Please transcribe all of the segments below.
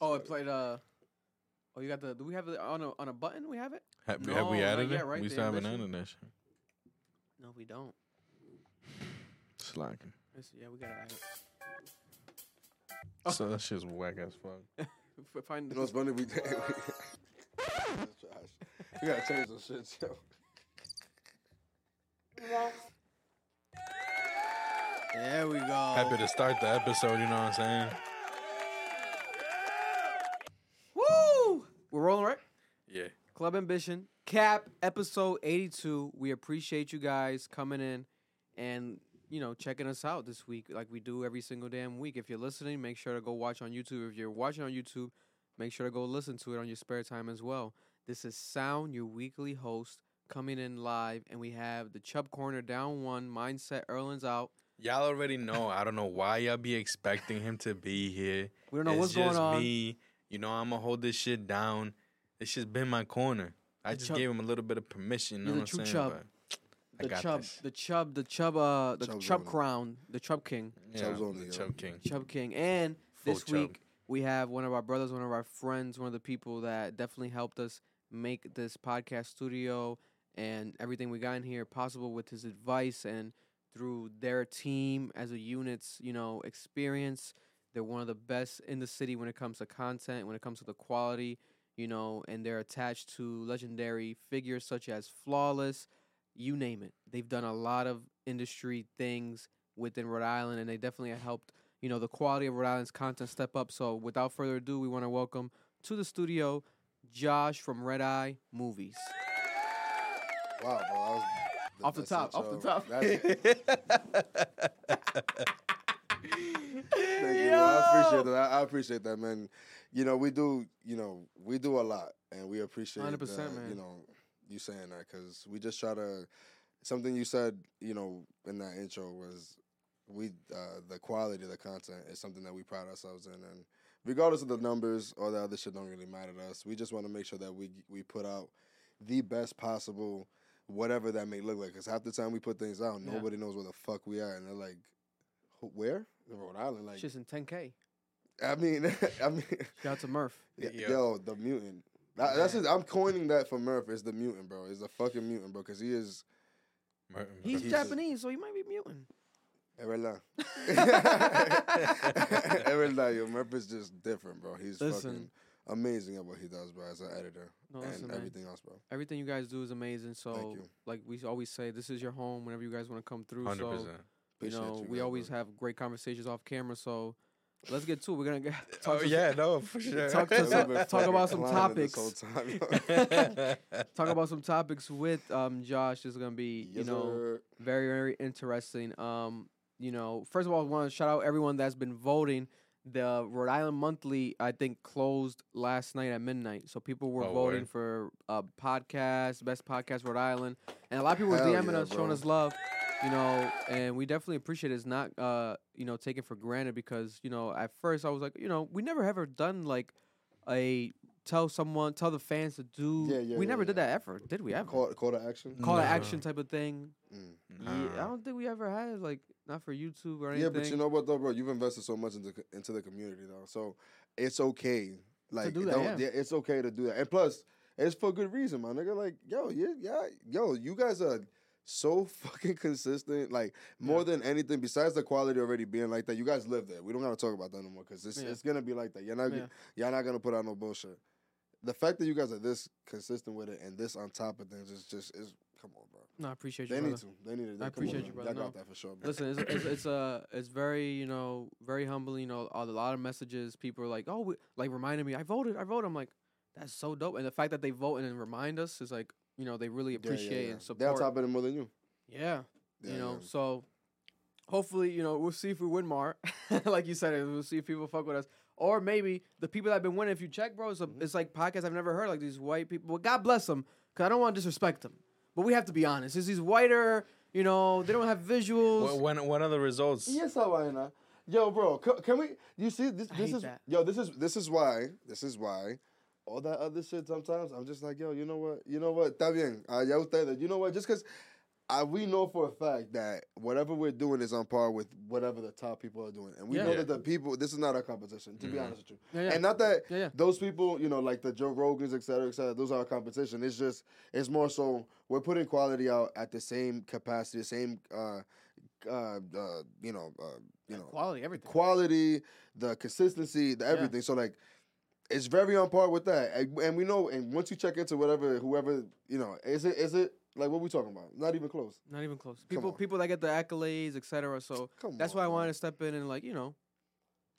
Oh, it played. Uh, oh, you got the. Do we have it on a on a button? We have it. Have, have we No, not added yet, it? right? We The still haven't ambition? added that shit. No, we don't. Slacking. It's- yeah, we gotta add it. So that shit's whack as fuck. F- Find You know what's funny? We, we, Josh, we gotta change some shit, yo. There we go. Happy to start the episode, you know what I'm saying? Woo! We're rolling, right? Yeah. Club Ambition Cap episode 82. We appreciate you guys coming in and you know checking us out this week like we do every single damn week. If you're listening, make sure to go watch on YouTube. If you're watching on YouTube, make sure to go listen to it on your spare time as well. This is Sound, your weekly host, coming in live, and we have the Chubb Corner down one, mindset Erlin's out. Y'all already know. I don't know why y'all be expecting him to be here. We don't know it's what's going just on. Me, you know, I'm gonna hold this shit down. This shit's been my corner. I The just chub- gave him a little bit of permission. You know You're the true what I'm saying? chub. But I The got Chubb, this. the Chubb, the Chubb, uh, the Chubb's Chubb on it. crown, the Chubb king. Yeah, Chubb's on the it, yo. Chubb King. Chub King. And Full this Chubb. week we have one of our brothers, one of our friends, one of the people that definitely helped us make this podcast studio and everything we got in here possible with his advice and through their team as a unit's, you know, experience. They're one of the best in the city when it comes to content, when it comes to the quality, you know, and they're attached to legendary figures such as Flawless, you name it. They've done a lot of industry things within Rhode Island, and they definitely have helped you know the quality of Rhode Island's content step up. So without further ado, we want to welcome to the studio Josh from Red Eye Movies. Wow, bro. That was the Off the best top, shit, off the yo. top. That's- Thank you. Well, I appreciate that. I, I appreciate that, man. You know, we do. You know, we do a lot, and we appreciate. 100%, that, man. You know, you saying that because we just try to. Something you said, you know, in that intro was we uh, the quality of the content is something that we pride ourselves in, and regardless of the numbers or the other shit, don't really matter to us. We just want to make sure that we we put out the best possible, whatever that may look like. Because half the time we put things out, Yeah. nobody knows where the fuck we are, and they're like, "Who- "Where?" In Rhode Island, like Shit's in 10K. I mean, I mean, Shout out to Murph. yo, Yeah. the mutant. That, that's his, I'm coining that for Murph. Is the mutant, bro? Is the fucking mutant, bro? Because he is. Mer- He's Jesus. Japanese, so he might be mutant. Es verdad. Es verdad, yo. Murph is just different, bro. He's Listen. fucking amazing at what he does, bro. As an editor No, and listen, man. everything else, bro. Everything you guys do is amazing. So, you. like we always say, this is your home. Whenever you guys want to come through, so 100%. you Appreciate know you, we man, always bro. have great conversations off camera. So, let's get to it. We're gonna get, Oh, talk to- yeah, no, for sure. Talk to- We've been talk fucking about some climbing this topics. whole time, yo. talk about some topics with um Josh. This is gonna be you Yes, know. sir. very very interesting um you know first of all i want to shout out everyone that's been voting the rhode island monthly i think closed last night at midnight so people were Oh, voting word. for uh, podcast best podcast rhode island and a lot of people were Hell dming yeah, us showing bro. us love you know and we definitely appreciate it. it's not uh you know taken for granted because you know at first i was like you know we never ever done like a tell someone tell the fans to do Yeah, yeah, we yeah, never did yeah. that ever did we ever Call, call to action. call to No. action type of thing Mm. yeah, I don't think we ever had like not for YouTube or anything. Yeah, but you know what though, bro? You've invested so much into into the community though, so it's okay. Like, do that, don't- yeah. it's okay to do that, and plus, it's for good reason, my nigga. Like, yo, yeah, yeah, yo, you guys are so fucking consistent. Like, more than anything, besides the quality already being like that, you guys live there. We don't gotta talk about that no more because it's Yeah. it's gonna be like that. You're not Yeah. you're not gonna put out no bullshit. The fact that you guys are this consistent with it and this on top of things is just is come on, bro. no, I appreciate you. They need brother. to. They need it. Come on, appreciate you, brother. Y'all got No. that for sure. Bro. Listen, it's, it's it's uh, it's very you know very humbling. You know, a lot of messages. People are like, oh, we, like reminding me, I voted, I voted. I'm like, that's so dope. And the fact that they vote and then remind us is like, you know, they really Yeah, yeah, appreciate yeah. and They on support. top of it more than you. yeah, you Yeah, know. yeah. So hopefully, you know, we'll see if we win more. like you said, we'll see if people fuck with us, or maybe the people that've been winning. If you check, bro, it's, Mm-hmm. a, it's like podcasts I've never heard. Like these white people. Well, God bless them, because I don't want to disrespect them. But we have to be honest. It's these whiter. You know, they don't have visuals. Wh- When, when are the results? Yes, Hawaii. Yo, bro, c- can we? You see this? This hate is that. yo. This is this is why. This is why. All that other shit. Sometimes I'm just like, yo, you know what? You know what? Está bien. Ah, ya ustedes. You know what? Just because I we know for a fact that whatever we're doing is on par with whatever the top people are doing, and we Yeah. know Yeah. that the people. This is not our competition, to be Mhm. honest with you. Yeah, yeah. And not that yeah, yeah. those people, you know, like the Joe Rogans, et cetera, et cetera, those are our competition. It's just, it's more so we're putting quality out at the same capacity, same, uh, uh, uh you know, uh, you know, Quality, everything. quality, the consistency, the Yeah. everything. So like, it's very on par with that, and, and we know. And once you check into whatever, whoever, you know, is it, is it like what we talking about? Not even close. Not even close. People, on. people that get the accolades, etc. So Come that's on, why I man. wanted to step in and like you know,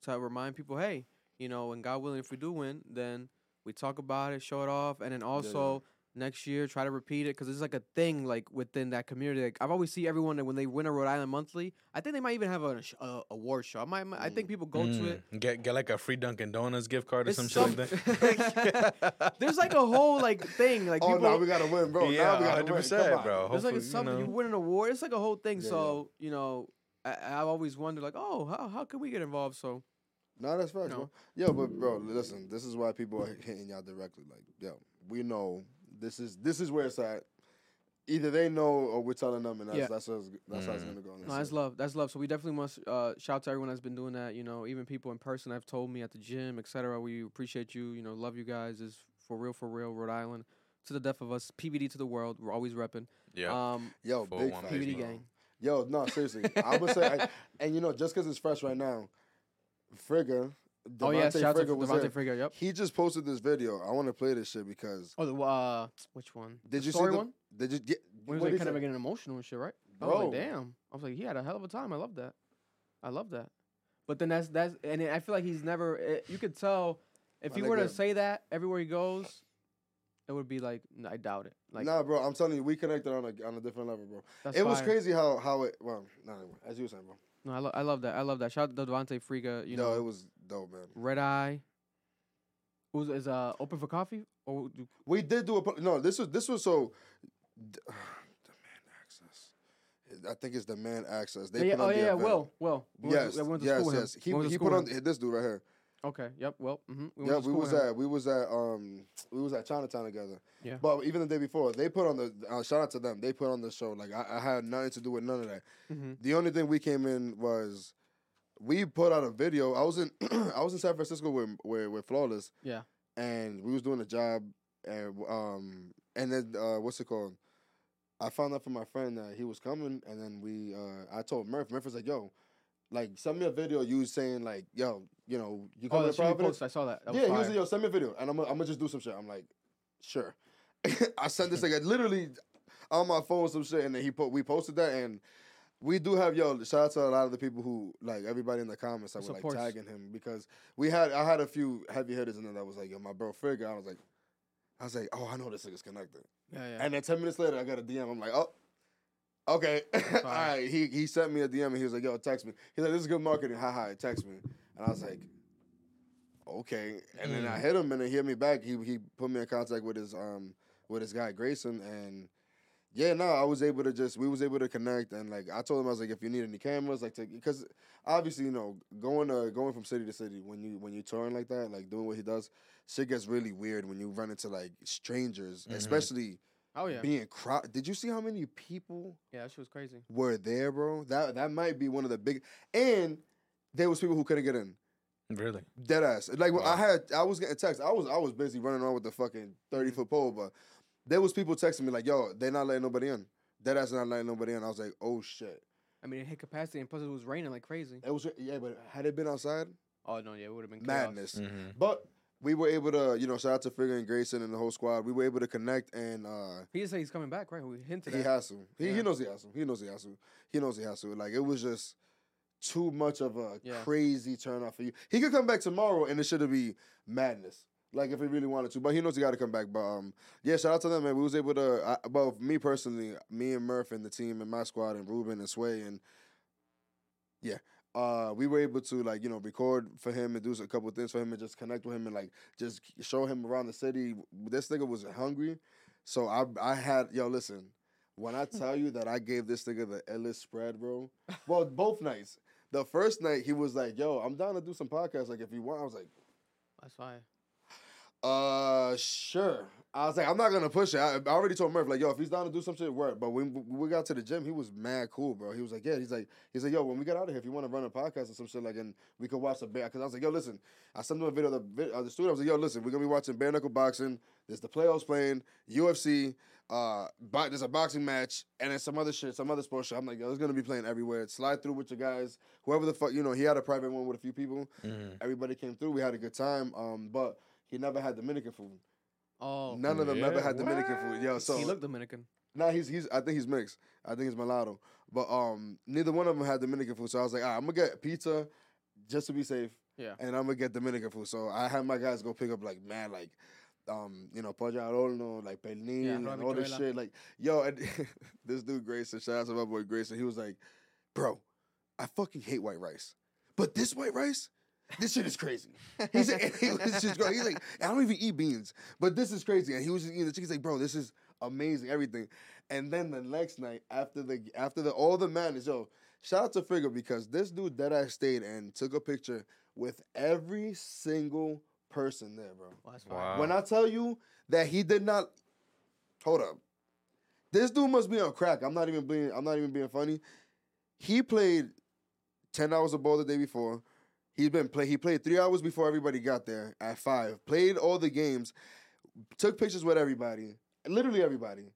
to remind people, hey, you know, and God willing, if we do win, then we talk about it, show it off, and then also next year try to repeat it because it's like a thing like within that community. Like I've always see everyone that when they win a Rhode Island Monthly, I think they might even have a, sh- a award show. I might, I think people go to it. Mm, Get get like a free Dunkin' Donuts gift card or It's some, some- shit like that. There's like a whole like thing like oh people. no, we gotta win, bro. yeah, now we gotta hundred win. Come percent, on. bro. It's like Hopefully, it's something you, know. win an award. It's like a whole thing. Yeah, yeah. so you know, I, I've always wondered like, oh, how how can we get involved? So No, that's facts, No. bro. Yo, but bro, listen, this is why people are hitting y'all directly. Like, yo, we know this is this is where it's at. Either they know or we're telling them, and that's Yeah. that's how it's, that's how it's Mm. gonna go. no, that's love. That's love. So we definitely must uh, shout to everyone that's been doing that. You know, even people in person have told me at the gym, etc. We appreciate you. You know, love you guys. Is for real, for real, Rhode Island to the death of us. PBD to the world. We're always repping. yeah, Um, yo, Full big one facts, PBD bro. gang. Yo, no, seriously, I'm gonna say, I, and you know, just because it's fresh right now, Frigga, Devontae oh yeah, shout out to Frigga was Devontae there. Frigga. Yep. He just posted this video. I want to play this shit because Oh, the uh, which one? did you story see the one? Did you get? We was what like he kind of said? getting emotional and shit, right? I was Bro. like, damn. I was like, he had a hell of a time. I love that. I love that. But then that's that's and I feel like he's never. It, you could tell if My he were to nigga. say that everywhere he goes, it would be like "N- I doubt it. Like nah, bro. I'm telling you, we connected on a on a different level, bro. that's it was fire. crazy how how it. Well, nah, anyway, as you were saying, bro. No, I, lo- I love that. I love that. Shout out to Devontae Friga. You no, know, it was dope, man. Red Eye. Was is uh open for coffee or do- We did do a po- no. This was this was so d- demand access. I think it's demand access. They yeah, put oh on yeah, the yeah, event. Will Will we went yes, to, we went to yes, school with yes. him. He, We went to he school put on with him. this dude right here. okay yep well mm-hmm. we went yeah, to we school with was him. at we was at um we was at Chinatown together. Yeah. But even the day before, they put on the uh, shout out to them. They put on the show. Like I, I had nothing to do with none of that. Mhm. The only thing we came in was we put out a video. I was in I was in San Francisco with with, with Flawless. Yeah. And we was doing a job and um and then uh what's it called? I found out from my friend that he was coming and then we uh I told Murph. Murph was like, yo, like send me a video you saying like, yo, you know, you Oh, coming that to shit you Providence? posted, I saw that. that was yeah, he was fire. like, yo, send me a video and I'm gonna I'm gonna just do some shit. I'm like, sure. I sent this nigga literally on my phone some shit and then he po- we posted that and we do have yo shout out to a lot of the people who like everybody in the comments that Who were like supports. tagging him because we had I had a few heavy hitters in there that was like yo my bro figure I was like I was like oh I know this nigga's connected yeah, yeah. and then ten minutes later I got a DM I'm like oh okay all right he he sent me a DM and he was like yo text me he's like this is good marketing ha ha text me and I was like okay and then I hit him and then he hit me back he he put me in contact with his um with this guy Grayson and yeah, no, I was able to just we was able to connect and like I told him I was like if you need any cameras like because obviously you know going to going from city to city when you when you touring like that like doing what he does shit gets really weird when you run into like strangers Mhm. especially oh yeah being crowd. Did you see how many people yeah that shit was crazy were there, bro? That that might be one of the big and there was people who couldn't get in. really. Dead ass. Like when I Wow. had, I was getting texts. I was, I was busy running on with the fucking thirty Mm-hmm. foot pole, but there was people texting me like, "Yo, they're not letting nobody in. Dead ass not letting nobody in." I was like, "Oh shit." I mean, it hit capacity, and plus it was raining like crazy. It was yeah, but had it been outside, Oh no, yeah, it would have been chaos. madness. hmm But we were able to, you know, shout out to Figure and Grayson and the whole squad. We were able to connect and uh He just said he's coming back, right? We hinted he at. has to. He, Yeah. he knows he has to. He knows he has to. He knows he has to. Like it was just too much of a Yeah. crazy turn off for you. He could come back tomorrow and it should be madness. Like if he really wanted to, but he knows he got to come back. But um, yeah, shout out to them, man. We was able to. I, well, me personally, me and Murph and the team and my squad and Ruben and Sway and yeah, uh, we were able to like you know record for him and do a couple things for him and just connect with him and like just show him around the city. This nigga was hungry, so I I had yo listen. When I tell you that I gave this nigga the illest spread, bro. Well, both nights. The first night he was like, "Yo, I'm down to do some podcasts. Like, if you want." I was like, That's fire. Uh, sure. I was like, I'm not gonna push it. I, I already told Murph, like, yo, if he's down to do some shit, work. But when when we got to the gym, he was mad cool, bro. He was like, yeah, he's like, he's like, yo, when we get out of here, if you want to run a podcast or some shit, like, and we could watch the bear, because I was like, yo, listen, I sent him a video of the, vid- of the studio. I was like, yo, listen, we're gonna be watching bare knuckle boxing. There's the playoffs playing UFC. Uh, bo- there's a boxing match and then some other shit, some other sports shit. I'm like, yo, it's gonna be playing everywhere. Slide through with your guys, whoever the fuck, you know. He had a private one with a few people. Mhm. Everybody came through. We had a good time. Um, but he never had Dominican food. Oh, None of them ever yeah? had Dominican food. Yo, He so he looked Dominican. nah, he's he's. I think he's mixed. I think he's mulatto. But um, neither one of them had Dominican food. So I was like, ah, I'm gonna get pizza, just to be safe. Yeah. And I'm gonna get Dominican food. So I had my guys go pick up like man, like. Um, you know, pollo al horno, like pernil, Yeah, and Robbie all this Torella. shit. Like, yo, and this dude Grayson, shout out to my boy Grayson. He was like, "Bro, I fucking hate white rice, but this white rice, this shit is crazy." He's like, he was just going, he's like, I don't even eat beans, but this is crazy. And he was just eating the chicken. He's like, bro, this is amazing, everything. And then the next night, after the after the all the madness, yo, shout out to Figure because this dude that I stayed and took a picture with every single person there, bro. Well, that's fine. Wow. When I tell you that he did not, hold up, this dude must be on crack. I'm not even being I'm not even being funny. He played ten hours of ball the day before. He's been play. He played three hours before everybody got there at five. Played all the games, took pictures with everybody, literally everybody.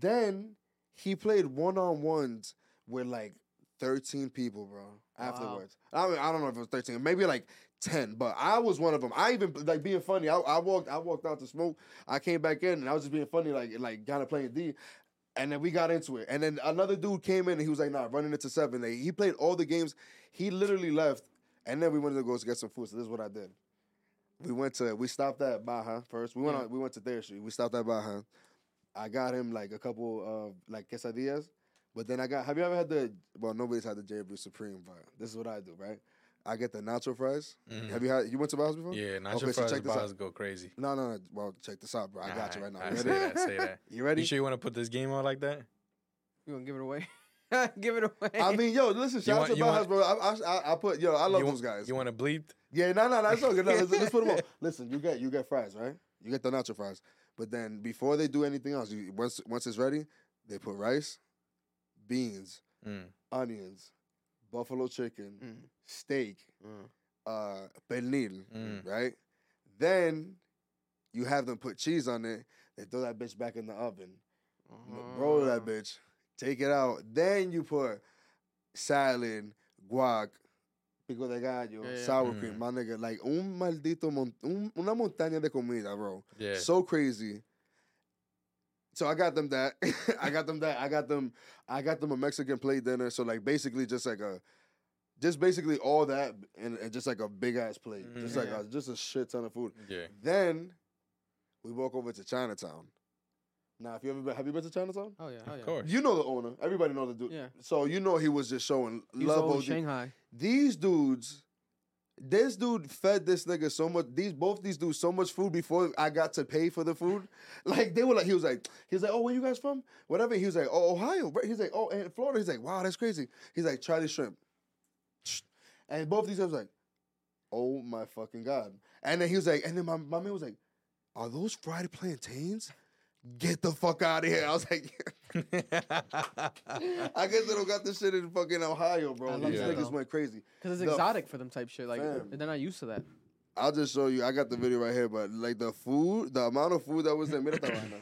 Then he played one on ones with like thirteen people, bro. Afterwards, I mean, I don't know if it was thirteen, maybe like ten, but I was one of them. I even like being funny. I, I walked, I walked out to smoke. I came back in and I was just being funny, like like kind of playing D. And then we got into it. And then another dude came in and he was like, nah, running it to seven. Like, he played all the games. He literally left. And then we went to go get some food. So this is what I did. We went to we stopped at Baja first. We went Yeah. on, we went to their street. We stopped at Baja. I got him like a couple of like quesadillas. But then I got have you ever had the well nobody's had the J Brew Supreme, but this is what I do, right? I get the nacho fries. Mhm. Have you had you went to Baja's before? Yeah, nacho Okay, so fries check this out. bars go crazy. No, no, no. Well, check this out, bro. I got you right now. I You say ready? that. Say that. You ready? You sure you want to put this game on like that? You gonna give it away? give it away. I mean, yo, listen, shout out want- to you Bajas, bro. I, I- I, I put, yo, I love you, those guys. You want to bleep? yeah, no, no, that's all good. No, let's, let's put them on. Listen, you get, you get fries, right? You get the nacho fries. But then before they do anything else, you, once, once it's ready, they put rice, beans, Mm. onions, buffalo chicken, Mm, steak, mm. uh, pernil, Mm. right? Then you have them put cheese on it. They throw that bitch back in the oven. M- roll that Uh, bitch, take it out. Then you put salad, guac, pico de gallo, Yeah, yeah. sour cream, Mm. my nigga. Like un maldito, mon- un, una montaña de comida, bro. Yeah. So crazy. So I got them that. I got them that. I got them. I got them a Mexican plate dinner. So like basically just like a, just basically all that and, and just like a big ass plate. Just like Mhm. a, just a shit ton of food. yeah. Then we walk over to Chinatown. Now, if you ever been, have you been to Chinatown? Oh yeah, hell yeah. Of course. You know the owner. Everybody know the dude. Yeah, So you know he was just showing he's love. over OG. Shanghai. These dudes, this dude fed this nigga so much. These both these dudes so much food before I got to pay for the food. Like they were like he was like he was like oh where you guys from whatever. He was like oh Ohio. bro." He's like oh and Florida. He's like wow that's crazy. He's like try this shrimp. And both these guys was like oh my fucking god. And then he was like and then my my man was like are those fried plantains? Get the fuck out of here! I was like. I guess they don't got this shit in fucking Ohio, I bro. love These that, niggas though. went crazy. Cause it's The- exotic for them type shit. Like Fam. they're not used to that. I'll just show you. I got the video right here, but like the food, the amount of food that was in Mira esta vaina.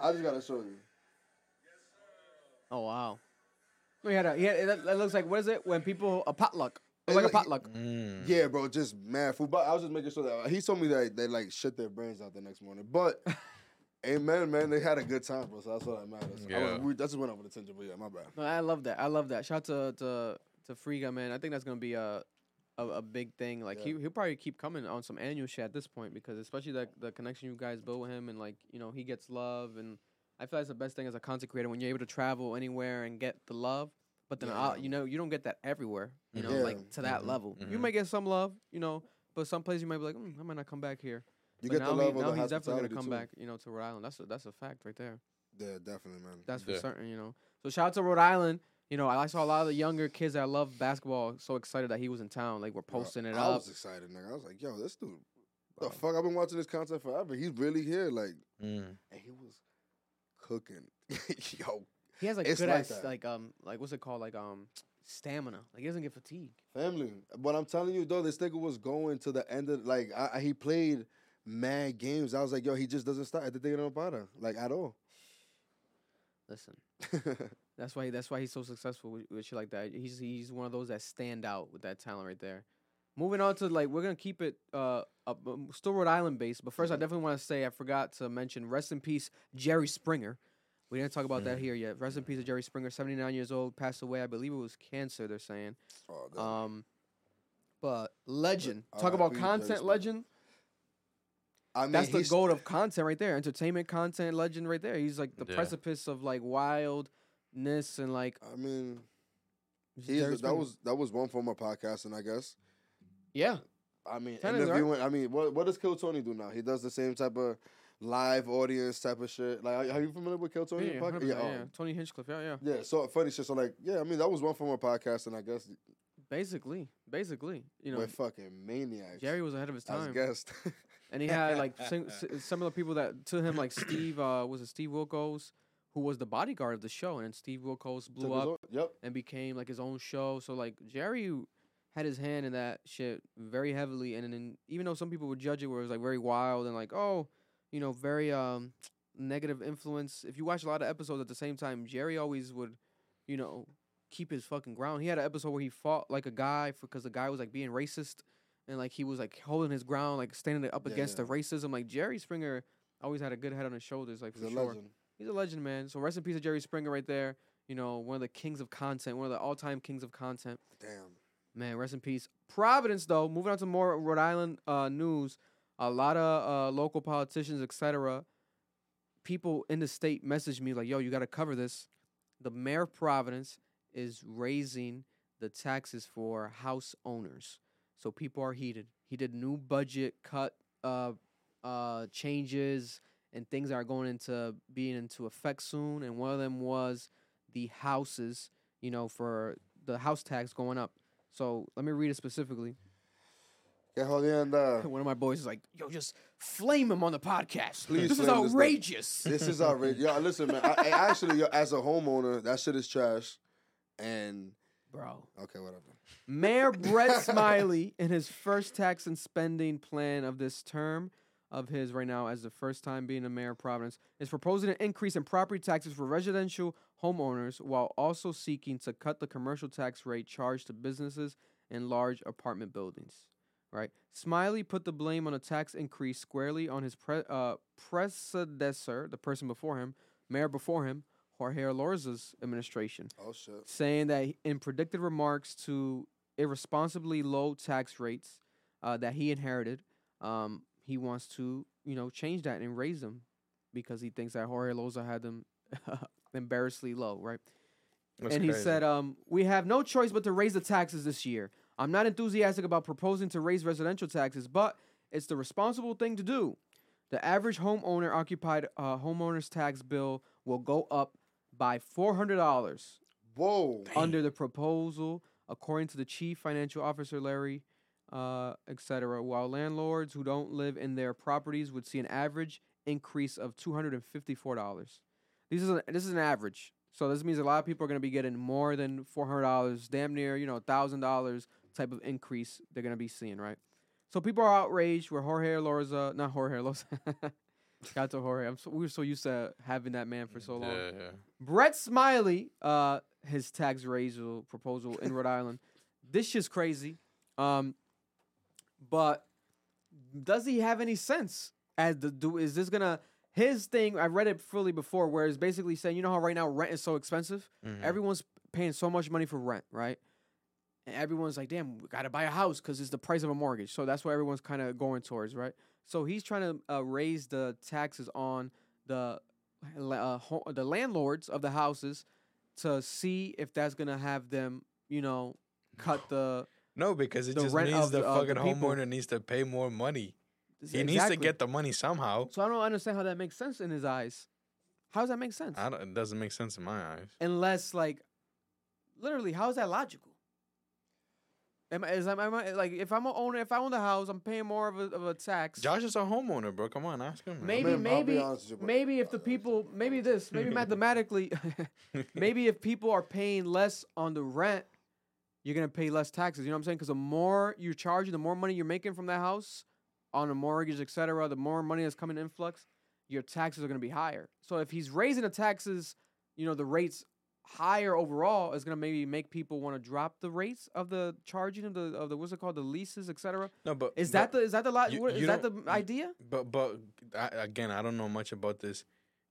I just gotta show you. Oh wow. We had a yeah. That, that looks like what is it when people a potluck? It's like a look- potluck. Mm. Yeah, bro, just mad food. But I was just making sure that he told me that they like shit their brains out the next morning. But amen, man, they had a good time, bro. So that's what that matters. I Yeah. was, we, that's just went over the tension, but yeah, my bad. No, I love that. I love that. Shout out to to to Friga, man. I think that's gonna be a a, a big thing. Like Yeah. he he'll probably keep coming on some annual shit at this point because especially the the connection you guys build with him and like you know he gets love and I feel that's the best thing as a content creator when you're able to travel anywhere and get the love. But then Yeah. uh, you know you don't get that everywhere. You know Yeah. like to that Mhm. level. You Mhm. may get some love, you know, but some places you might be like, mm, I might not come back here. You but get the now love he, of now the he's definitely hospitality gonna come too. back, you know, to Rhode Island. That's a, that's a fact right there. Yeah, definitely, man. That's for Yeah. certain, you know. So shout out to Rhode Island. You know, I saw a lot of the younger kids that love basketball so excited that he was in town. Like we're Bro, posting it I up. was excited, nigga. I was like, yo, this dude The Like, fuck, I've been watching this content forever. He's really here, like, Mm. and he was cooking. Yo, He has like It's good like ass that. like um like what's it called like um stamina. Like he doesn't get fatigued. family. But I'm telling you though, this nigga was going to the end of like I, I- he played mad games. I was like, yo, he just doesn't stop at the thing no bother like at all. Listen, that's why that's why he's so successful with, with shit like that. He's he's one of those that stand out with that talent right there. Moving on to like we're gonna keep it uh up, um, still Rhode Island based, but first Mm-hmm. I definitely want to say I forgot to mention rest in peace Jerry Springer. We didn't talk about that Mm-hmm. here yet. Rest in peace to Jerry Springer, seventy nine years old, passed away. I believe it was cancer. They're saying. Oh, that's- Um, but legend. But Talk about RIP Jerry content Springer. legend. I mean, That's the he's- gold of content right there. Entertainment content legend right there. He's like the Yeah. precipice of like wildness and like I mean, Is he's, Jerry that Springer. was that was one form of podcasting, I guess. yeah. I mean, Kinda, right? interviewing. I mean, what what does Kill Tony do now? He does the same type of live audience type of shit. Like, are, are you familiar with Kill Yeah, Tony? podcast? 100%, oh, yeah. Tony Hinchcliffe. Yeah, yeah. Yeah, so funny shit. So like, yeah, I mean that was one form of podcasting, I guess. Basically, basically, you know, with fucking maniacs. Jerry was ahead of his as time, guest. and he had like sim- si- similar people that to him, like Steve. Uh, was it Steve Wilkos, who was the bodyguard of the show, and then Steve Wilkos Took blew his up own- Yep. and became like his own show. So like Jerry had his hand in that shit very heavily, and then even though some people would judge it where it was like very wild and like oh, you know, very um negative influence. If you watch a lot of episodes at the same time, Jerry always would, you know, keep his fucking ground. He had an episode where he fought like a guy because the guy was like being racist. And like he was like holding his ground, like standing up Yeah, against yeah. the racism. Like Jerry Springer always had a good head on his shoulders, like He's for a sure legend. he's a legend, man. So rest in peace to Jerry Springer right there. You know, one of the kings of content, one of the all-time kings of content. Damn. Man, rest in peace. Providence, though. Moving on to more Rhode Island uh, news. A lot of uh, local politicians, etc. People in the state messaged me like, "Yo, you got to cover this." The mayor of Providence is raising the taxes for house owners, so people are heated. He did new budget cut uh, uh, changes and things that are going into being into effect soon, and one of them was the houses. You know, for the house tax going up. So let me read it specifically. Que jodienda. One of my boys is like, "Yo, just flame him on the podcast. Please this is flame this dude. outrageous." this is outrageous. Yo, listen, man. I, I actually, yo, as a homeowner, that shit is trash. And bro. okay, whatever. Mayor Brett Smiley, in his first tax and spending plan of this term of his right now as the first time being the mayor of Providence, is proposing an increase in property taxes for residential homeowners while also seeking to cut the commercial tax rate charged to businesses and large apartment buildings. Right? Smiley put the blame on a tax increase squarely on his pre- uh, predecessor, the person before him, mayor before him, Jorge Alorza's administration Oh shit. saying that he- in predicted remarks to irresponsibly low tax rates uh, that he inherited, um, he wants to you know change that and raise them because he thinks that Jorge Loza had them embarrassingly low, right? That's and he crazy. said, um, "We have no choice but to raise the taxes this year. I'm not enthusiastic about proposing to raise residential taxes, but it's the responsible thing to do. The average homeowner occupied uh, homeowner's tax bill will go up by four hundred dollars Whoa. under the proposal, according to the chief financial officer Larry, uh, etc. While landlords who don't live in their properties would see an average increase of two hundred and fifty-four dollars. This is an, this is an average, so this means a lot of people are going to be getting more than four hundred dollars, damn near you know thousand dollars type of increase they're going to be seeing, right? So people are outraged. Where Jorge Lorza, not Jorge Lorza. Shout out to Jorge. I'm so, we were so used to having that man for so long. Yeah, yeah. Brett Smiley, uh, his tax raise proposal in Rhode Island. This shit's crazy. Um, but does he have any sense? As the do is this gonna his thing? I read it fully before, where it's basically saying, you know how right now rent is so expensive. Mhm. Everyone's paying so much money for rent, right? And everyone's like, damn, we gotta buy a house because it's the price of a mortgage. So that's what everyone's kind of going towards, right? So he's trying to uh, raise the taxes on the la- uh, ho- the landlords of the houses to see if that's gonna have them, you know, cut the. No, because it the just rent means of the the- of the fucking people- homeowner needs to pay more money. He needs to Exactly. get the money somehow. So I don't understand how that makes sense in his eyes. How does that make sense? I don't, it doesn't make sense in my eyes. Unless, like, literally, how is that logical? Am I, is, am I- am I- like if I'm a owner, if I own the house, I'm paying more of a, of a tax. Josh is a homeowner, bro. Come on, ask him. man. Maybe, mean, I'll be maybe, honest with you, but maybe if the I- I- people, maybe this, maybe mathematically, maybe if people are paying less on the rent, you're gonna pay less taxes. You know what I'm saying? Because the more you're charging, the more money you're making from that house on a mortgage, et cetera, the more money that's coming influx, your taxes are gonna be higher. So if he's raising the taxes, you know the rates higher overall is gonna maybe make people want to drop the rates of the charging of the of the what's it called the leases, et cetera. no, but Is but- that the is that the lot? you- what- you Is that the don't- you- idea? But but I, again, I don't know much about this.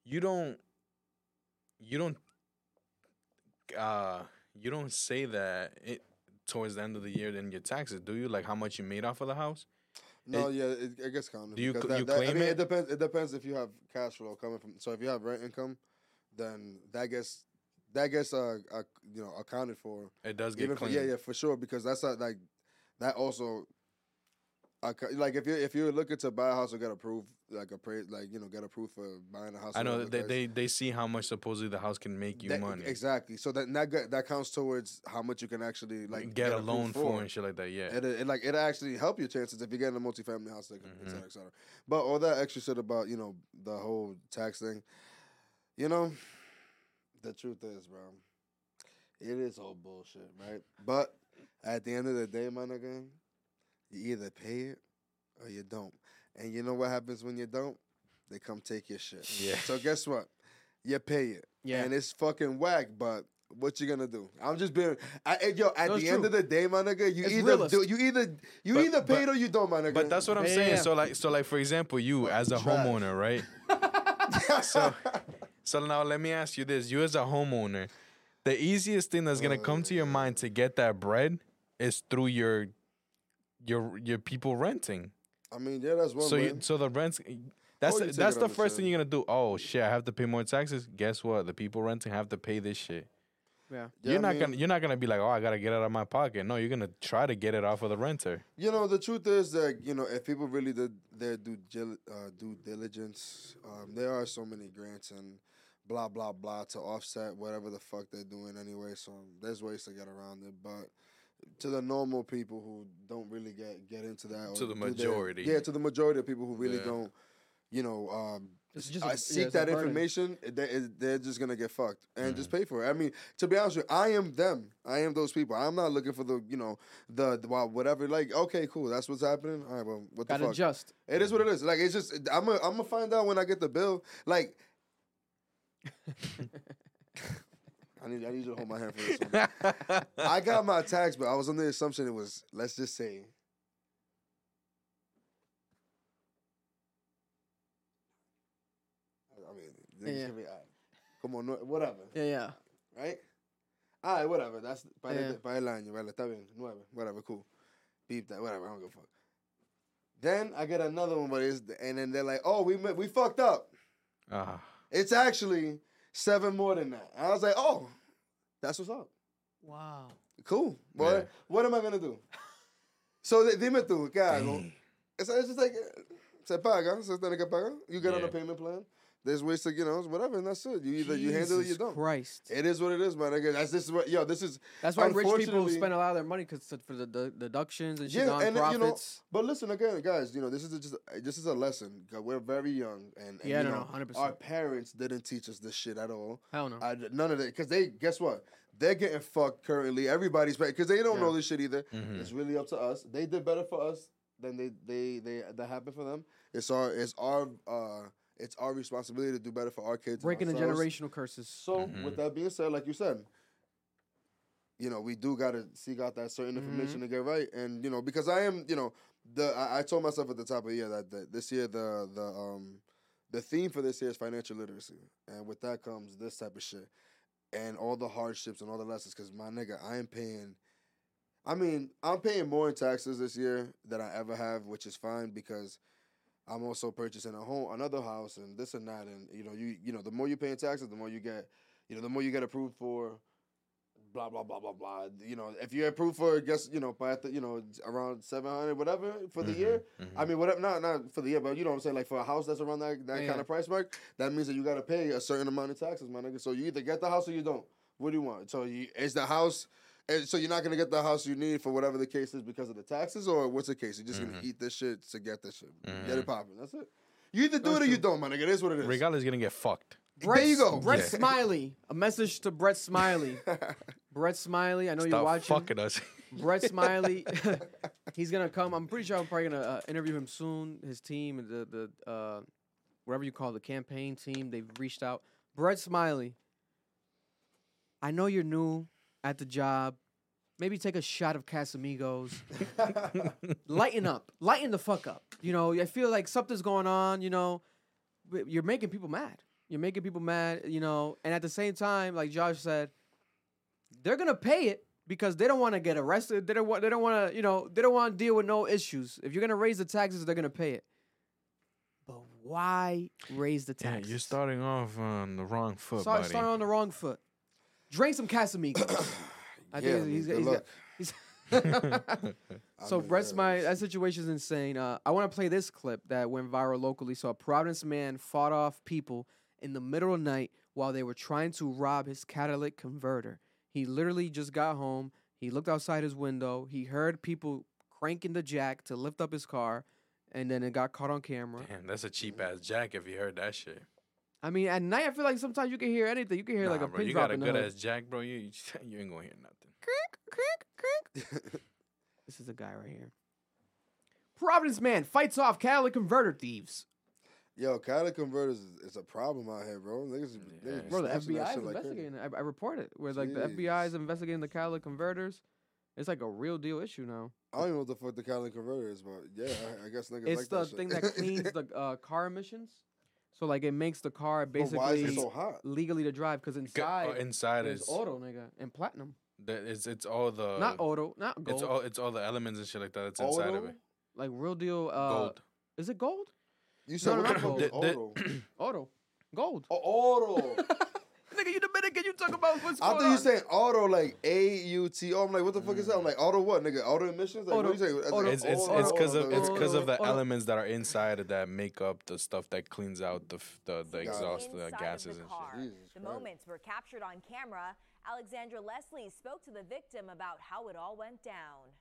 You don't. You don't. Uh, you don't say that it towards the end of the year in your taxes, do you? Like how much you made off of the house? No, yeah, it, it gets counted. Do you because cl- that, you that- I claim mean, it? it depends. It depends if you have cash flow coming from. So if you have rent income, then that gets that gets uh, uh you know accounted for. It does get Even for, claimed. yeah, yeah, for sure. Because that's not like that also. acc- Like if you if you're looking to buy a house or get approved, like appraised, like you know, get approved for buying a house. I or know whatever that they, it is, they they see how much supposedly the house can make you that- money. Exactly. So that that go- that counts towards how much you can actually like get, a approved loan for and shit like that. Yeah. it, it like it actually help your chances if you get in a multifamily house, like, et Mhm. cetera, et cetera. But all that extra shit about you know the whole tax thing, you know, the truth is, bro, it is all bullshit, right? But at the end of the day, my nigga, you either pay it or you don't. And you know what happens when you don't? They come take your shit. Yeah. So guess what? You pay it. Yeah. And it's fucking whack, but what you gonna do? I'm just being, I, eh, yo. At No, it's the end true. of the day, my nigga, you It's either realist. do, you either, you But- either pay but- it or you don't, my nigga. But that's what I'm Yeah, yeah, saying. yeah. So like so like for example, you as a Trash. homeowner, right? so. So now let me ask you this: You as a homeowner, the easiest thing that's gonna come Uh, to your mind to get that bread is through your your your people renting. I mean, yeah, that's one. so way. you, so the rents. That's Or Oh, the, you take that's it the on the first thing chin. you're gonna do. Oh shit! I have to pay more taxes. Guess what? The people renting have to pay this shit. Yeah. Yeah, you're I not mean- gonna you're not gonna be like, oh, I gotta get it out of my pocket. No, you're gonna try to get it off of the renter. You know, the truth is that you know, if people really did their due gil- uh, due diligence, um, there are so many grants and blah blah blah to offset whatever the fuck they're doing anyway. So there's ways to get around it, but. To the normal people who don't really get get into that, or To the do their- majority. yeah, to the majority of people who really Yeah. don't, you know, um, It's just I a- yeah, seek it's a that burden. information, they, it- they're just gonna get fucked and just pay for it. I mean, to be honest with you, I am them. I am those people. I'm not looking for the, you know, the, the wow, whatever. Like, okay, cool, that's what's happening. All right, well, what the Gotta fuck? adjust. It is what it is. Like, it's just I'm gonna I'm gonna find out when I get the bill. Like, I need I need you to hold my hand for this one. I got my tax, but I was under the assumption it was let's just say. I mean, this Yeah. can be, alright. come on, no, whatever Yeah, yeah. right? All right, whatever. That's para Yeah. el, para el año, vale, está bien, nueve, whatever, cool. Beep that, whatever. I don't give a fuck. Then I get another one, but it's and then they're like, oh, we mi- we fucked up. Ah, It's actually seven more than that. And I was like, oh, that's what's up. Wow. Cool. What Yeah. what am I gonna do? So de- dime tú, ¿qué hago? dang. It's, it's just like eh, se paga, se tiene que pagar. You get on a Yeah. payment plan. There's ways to you know whatever, and that's it. You either you handle it, or you Jesus don't. Christ. It is what it is, my nigga. That's this is what yo. This is That's why rich people Unfortunately- spend a lot of their money because for the, the deductions and shit Yeah, on and, uh, you know, profits. But listen again, guys. You know, this is just this is a lesson. 'cause We're very young, and, and Yeah, you no, know, no, 100%. our parents didn't teach us this shit at all. I don't know. I, none of that, because they guess what? They're getting fucked currently. Everybody's because they don't know Yeah. this shit either. Mhm. It's really up to us. They did better for us than they they they that happened for them. It's our it's our uh it's our responsibility to do better for our kids. and Breaking the ourselves. generational curses. So Mhm. with that being said, like you said, you know, we do gotta seek out that certain information to get right. And, you know, because I am, you know, the I, I told myself at the top of the year that, that this year the the um the theme for this year is financial literacy. And with that comes this type of shit. And all the hardships and all the lessons, because my nigga, I am paying I mean, I'm paying more in taxes this year than I ever have, which is fine because I'm also purchasing a home, another house, and this and that, and you know, you you know, the more you pay in taxes, the more you get, you know, the more you get approved for, blah blah blah blah blah. You know, if you're approved for, guess you know, by the, you know, around seven hundred whatever for the Mhm, year. mhm. I mean, whatever, not not for the year, but you know what I'm saying. Like for a house that's around that that Yeah, kind yeah. of price mark, that means that you gotta pay a certain amount of taxes, my nigga. So you either get the house or you don't. What do you want? So you, is the house And so you're not gonna get the house you need for whatever the case is because of the taxes, or what's the case? You're just gonna Mm-hmm. Mhm. eat this shit to get this shit, get Mhm. it popping. That's it. You either do it or you don't, my nigga. It is what it is. Regardless, gonna get fucked. Brett, you go. Brett Yeah. Smiley. A message to Brett Smiley. Brett Smiley, I know you're Stop watching. fucking us. Brett Smiley, he's gonna come. I'm pretty sure I'm probably gonna uh, interview him soon. His team, and the the uh, whatever you call it, the campaign team, they've reached out. Brett Smiley, I know you're new at the job. Maybe take a shot of Casamigos. Lighten up, lighten the fuck up. You know, I feel like something's going on. You know, But you're making people mad. You're making people mad. You know, and at the same time, like Josh said, they're gonna pay it because they don't want to get arrested. They don't want. They don't want to. You know. They don't want to deal with no issues. If you're gonna raise the taxes, they're gonna pay it. But why raise the yeah, taxes? you're starting off on the wrong foot, Start- buddy. starting on the wrong foot. Drink some Casamigos. I think he's- he's- he's- so Brett's uh, my that situation's insane. Uh, I want to play this clip that went viral locally. So a Providence man fought off people in the middle of the night while they were trying to rob his catalytic converter. He literally just got home. He looked outside his window. He heard people cranking the jack to lift up his car, and then it got caught on camera. Damn, that's a cheap ass jack. If you heard that shit, I mean, at night I feel like sometimes you can hear anything. You can hear like Nah, a bro, pin you drop got a in the good hood. ass jack, bro. You you ain't gonna hear nothing. This is a guy right here. Providence man fights off catalytic converter thieves. Yo, catalytic converters is it's a problem out here, bro. Niggas, Yeah. niggas be Bro, the snitching that FBI is shit like crazy. investigating. it. I, I reported where like the FBI is investigating the catalytic converters. It's like a real deal issue now. I don't even know what the fuck the catalytic converter is, but yeah, I, I guess niggas It's like the that shit. thing that cleans the uh, car emissions. So like it makes the car But why basically is it so oh, hot? legally to drive because G- inside uh, inside there's is auto nigga and platinum. the, it's it's all Uh, the not auto, not gold. it's all it's all the elements and shit like that. It's inside of Auto? it. like real deal. Uh, Gold. Is it gold? You said no, what no, the fuck the- is the- auto? Auto, gold. Oh, auto. Nigga, you Dominican? You talk about what's I going thought you on? said auto like A U T O. I'm like, what the fuck is that? I'm like, auto what, nigga? Auto emissions? Like, what Auto- you say? auto- Mm. It's it's Auto, it's because of auto, it's because of auto, the auto. elements that are inside of that make up the stuff that cleans out the f- the, the Got it. exhaust, the inside gases of the and car. shit. Jesus the Christ. moments were captured on camera. Alexandra Leslie spoke to the victim about how it all went down.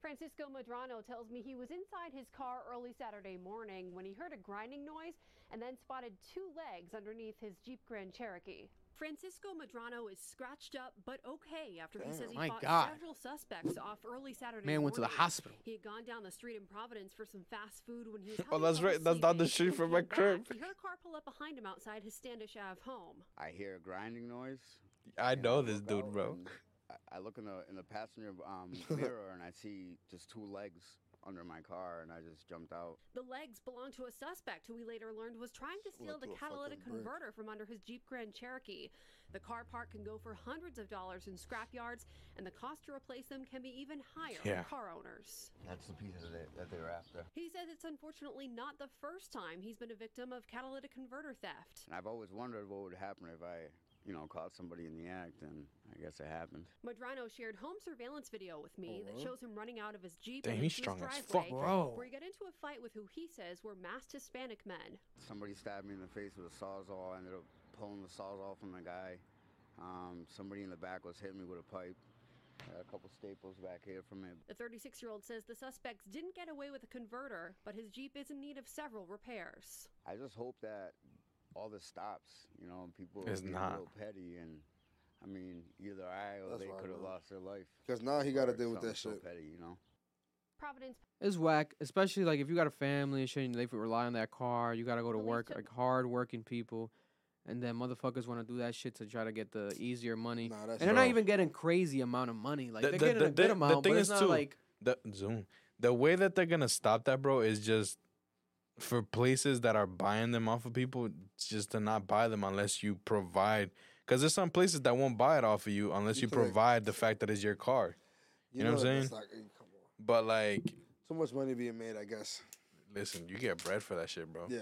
Francisco Madrano tells me he was inside his car early Saturday morning when he heard a grinding noise and then spotted two legs underneath his Jeep Grand Cherokee. Francisco Madrano is scratched up but okay after he says he My fought God. several suspects off early Saturday Man went to the morning. hospital. He had gone down the street in Providence for some fast food when he was Oh, having that's trouble right. That's down the sleeping. street from When he my came back, crib. He heard a car pull up behind him outside his Standish Ave home. I hear a grinding noise. I and know look this out dude, bro. and I- I look in the in the passenger um, mirror and I see just two legs under my car, and I just jumped out. The legs belonged to a suspect who we later learned was trying to went steal the through a catalytic fucking brick. converter from under his Jeep Grand Cherokee. The car part can go for hundreds of dollars in scrap yards, and the cost to replace them can be even higher Yeah. for car owners. That's the piece that they, that they were after. He says it's unfortunately not the first time he's been a victim of catalytic converter theft. And I've always wondered what would happen if I, you know, caught somebody in the act, and I guess it happened. Madrano shared home surveillance video with me that shows him running out of his Jeep Damn, and he's into strong his as driveway, fuck, bro. where he got into a fight with who he says were masked Hispanic men. Somebody stabbed me in the face with a sawzall. I ended up pulling the sawzall from the guy. Um, somebody in the back was hitting me with a pipe. I got a couple staples back here from it. The 36 year old says the suspects didn't get away with a converter, but his Jeep is in need of several repairs. I just hope that all this stops. You know, and people It's are not. a little petty, and I mean, either I or That's they why I could have know. lost their life. 'Cause now he gotta for deal with that something shit. So petty, you know. Providence It's whack, especially like if you got a family and shit, and they rely on that car. You got to go to Police work, should- like hard working people, and then motherfuckers want to do that shit to try to get the easier money. Nah, and that's they're not Bro. even getting crazy amount of money. Like The- they're the- getting the- a the- good the amount, thing but it's not is, too, like The Zoom. The way that they're gonna stop that, bro, is just for places that are buying them off of people, it's just to not buy them unless you provide. Because there's some places that won't buy it off of you unless You you correct. provide the fact that it's your car. You know what I'm that's saying? not- eh, come on. But like, Too much money being made, I guess. listen, you get bread for that shit, bro. Yeah,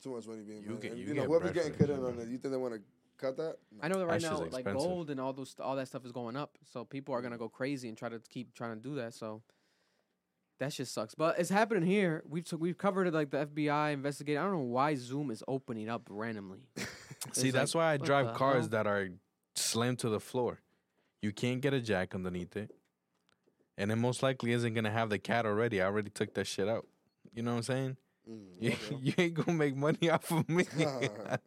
too much money being Oh. You made. get- And, you you, know, get whoever's bread for getting that cut in shit, on man. it, you think they want to cut that? No. I know that right That now, shit's like expensive. gold and all those all that stuff is going up, so people are gonna go crazy and try to keep trying to do that. So that shit sucks, but it's happening here. We've took, we've covered it like the FBI investigate. I don't know why Zoom is opening up randomly. See, It's that's like, why I what the drive cars hell? that are slammed to the floor. You can't get a jack underneath it. And it most likely isn't gonna have the cat already. I already took that shit out. You know what I'm saying? Mm, You, okay. you ain't gonna make money off of me.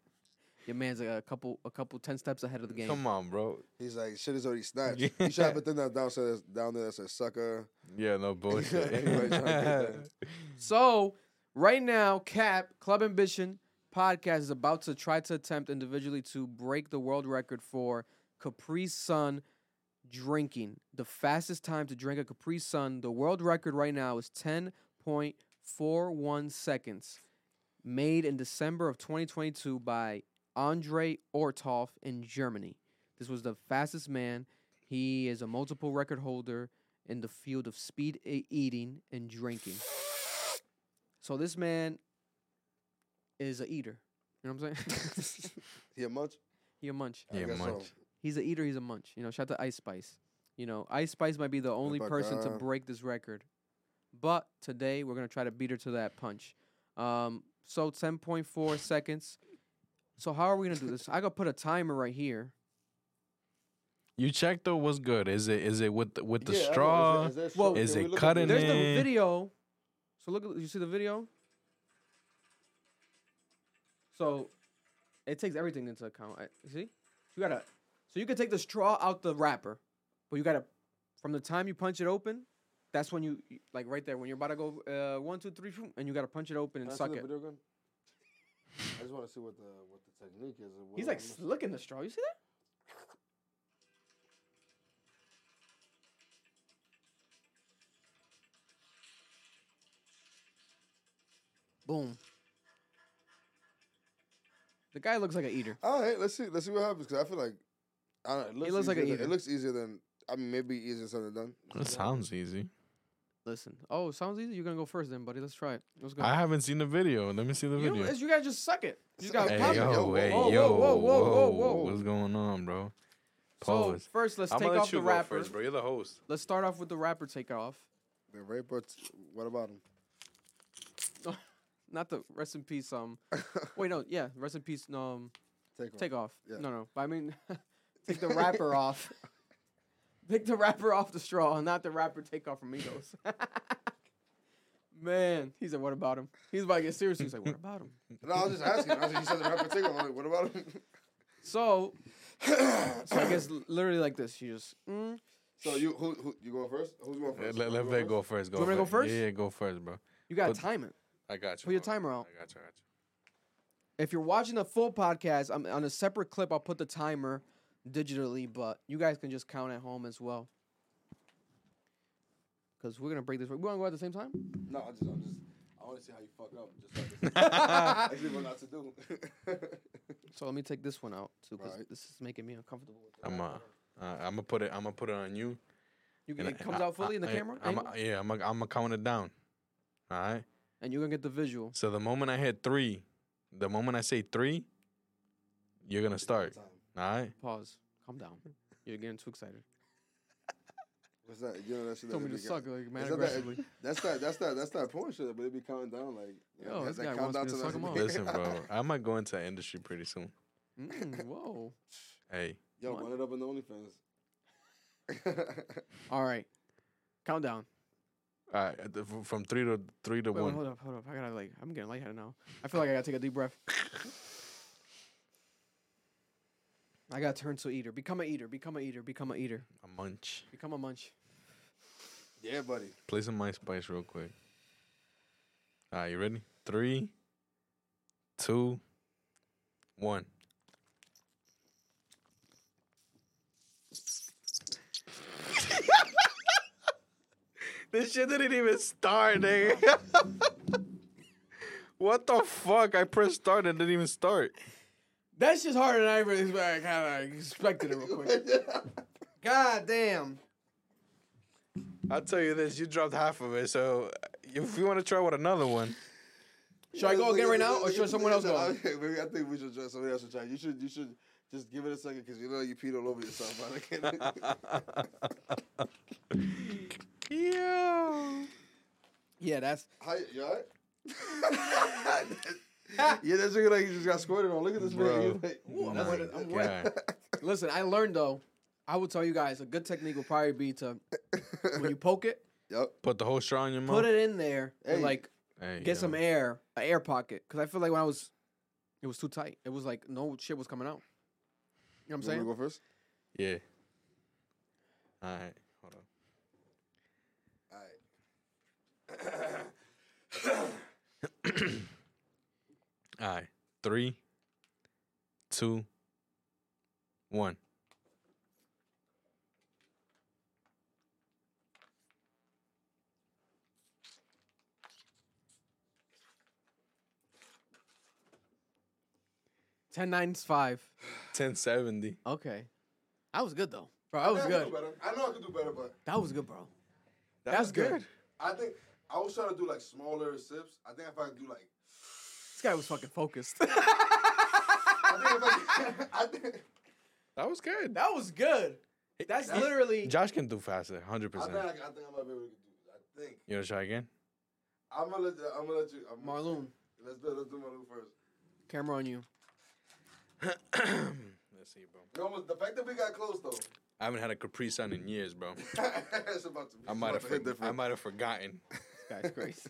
Your man's a couple a couple ten steps ahead of the game. Come on, bro. He's like, shit is already snatched. Yeah. You should have a thing that downstairs down there that says sucker. Yeah, no Everybody trying to bullshit. get So right now, Cap Club Ambition podcast is about to try to attempt individually to break the world record for Capri Sun drinking. The fastest time to drink a Capri Sun. The world record right now is ten point four one seconds, made in December of 2022 by Andre Orthoff in Germany. This was the fastest man. He is a multiple record holder in the field of speed e- eating and drinking. So this man is a eater. You know what I'm saying? He a munch? he a munch. I Yeah, guess munch. so. He's a eater. He's a munch. You know, shout out to Ice Spice. You know, Ice Spice might be the only about person to that? break this record, but today we're gonna try to beat her to that punch. Um, so 10.4 seconds. So how are we gonna do this? I gotta put a timer right here. You check though. What's good? Is it is it with the, with the Yeah, I know. straw? Is it- is there Well, straw? is Can it we look at cut the- in There's it? the Nah. video. So look, at you see the video. So it takes everything into account. I- See, you gotta. So you can take the straw out the wrapper, but you gotta, from the time you punch it open, that's when you you- like right there when you're about to go uh, one two three shoom, and you gotta punch it open Can and I see suck the it. video again? I just want to see what the what the technique is. and what He's am I like missing. licking the straw. You see that? Boom. The guy looks like an eater. All right, let's see. Let's see what happens because I feel like I don't know, it looks looks, like easier a than- eater. It looks easier than I mean, maybe easier said than done. That sounds easy. Listen. Oh, sounds easy. You're gonna go first then, buddy. Let's try it. Let's go. I haven't seen the video. Let me see the you, video. it's- you gotta just suck it. You Suck gotta it. Hey pop Pause yo, it. Yo, hey whoa, yo, whoa, whoa, whoa, whoa, what's going on, bro? So Pause. first, let's take off the wrapper. bro. You're the host. Let's start off with the wrapper take off. The rape, but what about him? Not the rest in peace. Um, wait, no, yeah, rest in peace. Um, Take off. Take off. Yeah. No, no. But I mean, take the wrapper off. Pick the wrapper off the straw, not the wrapper take off from Migos. Man, he said, "What about him?" He's about to get serious. He's like, "What about him?" No, I was just asking. I was like, you said the rape, take off. I'm like, what about him? So, so I guess l- literally like this. You just, mm. so you who, who you going first? Who's going Let, first? let, You let going Vic go first. Go you want me to go Vic. first? Yeah, yeah, go first, bro. you gotta But- time it. I got you. Put your bro. timer out. I got you. I got you. If you're watching the full podcast, I'm on a separate clip. I'll put the timer digitally, but you guys can just count at home as well. Cause we're gonna break this. We wanna go at the same time. No, I just I'm just I want to see how you fuck up. Just so I can see what not to do. So let me take this one out too, because Right. this is making me uncomfortable. With the I'm uh, uh, I'm gonna put it. I'm gonna put it on you. You can, and it comes I- out fully in the I- camera, I'm angle, a, yeah, I'm gonna I'm gonna count it down. All right. and you're gonna get the visual. So the moment I hit three, the moment I say three, you're gonna start. Time. All right. Pause. Calm down. You're getting too excited. What's that? You know that shit. Told me that they to be suck count- like mad Is that that- aggressively. That's that. That's that. That's that porn shit. But it be counting down like. you know, Yo, that- this that guy countdown wants me to till suck that- him off. Listen, bro. I might go into industry pretty soon. Mm, whoa. Hey, Yo, What? run it up on the OnlyFans. All right. Countdown. all right. uh, f- From three to three to Wait, wait, one. hold up, hold up. I gotta like. I'm getting lightheaded now. I feel like I gotta take a deep breath. I gotta turn to eater. Become a eater. Become a eater. Become a eater. A munch. Become a munch. yeah, buddy. Play some My Spice real quick. All right, you ready? Three, two, one. this shit didn't even start, nigga. what the fuck? I pressed start and it didn't even start. That's just harder than I really kind of expected it real quick. God damn. I'll tell you this, you dropped half of it, so if you want to try with another one, Should I go again right now, or should someone else No, go? okay, Maybe I think we should try. Somebody else should try. You should. You should just give it a second because you know you peed all over yourself. Man. yeah. Yeah, that's How you alright? yeah, that's looking like you just got squirted on. Look at this man. Bro. He's like, Ooh, I'm Nah. wet- I'm wet. God. Listen, I learned though. I would tell you guys a good technique would probably be to when you poke it, Yep. Put the whole straw in your mouth. put it in there, and Hey. like Hey, get yo. some air, an air pocket. Because I feel like when I was, it was too tight. It was like no shit was coming out. You know what I'm You saying? want me to go first? Yeah. All right. Hold on. All right. All right. Three, two, one. Ten nine five. 1070. Okay, that was good though, bro. That was I know I could good. do better. I know I could do better, but That was good, bro. That's good. I think I was trying to do like smaller sips. I think if I do like, This guy was fucking focused. I think if I, I think. That was good. that was good. That's literally. Josh can do faster, I think I, 100%. I think I might be able to do. it. I think You want to try again? I'm gonna let you, I'm gonna let you. I'm gonna- Marloon, Let's do let's do Marloon first. camera on you. Let's see, bro. You almost, the fact that we got close though, I haven't had a Capri Sun in years, bro. it's about to. Be, I it's might about have to hit for- I different. might have forgotten. This guy's crazy.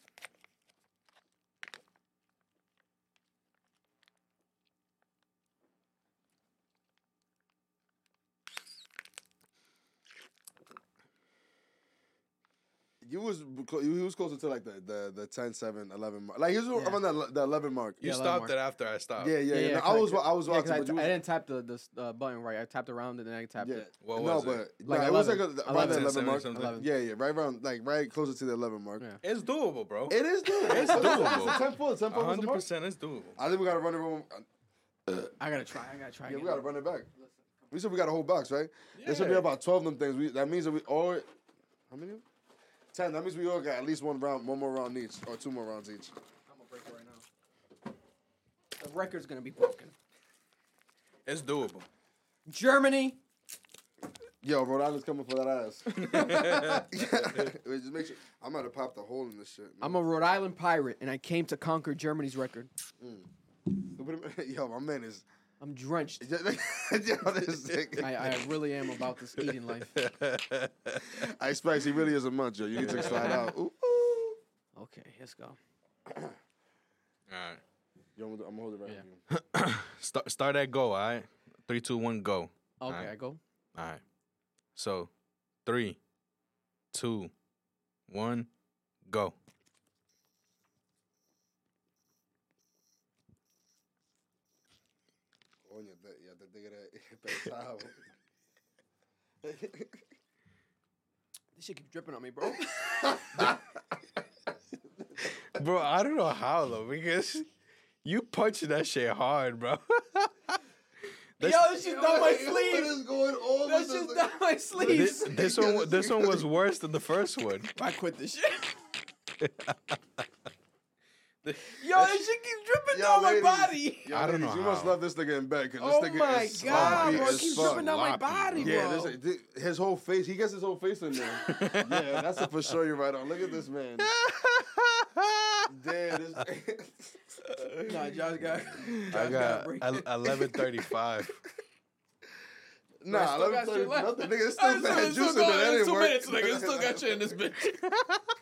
You was clo- you he was closer to like the the the 10, 7, 11 mark. Like he was around that the eleven mark. You Yeah, let him stopped work. it after I stopped. Yeah, yeah, yeah. no, 'cause I was wa- I was yeah, 'cause watching. I, but you I was- didn't tap the the s- uh, button right. I tapped around and then I tapped Yeah. it. What no, was but it? Like nah, it was like 11. a, around the 11, 11 mark. 11. Yeah, yeah, right around like right closer to the 11 mark. Yeah. It's doable, bro. It is doable. It's doable. It's a 10 full. 10 full. was the mark. 100% it's doable. I think we gotta run it. Run, I gotta try. I gotta try. yeah, we again. gotta run it back. We said we got a whole box, right? There should be Yeah. about 12 of them things. We, that means that we all. How many? 10. That means we all got at least one round, one more round each, or two more rounds each. I'm gonna break it right now. The record's gonna be broken. It's doable. Germany. Yo, Rhode Island's coming for that ass. Wait, just make sure. I might have popped a hole in this shit. I'm a Rhode Island pirate, and I came to conquer Germany's record. Yo, my man is. I'm drenched. Yo, this nigga. I, I really am about this eating life. Ice Spice, he really is a muncher. You need to slide out. Ooh, ooh. Okay, let's go. All right. Yo, I'm gonna hold it right Yeah. here. Start, start at go, all right? Three, two, one, go. Okay, Alright. I go. All right. So, three, two, one, go. Coño, te, ya te tigre pesado. This shit keep dripping on me, bro. Bro, I don't know how though, because you punch that shit hard, bro. Yo, this shit's down my sleeve. going on? That shit's down my this, sleeves. this one, wa- this one was worse than the first one. I quit this shit. Yo, this shit keeps dripping Yo, down ladies. my body. I don't know You must how. love this nigga in bed because Oh this nigga my is god, sloppy bro, it as keeps fuck. dripping down my Sloppy, body, bro. bro. Yeah, this, thi- his whole face. He gets his whole face in there. yeah, that's a for sure. You're right on. Look at this man. Damn, this. Nah, Josh got. I Josh got break it. eleven thirty-five. nah, still let me got tell shit you left. nothing. Nigga, it's I still just- bad it's still juice in there. gone. That It's didn't Two work. minutes, nigga. It's Still got you in this bitch.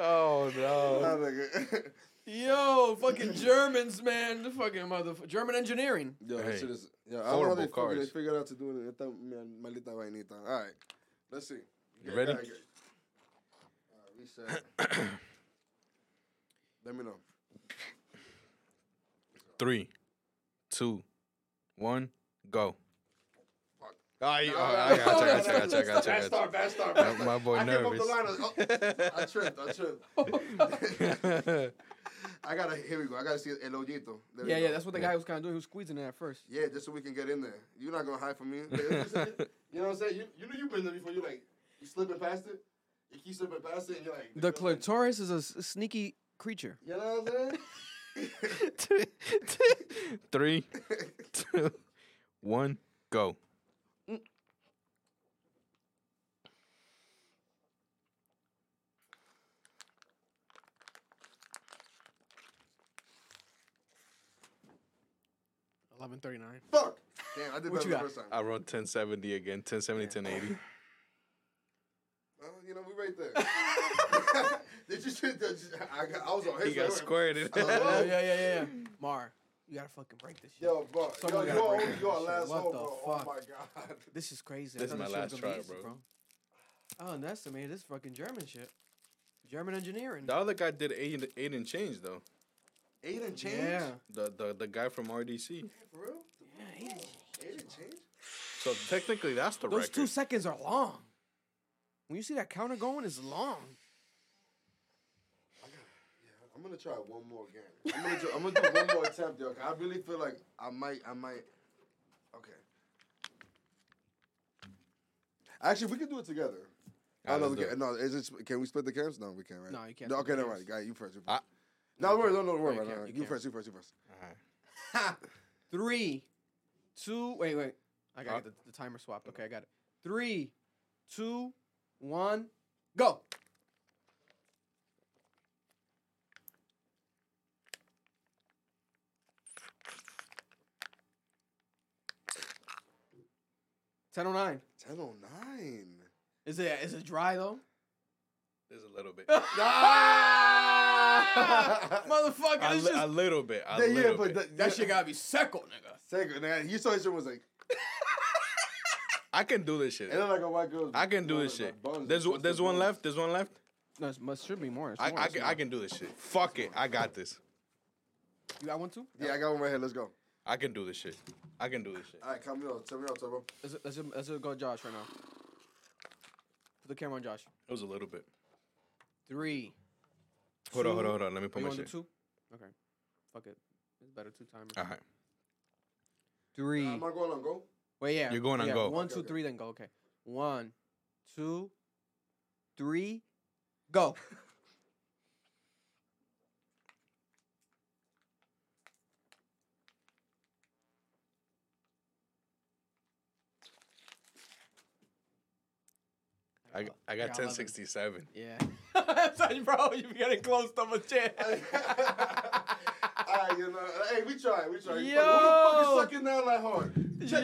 Oh no! Nah, nigga. Yo, fucking Germans, man. The fucking motherfucker. German engineering. Yo, that Hey, shit is. Yo, I don't horrible know how they figured, they cars. figured out to do it. Esta mi- maldita vainita. All right, let's see. You ready? All right, reset. Let me know. Three, two, one, go. Fuck. Ah, you- all right, I got you, I got you, I got you, I got you, I Bad got start, bad start, you. bad My start. boy I came up the nervous. line. I, was- oh, I tripped, I tripped. I gotta, here we go. I gotta see El Ojito. There we Yeah, yeah, go. that's what the guy was kind of doing. He was squeezing it at first. Yeah, just so we can get in there. You're not gonna hide from me. you know what I'm saying? You, you know you've been there before. You like you slipping past it. You keep slipping past it, and you're like The clitoris is a s- sneaky creature. You know what I'm saying? Three, two, one, go. eleven thirty nine. Fuck. Damn, I did What that you the got? first time. I wrote 1070 again, 1070, 1080. Well, you know, we right there. did you? Did you I, got- I was on his. He got side. squirted. I was like, yeah, "Whoa." yeah, yeah, yeah. Mar, you gotta fucking break this shit. Yo, bro, Someone yo, gotta you are, break you that are shit. last What home, the bro. fuck? Oh my god. This is crazy. I This thought is my shit was last gonna be easy, try, Oh, bro. I underestimated this fucking German shit. German engineering. The other guy did eight, and- eight and change though. Aiden changed. Yeah. The, the the guy from RDC. For real? yeah. Aiden changed. So technically, that's the Those record. two seconds are long. When you see that counter going, it's long. I'm gonna try one more game. I'm gonna do, I'm gonna do one more attempt, yo. 'cause I really feel like I might, I might. Okay. Actually, we can do it together. All right, no, let's we do can- it. no, it's just, can we split the cams? No, we can't, right? No, you can't No, split the okay, no, cams. right. Guy, you first. You first. I- no, worry, no, no, worry. you No, can't, no, you you can't. first, you first, you first. Alright. Three, two, wait, wait. I got Uh, the, the timer swapped. Okay, I got it. Three, two, one, go. Ten oh nine. Ten oh nine. Is it is it dry though? There's a little bit. Motherfucker, a, this li- a just, little bit. A Yeah, little yeah, but bit. that, that shit gotta be second, nigga. Second, man, you saw his shit was like, I can do this shit. and then like a white girl. I can do this shit. There's one- there's one left. There's one left. No, it must should be more. It's I more, I it's can, more. I can do this shit. Fuck it. I got this. You got one too? Yeah, I got one right here. Let's go. I can do this shit. I can do this shit. All right, come on, tell me out, Turbo. Let's let's just- let's just go, Josh, right now. Put the camera on Josh. It was a little bit. Three. Hold on, two- hold on, hold on. Let me Oh, put you my want to shit. Ah. two? Okay. Fuck it. It's better two timers. All right. Three. Am I going on go? Wait, yeah. You're going on yeah. go. One, Okay, two, okay. three, then go. Okay. One, two, three, go. I g- I got 1067. Yeah. Son, Bro, you be getting close to my chair. All right, you know, hey, we tried, we tried. Yo! Yo, fucking down that hard. Check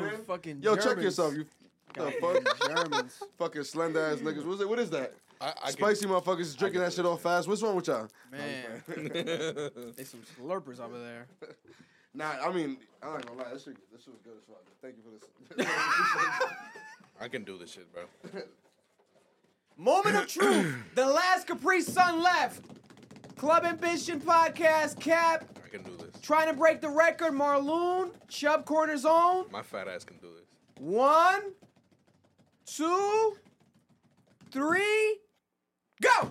Yo, man. fucking Yo, check Germans. yourself. You the fuck, Germans. fucking slender ass niggas. What's it? What is that? I, I Spicy motherfuckers is drinking that shit all fast. What's wrong with y'all? Man, Can... they some slurpers over there. Nah, I mean, I ain't gonna lie. That shit, that shit was good as fuck. Thank you for this. I can do this shit, bro. Moment of truth. the last Capri Sun left. Club Ambition Podcast, Cap, I can do this. trying to break the record, Marloon, Chubb Corner's own. My fat ass can do this. One, two, three, go!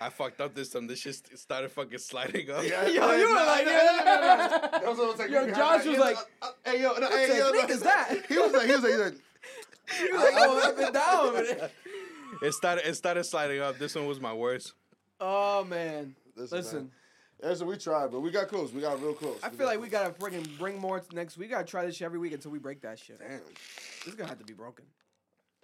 I fucked up this time. This shit st- started fucking sliding up. Yeah, Yo, you were like, That was almost like Yo, you- Josh was you- like, uh, uh, "Hey, yo, no, hey, the yo, fuck no. is that? He was like, he was like, he was like, you like going up and down over there. It started. It started sliding up. This one was my worst. Oh, man. Listen, Listen, man. that's what we tried, but we got close. We got real close. I feel like we gotta friggin' bring more t- next. We gotta try this shit every week until we break that shit. Damn. This is gonna have to be broken.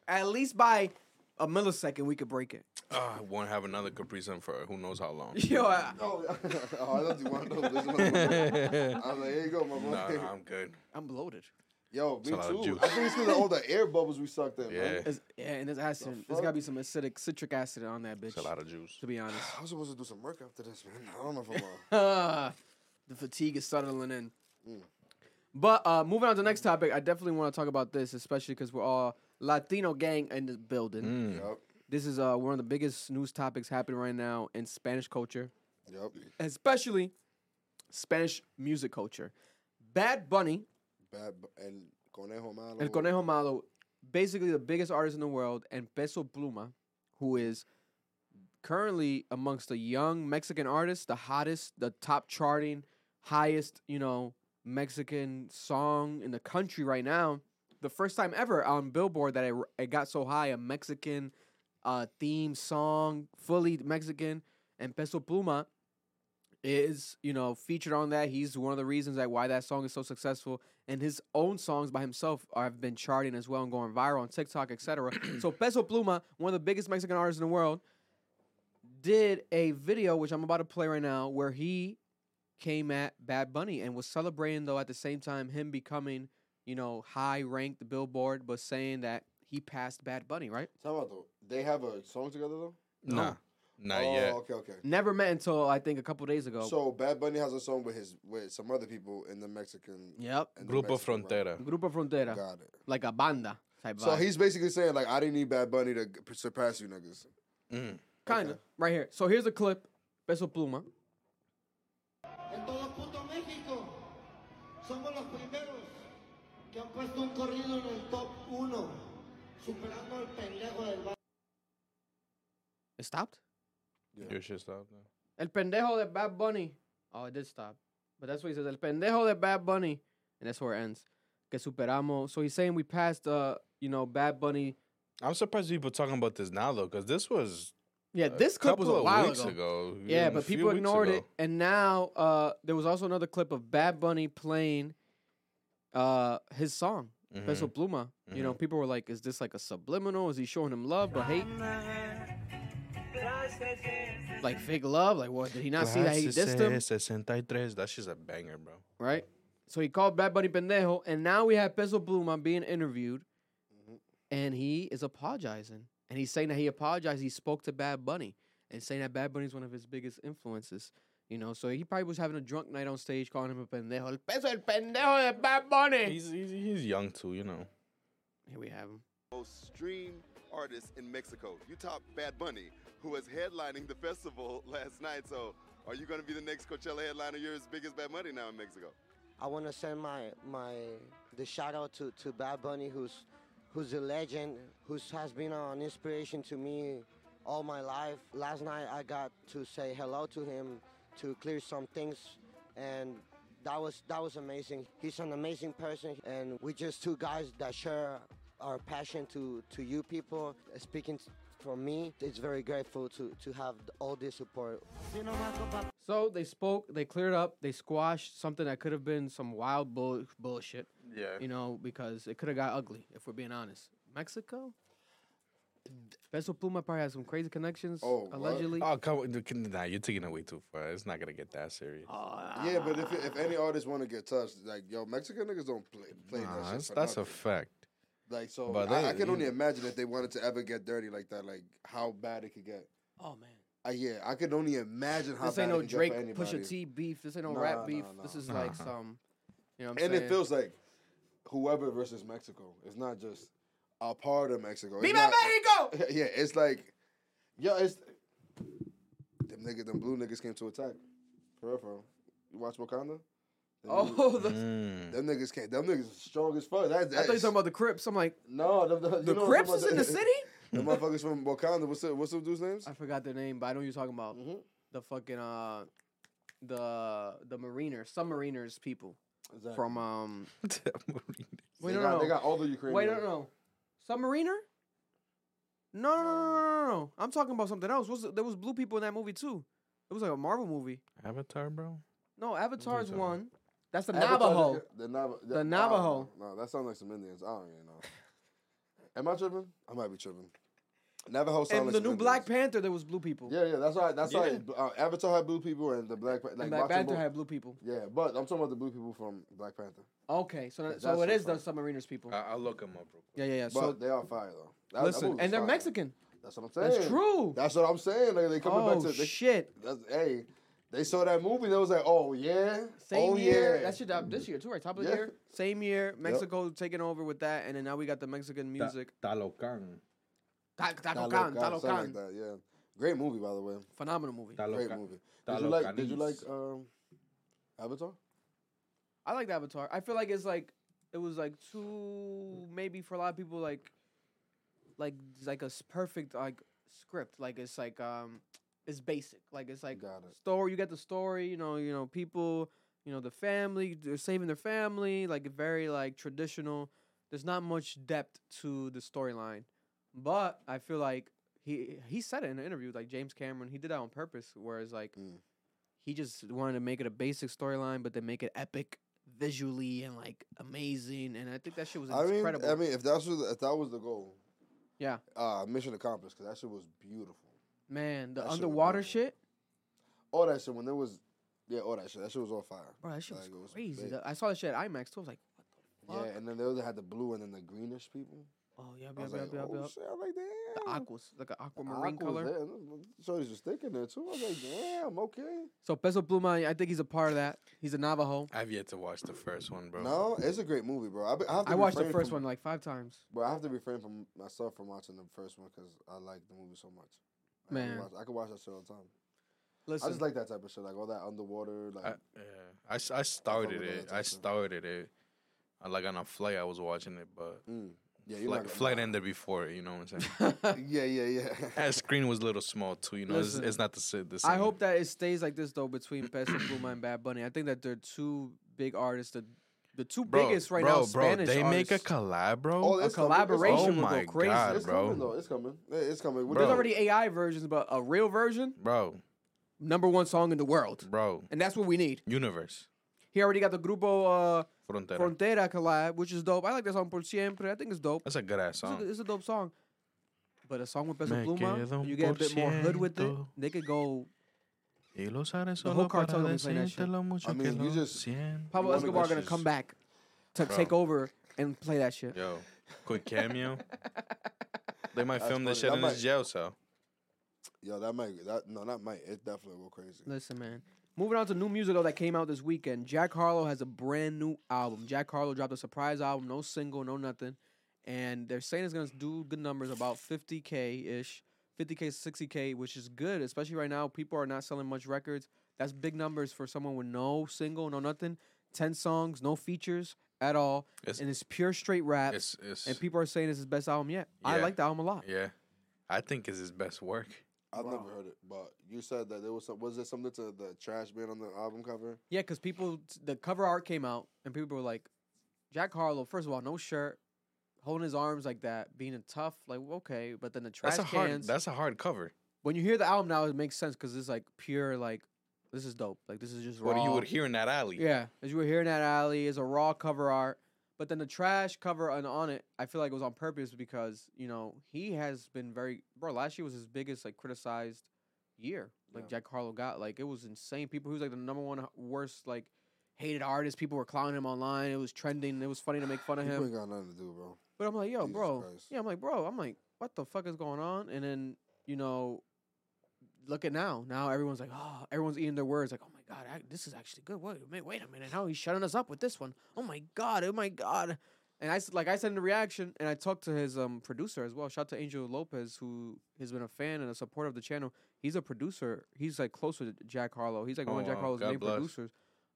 At least by a millisecond, we could break it. Ah, I won't have another Capri Sun for who knows how long. Yo, I, Oh, oh, I love you. I love this one. I was like, here you go, my boy. Nah, nah, I'm good. I'm bloated. Yo, me a lot of too. juice. I think it's because of all the air bubbles we sucked in. Yeah, Man. it's It's- yeah, and there's acid. There's gotta be some acidic citric acid on that bitch. a lot of juice. to be honest, I was supposed to do some work after this, man. I don't know if I'm on. Ah, the fatigue is settling in. But uh, moving on to the next topic, I definitely want to talk about this, especially because we're all Latino gang in the building. Hmm. Yup. This is uh, one of the biggest news topics happening right now in Spanish culture. Yup. especially Spanish music culture. Bad Bunny, Bad. bu- And Conejo Malo. El Conejo Malo, basically the biggest artist in the world, and Peso Pluma, who is currently amongst the young Mexican artists, the hottest, the top charting, highest, you know, Mexican song in the country right now. The first time ever on Billboard that it, r- it got so high, a Mexican uh, theme song, fully Mexican, and Peso Pluma is you know featured on that. He's one of the reasons that why that song is so successful, and his own songs by himself are, have been charting as well and going viral on TikTok, etc. so Peso Pluma, one of the biggest Mexican artists in the world, did a video which I'm about to play right now where he came at Bad Bunny and was celebrating though at the same time him becoming you know high ranked Billboard, but saying that he passed Bad Bunny right. Time out though. They have a song together though. Nah, not oh, yet. Okay, okay. Never met until I think a couple days ago. So Bad Bunny has a song with his with some other people in the Mexican. yep. in the Grupo Mexican rap. Frontera. Grupo Frontera, Got it. like a banda type. So vibe. he's basically saying like, I didn't need Bad Bunny to g- surpass you niggas. Mm. Kind of. Right here. So here's a clip. Peso Pluma. En todo el puto México somos los primeros que han puesto un corrido en el top 1, superando al pendejo del Bar- It stopped? Your shit stopped. now. El pendejo de Bad Bunny. Oh, it did stop. But that's what he says. El pendejo de Bad Bunny. And that's where it ends. Que superamos. So he's saying we passed, uh, you know, Bad Bunny. I'm surprised people talking about this now though, because this was Yeah, a this clip was a couple of while weeks ago. ago. Yeah, a but few people weeks ignored ago. it. And now uh, there was also another clip of Bad Bunny playing uh, his song, Mm-hmm. Peso Pluma. You know, people were like, is this like a subliminal? Is he showing him love but hate? Like fake love? Like, what? Did he not see that he dissed him? 63. That shit's a banger, bro. Right? So he called Bad Bunny pendejo. And now we have Peso Pluma being interviewed. And he is apologizing. And he's saying that he apologized. He spoke to Bad Bunny and saying that Bad Bunny is one of his biggest influences. You know, so he probably was having a drunk night on stage calling him a pendejo. El peso el pendejo de Bad Bunny. He's, he's he's young too, you know. Here we have him. most streamed artist in Mexico. You top Bad Bunny, who was headlining the festival last night. So, are you going to be the next Coachella headliner? You're as big as Bad Bunny now in Mexico. I want to send my my the shout out to, to Bad Bunny, who's who's a legend, who has been an inspiration to me all my life. Last night I got to say hello to him to clear some things, and that was that was amazing. He's an amazing person, and we just two guys that share our passion to to you people. Speaking from me, it's very grateful to to have all this support. So they spoke, they cleared up, they squashed something that could have been some wild bull- bullshit. Yeah. You know, because it could have got ugly if we're being honest. Mexico? Peso Pluma probably has some crazy connections, Oh, what? allegedly. Oh come on, dude, nah, you're taking it way too far. It's not gonna get that serious. Ah. Yeah, but if if any artist want to get touched, like yo, Mexican niggas don't play play Nah, that shit. that's for that's a nothing. fact. like so. but I, they- I can you- only imagine if they wanted to ever get dirty like that, like how bad it could get. Oh man, Uh, yeah, I could only imagine how this bad ain't no it could Drake get for anybody. Pusha T beef. This ain't no Nah, rap nah, beef. This nah. is like some, you know. What I'm And saying? it feels like whoever versus Mexico. It's not just a part of Mexico. It's Viva not- Mexico! Yeah, it's like, yo, it's them niggas, them blue niggas came to attack. For real, for real. You watch Wakanda? Them Oh, the, Mm. niggas- them niggas came. Them niggas is strong as fuck. I That, thought you were that's, talking about the Crips. I'm like, no, them, you the know what I'm Crips is talking in the city. about. The motherfuckers from Wakanda. What's up? What's up, dude's names? Mm-hmm. I forgot their name, but I know you're talking about the fucking uh, the the mariners, submariners people from um. They Wait, no, got- no, They no. got all the Ukrainian. Wait, no, no. Submariner? No, no, no, no, no, no. I'm talking about something else. What's the, there was blue people in that movie too. It was like a Marvel movie. Avatar, bro. No, Avatar's talking one. That's the Avatar just Navajo. got- The, Nav- The Navajo. No, that sounds like some Indians. I don't even know. Am I tripping? I might be tripping. Navajo sounds And like the some new Indians. Black Panther, there was blue people. Yeah, yeah, that's right. That's right. Uh, Avatar had blue people, and the Black Pan- like and Black watching Panther both- had blue people. Yeah, but I'm talking about the blue people from Black Panther. Okay, so that, that's so it what's is the up. submariners people. I, will look him up. Real yeah, yeah, yeah. But So they are fire though. That- that Listen, movie was and they're fire. Mexican. That's what I'm saying. That's true. That's what I'm saying. Like, they coming oh back to they, shit! That's, hey, they saw that movie. They was like, oh yeah, Same oh, year. Yeah. That shit up this year too, right? Top of the Yeah. year. Same year. Mexico taking over with that, and then now we got the Mexican music. Talocan. Ta- Talocan, Talocan, something like Talocan, that. Yeah, great movie by the way. phenomenal movie. Great movie. Did you like? Did you like um, Avatar? I like Avatar. I feel like it's like it was like too maybe for a lot of people like like it's like a s- perfect like script. Like it's like um it's basic. Like it's like Got it. story. You get the story. You know. You know people. You know the family. They're saving their family. Like very like traditional. There's not much depth to the storyline, but I Mm. feel like he he said it in an interview. Like James Cameron, he did that on purpose. Whereas like He just wanted to make it a basic storyline, but then make it epic visually and like amazing. And I think that shit was I mean, incredible. I mean, if that's what, if that was the goal, Yeah. uh, mission accomplished. Because that shit was beautiful. man, the that shit was underwater beautiful. shit, All that shit when there was, yeah, all that shit. That shit was on fire. bro, that shit was Like, it was crazy. big. The- I saw that shit at IMAX too. I was like, what the fuck? Yeah, and then they also had the blue and then the greenish people. Oh yeah, I yeah, was yeah, like, yeah, oh yeah. shit! I was like, The damn. aquas, like an aquamarine color. Shorty's just thinking there too. I was like, damn, okay. So Peso Pluma, I think he's a part of that. He's a Navajo. I've yet to watch the first one, bro. No, it's a great movie, bro. I, be- I, have to I watched the refrain first from- one like five times. But I have to refrain from myself from watching the first one because I like the movie so much. I could Man. watch- I could watch that shit all the time. I Listen, just like that type of shit, like all that underwater, like I, yeah, I, s- I started with it. that I too. started it. I, like on a flight, I was watching it, but mm. yeah, you're flight, not gonna- flight ended before it. You know what I'm saying? Yeah, yeah, yeah. that screen was a little small too. You know, it's, Listen, it's not the, si- the same. I hope that it stays like this though between Peso Pluma and Bad Bunny. I think that they're two big artists, the the two biggest right now. bro, Spanish they artists. make a collab, bro. Oh, a it's coming, it's coming. collaboration Oh would my go crazy. God, It's bro. coming though. It's coming. It- It's coming. What There's Bro. is- already AI versions, but a real version, bro, number one song in the world, bro, and that's what we need. universe, He already got the Grupo uh, frontera. Frontera collab, which is dope. I like that song Por Siempre. I think it's dope. That's a good ass It's a, song. good- it's a dope song. But a song with Peso Me Pluma, quedo you get a bit more hood with it. por ciento. They could go Y lo usaré whole solo para cartel will be playing that shit. decirte lo mucho I que mean, you lo just- siento. Pablo wanna Escobar go- gonna come back to Bro. take over and play that shit. Yo, quick cameo. they might That's film this shit funny. in That his might- jail cell. Yo, that might. That no, that might. It definitely go crazy. Listen, man. Moving on to new music though that came out this weekend. Jack Harlow has a brand new album. Jack Harlow dropped a surprise album, no single, no nothing, and they're saying it's gonna do good numbers, about 50k ish, 50k, 60k, which is good, especially right now. People are not selling much records. That's big numbers for someone with no single, no nothing, 10 songs, no features at all, It's- and it's pure straight rap. It's, it's, And people are saying it's his best album yet. I Yeah. like the album a lot. yeah, I think it's his best work. I've never heard it, but you said that there was some. Was there something to the trash bin on the album cover? Yeah, because people, the cover art came out, and people were like, Jack Harlow, first of all, no shirt, holding his arms like that, being a tough, like, okay. But then the trash That's a hard. cans. That's a hard cover. when you hear the album now, it makes sense because it's like pure, like, this is dope. Like, this is just raw. What you would hear in that alley. Yeah, as you were hearing that, alley is a raw cover art. But then the trash cover and on it, I feel like it was on purpose because you know he has been very bro. Last year was his biggest like criticized year. Like Yeah. Jack Harlow got like it was insane. People he was like the number one h- worst like hated artist. People were clowning him online. It was trending. It was funny to make fun of him. People ain't got nothing to do, bro. But I'm like, yo, Jesus bro. Christ. Yeah, I'm like, bro. I'm like, what the fuck is going on? And then you know, look at now. Now everyone's like, oh, everyone's eating their words. Like, oh my god, I, this is actually good. Wait, wait, wait a minute. How he's shutting us up with this one? Oh my god. Oh my god. And I s- like I said in the reaction, and I talked to his um producer as well. Shout out to Angel Lopez, who has been a fan and a supporter of the channel. He's a producer. He's like closer to Jack Harlow. He's like one of Oh, Jack wow. Harlow's God main bless. producers.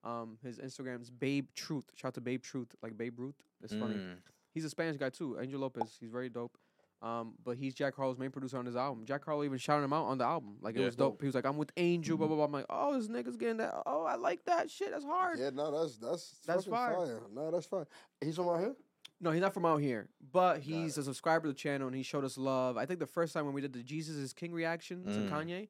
Um, his Instagram's Babe Truth. Shout out to Babe Truth, like Babe Ruth. It's funny. Mm. He's a Spanish guy too, Angel Lopez. He's very dope. Um, but he's Jack Harlow's main producer on his album. Jack Harlow even shouted him out on the album. Like it Yeah. Mm-hmm. was dope. He was like, "I'm with Angel." Blah blah blah. I'm like, "Oh, this nigga's getting that. Oh, I like that shit. That's hard." Yeah, no, that's that's That's fucking fire. No, that's fire. He's from out here. No, he's not from out here, but he's a subscriber to the channel and he showed us love. I think the first time when we did the Jesus is King reaction Mm. to Kanye,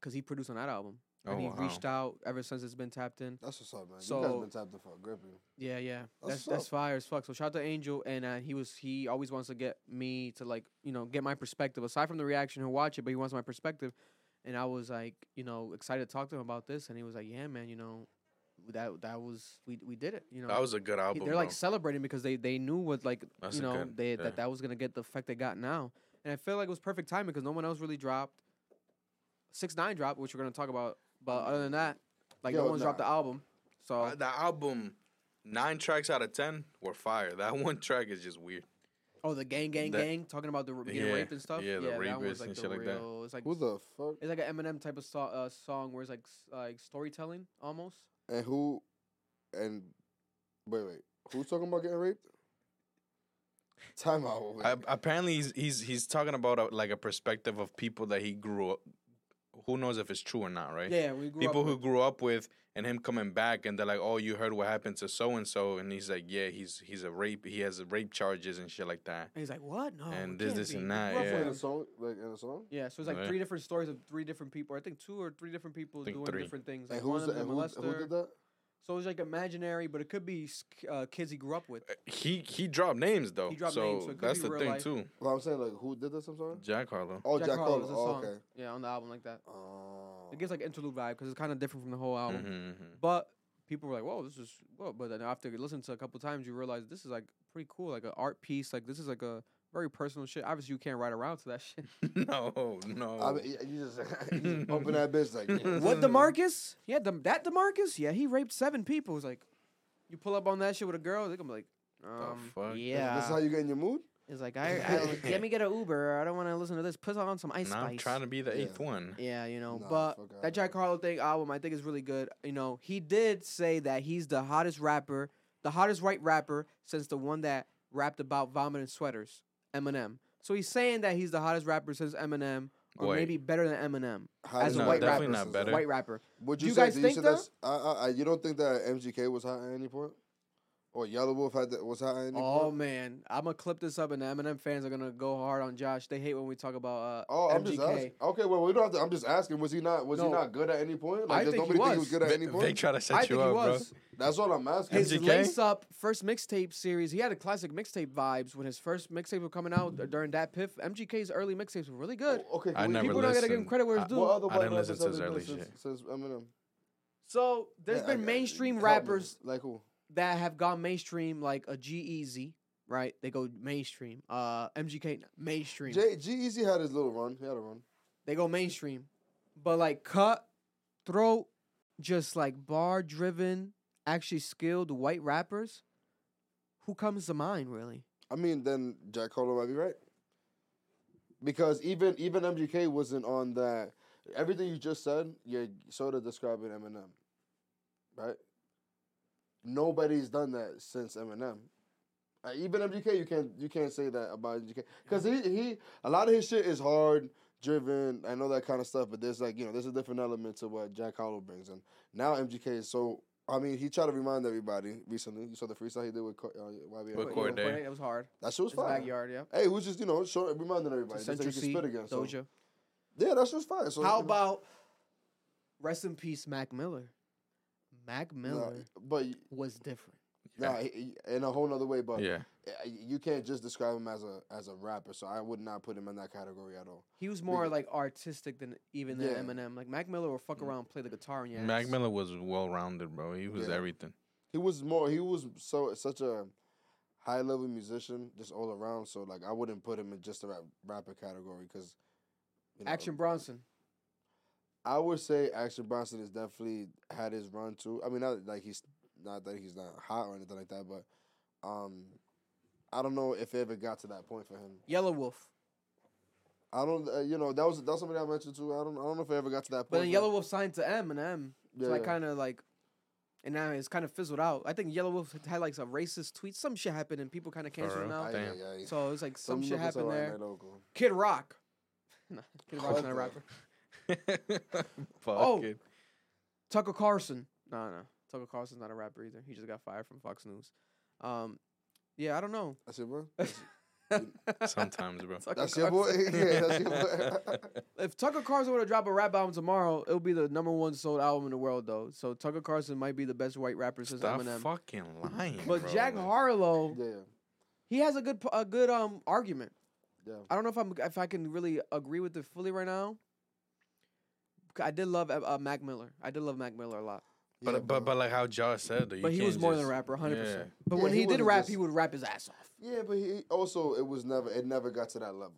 because he produced on that album, Oh, and he wow. reached out ever since it's been tapped in. That's what's up, man. you So- guys been tapped in for a grippy. Yeah, yeah, that's That's that's dope. fire as fuck. So shout out to Angel, and uh, he was he always wants to get me to like you know get my perspective aside from the reaction he'll watch it, but he wants my perspective, and I was like you know excited to talk to him about this, and he was like, yeah, man, you know, that that was we we did it, you know, That was a good he- album. they're like bro. celebrating because they they knew what like That's you a know good- they yeah. that that was gonna get the effect they got now, and I feel like it was perfect timing because no one else really dropped. Six nine dropped, which we're gonna talk about, but other than that, like no Yo, one's dropped the nah. album. So Uh, the album, nine tracks out of ten were fire. That one track is just weird. oh, the gang gang that- gang talking about the r- getting Yeah, raped and stuff. yeah, the that one was rapists like and the shit like that. real. It's like Who the fuck? it's like an Eminem type of so- uh, song where it's like s- like storytelling almost. And who? And wait, wait. Who's talking about getting raped? Time out. wait. I, apparently, he's he's he's talking about a, like a perspective of people that he grew up, who knows if it's true or not, right? Yeah, we grew people up who with- grew up with and him coming back and they're like, "Oh, you heard what happened to so and so," and he's like, "Yeah, he's he's a rape. He has rape charges and shit like that." And he's like, what? No. And it this, can't this, be. and We that, grew up yeah. with In a him." song, like in a song. Yeah, so it's like Right. three different stories of three different people. I think two or three different people Think doing three. different things. Like And one who's of the, them and who, a who molester. did that? So it's like imaginary, but it could be s- uh, kids he grew up with. He he dropped names though, He dropped so names, so it could that's be the real thing life. too. Well, I'm saying like who did this? I'm sorry. Jack Harlow. Oh, Jack, Harlow Harlow. is a Oh, song. okay. Yeah, on the album like that. Oh. It gives like interlude vibe because it's kind of different from the whole album. Mhm, mhm. But people were like, "Whoa, this is whoa!" But then after you listen to it a couple times, you realize this is like pretty cool, like an art piece. Like this is like a very personal shit. Obviously, you can't write around to that shit. mm-hmm. No, no. I mean, y- you just, you just open that bitch like yeah. what Demarcus? Yeah, the, that Demarcus? Yeah, he raped seven people. It's like, you pull up on that shit with a girl, they're gonna be like, um, fuck? yeah. That's how you get in your mood. it's like, I, I don't- let me get an Uber. I don't want to listen to this. Put on some Ice Nah, I'm Spice. trying to be the Yeah. eighth one. Yeah, you know, Nah, but fuck that outta Jack here. Harlow thing album, I think is really good. You know, he did say that he's the hottest rapper, the hottest white rapper since the one that rapped about vomit and sweaters, Eminem. So he's saying that he's the hottest rapper since Eminem, or White. maybe better than Eminem How as you a No, get white that rapper. definitely not person's better. like- White rapper. Would Do you, you say, guys do think you though? say that's, I, I, I, you don't think that MGK was hot at any point, or Yellow Wolf had that, was hot at any Oh point? man, I'm gonna clip this up, and the Eminem fans are gonna go hard on Josh. They hate when we talk about uh, Oh, I'm just MGK. asking. Okay, well, we don't have to. I'm just asking. Was he not? Was No. he not good at any point? I Like, does think he nobody think was. he was good at They, any they point? try to set I you think up, he was. That's what I'm asking. His MGK? lace up first mixtape series. He had a classic mixtape vibes when his first mixtapes were coming out during that piff. MGK's early mixtapes were really good. Oh, okay, I can we- never People don't gotta give him listened. credit where I- it's due. What other I white didn't rappers listen to have his there early been since, shit. since Eminem? So there's Yeah, I- been I- mainstream help me. rappers like who? that have gone mainstream, like a G Easy, right? They go mainstream. Uh, MGK mainstream. J G Easy had his little run. He had a run. they go mainstream. But like cut, throat, just like bar driven, actually skilled white rappers, who comes to mind really? I mean, then Jack Harlow might be right. Because even even MGK wasn't on that. Everything you just said, you're sort of describing Eminem, right? Nobody's done that since Eminem. Uh, even MGK, you can't you can't say that about MGK because he he a lot of his shit is hard driven. I know that kind of stuff, but there's like you know there's a different element to what Jack Harlow brings, and now MGK is so. I mean, he tried to remind everybody recently. You saw the freestyle he did with Co- uh, YBN. With Cordae. Cordae. That was hard. That shit was His fire. backyard, yeah. Hey, who's just you know short, reminding everybody just that Central you can C, spit again. So. Doja. Yeah, that shit was fire. So How you know, about rest in peace, Mac Miller? Mac nah, Miller but was different. nah, he- he- in a whole nother way. But Yeah. I- you can't just describe him as a as a rapper. So I would not put him in that category at all. He was more Because- like artistic than even than Yeah. Mm. Eminem. Like Mac Miller will fuck around, and play the guitar, and yeah. Mac Miller was well rounded, bro. He was Yeah. everything. He was more. He was so such a high level musician, just all around. So like I wouldn't put him in just a rap, rapper category because Action Bronson. I would say Action Bronson has definitely had his run too. I mean, not like he's not that he's not hot or anything like that, but um, I don't know if it ever got to that point for him. Yellow Wolf. I don't, uh, you know, that was that's somebody I mentioned too. I don't, I don't know if it ever got to that point. But then Yellow Wolf signed to M and M, so I Yeah. kind of like, and now it's kind of fizzled out. I think Yellow Wolf had like some racist tweet, some shit happened, and people kind of canceled him real? out. Damn. So it's like some shit happen happened there. Kid Rock, Nah, Kid Rock's not a the- rapper. Fuck Oh. it. Tucker Carlson, no, no, Tucker Carlson's not a rapper either. He just got fired from Fox News. Um, yeah, I don't know. I said, bro, Sometimes, bro. Tucker that's your boy. Carlson. yeah, that's your boy. If Tucker Carlson were to drop a rap album tomorrow, it would be the number one sold album in the world, though. So Tucker Carlson might be the best white rapper since Stop Eminem. fucking lying. but bro. Jack Like, Harlow, yeah, he has a good p- a good um argument. yeah. I don't know if I'm if I can really agree with it fully right now. C- I did love uh, uh, Mac Miller. I did love Mac Miller a lot, But, Yeah, but bro. but like how Josh said, though, you but he was can't more just, than a rapper, hundred percent. But Yeah, when he he, did wasn't rap, just- he would rap his ass off. yeah, but he also it was never it never got to that level.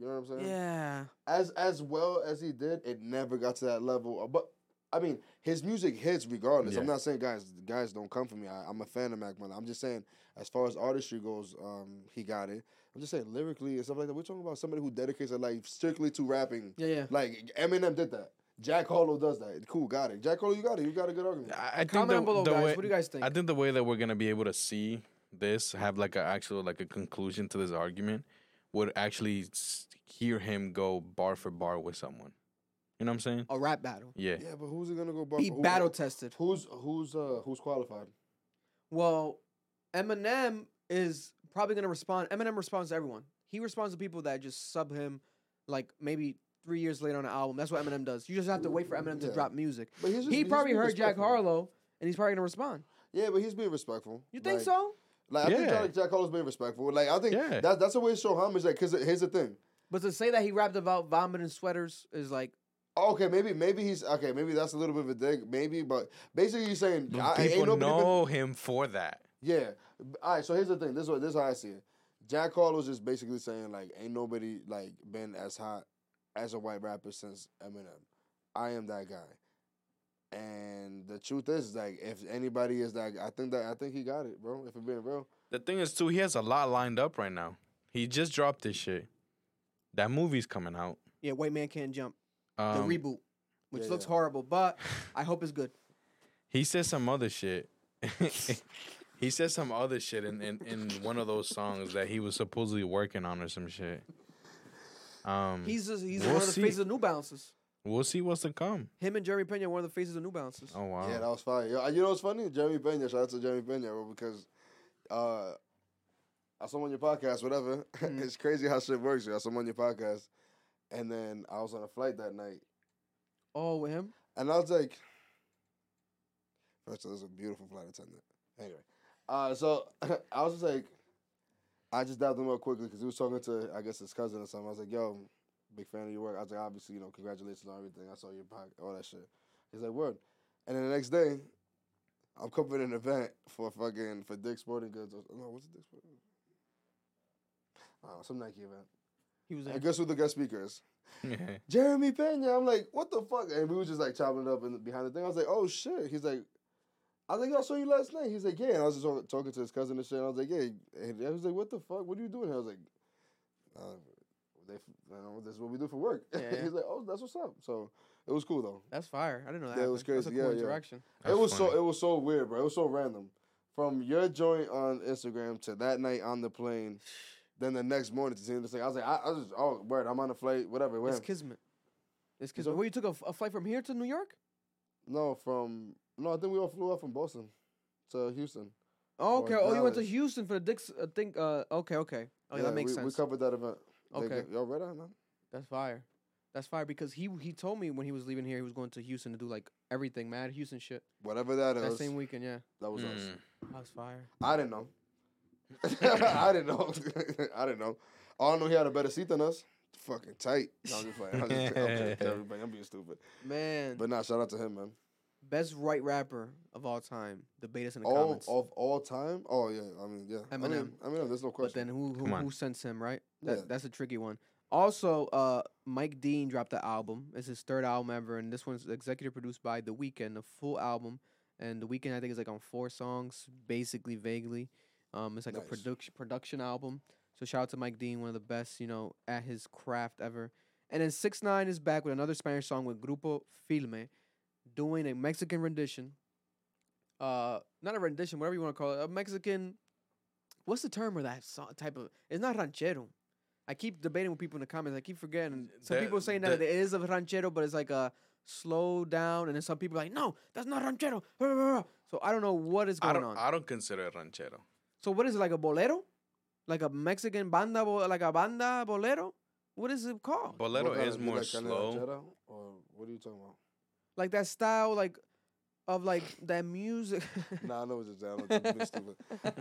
You know what I'm saying? Yeah, as as well as he did, it never got to that level. Uh, But I mean, his music hits regardless. I'm Yeah. not saying guys guys don't come for me. I, I'm a fan of Mac Miller. I'm just saying as far as artistry goes, um, he got it. I'm just saying lyrically and stuff like that. We're talking about somebody who dedicates their life strictly to rapping. yeah, yeah. Like Eminem did that. Jack Harlow does that. Cool, got it. Jack Harlow, you got it. You got a good argument. I, I think Comment the, down below, the guys. way- What do you guys think? I think the way that we're gonna be able to see this, have like an actual like a conclusion to this argument, would actually s- hear him go bar for bar with someone. You know what I'm saying? A rap battle. Yeah. Yeah, but who's it gonna go bump? He Who- battle tested. Who's who's uh who's qualified? Well, Eminem is probably gonna respond. Eminem responds to everyone. He responds to people that just sub him, like maybe three years later on an album. That's what Eminem does. You just have to wait for Eminem to Yeah. drop music. But he's just- he he's probably being heard Jack respectful. Harlow, and he's probably gonna respond. Yeah, but he's being respectful. You think Like- so? Like I think Yeah. Jack, Jack Harlow's being respectful. Like I think Yeah. that, that's a way to show homage. Like, cause here's the thing. But to say that he rapped about vomiting sweaters is like Okay, maybe maybe he's okay. Maybe that's a little bit of a dig. Maybe, but basically he's saying But I- I, ain't people nobody been- know him for that. Yeah. All right. So here's the thing. This is what this is how I see it. Jack Harlow's just basically saying like, ain't nobody like been as hot as a white rapper since Eminem. I am that guy. And the truth is, like, if anybody is that, I think that I think he got it, bro. If I'm being real, The thing is, too, he has a lot lined up right now. He just dropped this shit. That movie's coming out. yeah, white man can't jump. The Um, reboot, which yeah, looks yeah. horrible, but I hope it's good. he said some other shit. he said some other shit in, in, in one of those songs that he was supposedly working on or some shit. Um, He's just, he's We'll one of the see. faces of New Balances. we'll see what's to come. Him and Jeremy Pena are one of the faces of New Balances. Oh wow! yeah, that was fire. Yo, you know what's funny? Jeremy Pena. Shout out to Jeremy Pena, bro, because uh, I saw him on your podcast, whatever. it's crazy how shit works. Yo. I saw him on your podcast, and then I was on a flight that night, Oh, with him? And I was like, first, of all, this was a beautiful flight attendant. Anyway, uh, so I was just like, I just dabbed him up quickly because he was talking to, I guess, his cousin or something. I was like, yo, big fan of your work. I was like, obviously, you know, congratulations on everything. I saw your podcast, all that shit. He's like, word. And then the next day, I'm covering an event for fucking, for Dick Sporting Goods. Or, no, what's Dick Sporting Goods? I don't know, some Nike event. He was And in. guess who the guest speaker is? Yeah. Jeremy Pena. I'm like, what the fuck? And we was just like chopping it up and behind the thing. I was like, oh shit. He's like, I was like, yo, I saw you last night. He's like, yeah. And I was just talk- talking to his cousin and shit. And I was like, yeah. And I was like, what the fuck? What are you doing? here? I was like, uh, they, you know, this is what we do for work. Yeah. He's like, oh, that's what's up. So it was cool though. That's fire. I didn't know that. Yeah, it was happened. That's crazy. a cool Yeah, yeah. interaction. That's it was so funny. it was so weird, bro. It was so random. From your joint on Instagram to that night on the plane, then the next morning to seeing this thing, I was like, I, I was just, oh, word, I'm on a flight, whatever. It's whatever. kismet. It's He's kismet. a- Well, you took a, f- a flight from here to New York? No, from no, I think we all flew out from Boston to Houston. Oh, Or okay. Oh, you went to Dallas. Houston for the Dicks. I think. Uh, okay, okay. Oh, yeah, that makes we, We sense. covered that event. They Okay. go- y'all read that, man? That's fire. That's fire because he he told me when he was leaving here he was going to Houston to do like everything, mad Houston shit. Whatever that is, That same weekend, yeah. that was us. Mm. That's fire. I didn't know. I didn't know. I didn't know. All I know, he had a better seat than us. Fucking tight. No, I'm just playing. I'm, just, I'm, playing with everybody. I'm being stupid. Man, But nah, shout out to him, man. best right rapper of all time. Debate us in the All comments. of all time. Oh yeah, I mean yeah. I mean, Eminem. I mean, there's no but question. then who who, Come on. who sends him right? That, Yeah. That's a tricky one. Also, uh, Mike Dean dropped the album. It's his third album ever, and this one's executive produced by The Weeknd, a full album. And The Weeknd, I think, is like on four songs, basically vaguely. Um, it's like a Nice. production production album. So shout out to Mike Dean, one of the best, you know, at his craft ever. And then Six Nine is back with another Spanish song with Grupo Filme, doing a Mexican rendition. Uh, not a rendition, whatever you want to call it, a Mexican. What's the term of that song, type of? It's not ranchero. I keep debating with people in the comments. I keep forgetting. Some That- people saying that that- it is a ranchero, but it's like a slow down. And then some people are like, no, that's not ranchero. So I don't know what is I going don't. on. I don't consider it ranchero. So what is it like a bolero? Like a Mexican banda, bo- like a banda bolero? What is it called? Bolero Oh, What kind is of- you more like kinda like slow. Jetta, Or what are you talking about? like that style, like of like that music. nah, I know what you're saying. I don't think it's stupid.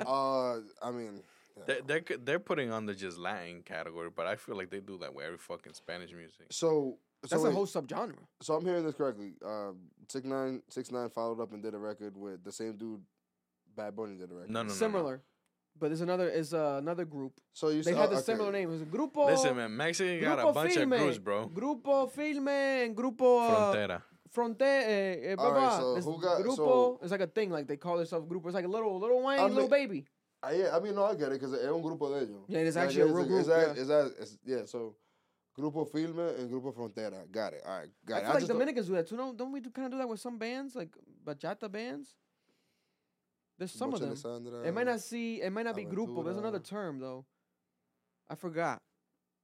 Uh, I mean, yeah. They're, they're c- they're putting on the just Latin category, but I feel like they do that with every fucking Spanish music. so so That's a wait, whole subgenre. So I'm hearing this correctly. Uh, six nine six nine followed up and did a record with the same dude. Bad Bunny did a record. No, no, no, no. similar, but there's another is uh, another group. So you They said- had oh, a okay. similar name. It was Grupo. Listen, man, Mexico got a Grupo bunch of Firme, groups, bro. Grupo Filme and Grupo uh, Frontera. Fronte. Eh, eh, blah, All right, blah. so This who got- Grupo. so- it's like a thing. Like they call themselves Grupo. It's like a little little Wayne, I little mean- baby. Uh, yeah, I mean, no, I get it because es un grupo de ellos. Yeah, it is Like, actually a it's real group, Is that, yeah. is that, it's, yeah, so Grupo Filme and Grupo Frontera. Got it. All right, got I it. feel like just don't- Dominicans do that too. Don't, don't we do, kind of do that with some bands, like bachata bands? There's some of Mucha them. Alessandra. It might not see. It might not be grupo. There's another Aventura. term though. I forgot.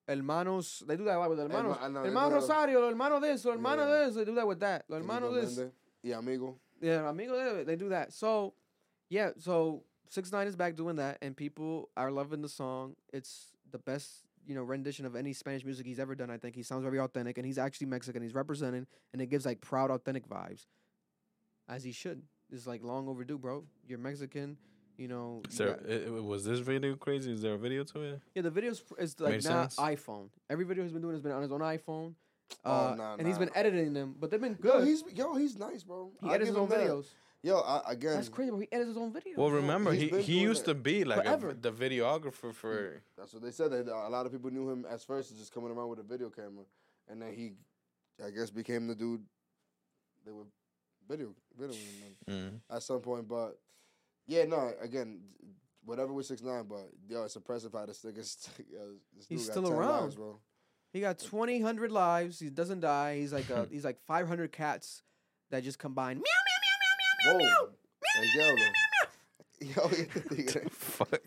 hermanos. They do that a lot with hermanos. I know, they do hermano that a- Rosario, lo hermano de eso, hermano Yeah. de eso. They do that with that. Lo hermano de eso. Yeah, amigo. Yeah, amigo de they do that. So, yeah, so Six Nine is back doing that, and people are loving the song. It's the best you know rendition of any Spanish music he's ever done. I think he sounds very authentic, and he's actually Mexican. He's representing, and it gives like proud, authentic vibes, as he should. It's like long overdue, bro. You're Mexican. You know, you Is there, got- i- i- was this video crazy? Is there a video to it? yeah. The videos pr- is like Makes not sense. iPhone. Every video he's been doing has been on his own iPhone, Oh, uh, nah, and he's been nah. editing them. But they've been Yo, good. he's yo, he's nice, bro. he I'll edits his give him own that. videos. Yo, I, again, That's crazy, bro. He edits his own videos. Well, remember he's he, been he doing used to that be like a, forever. v- the videographer for That's what they said. That uh, a lot of people knew him as first as just coming around with a video camera, and then he, I guess, became the dude. They were video videoing him Mm. at some point, but yeah, no. Again, whatever with six nine, but yo, it's impressive how this nigga's. yo, this He's dude got still 10 around. lives, bro. He got 20, 100 lives. He doesn't die. He's like Hmm. a, he's like 500 cats that just combine. Meow, Whoa, and yo, yo, yo, yo, fuck.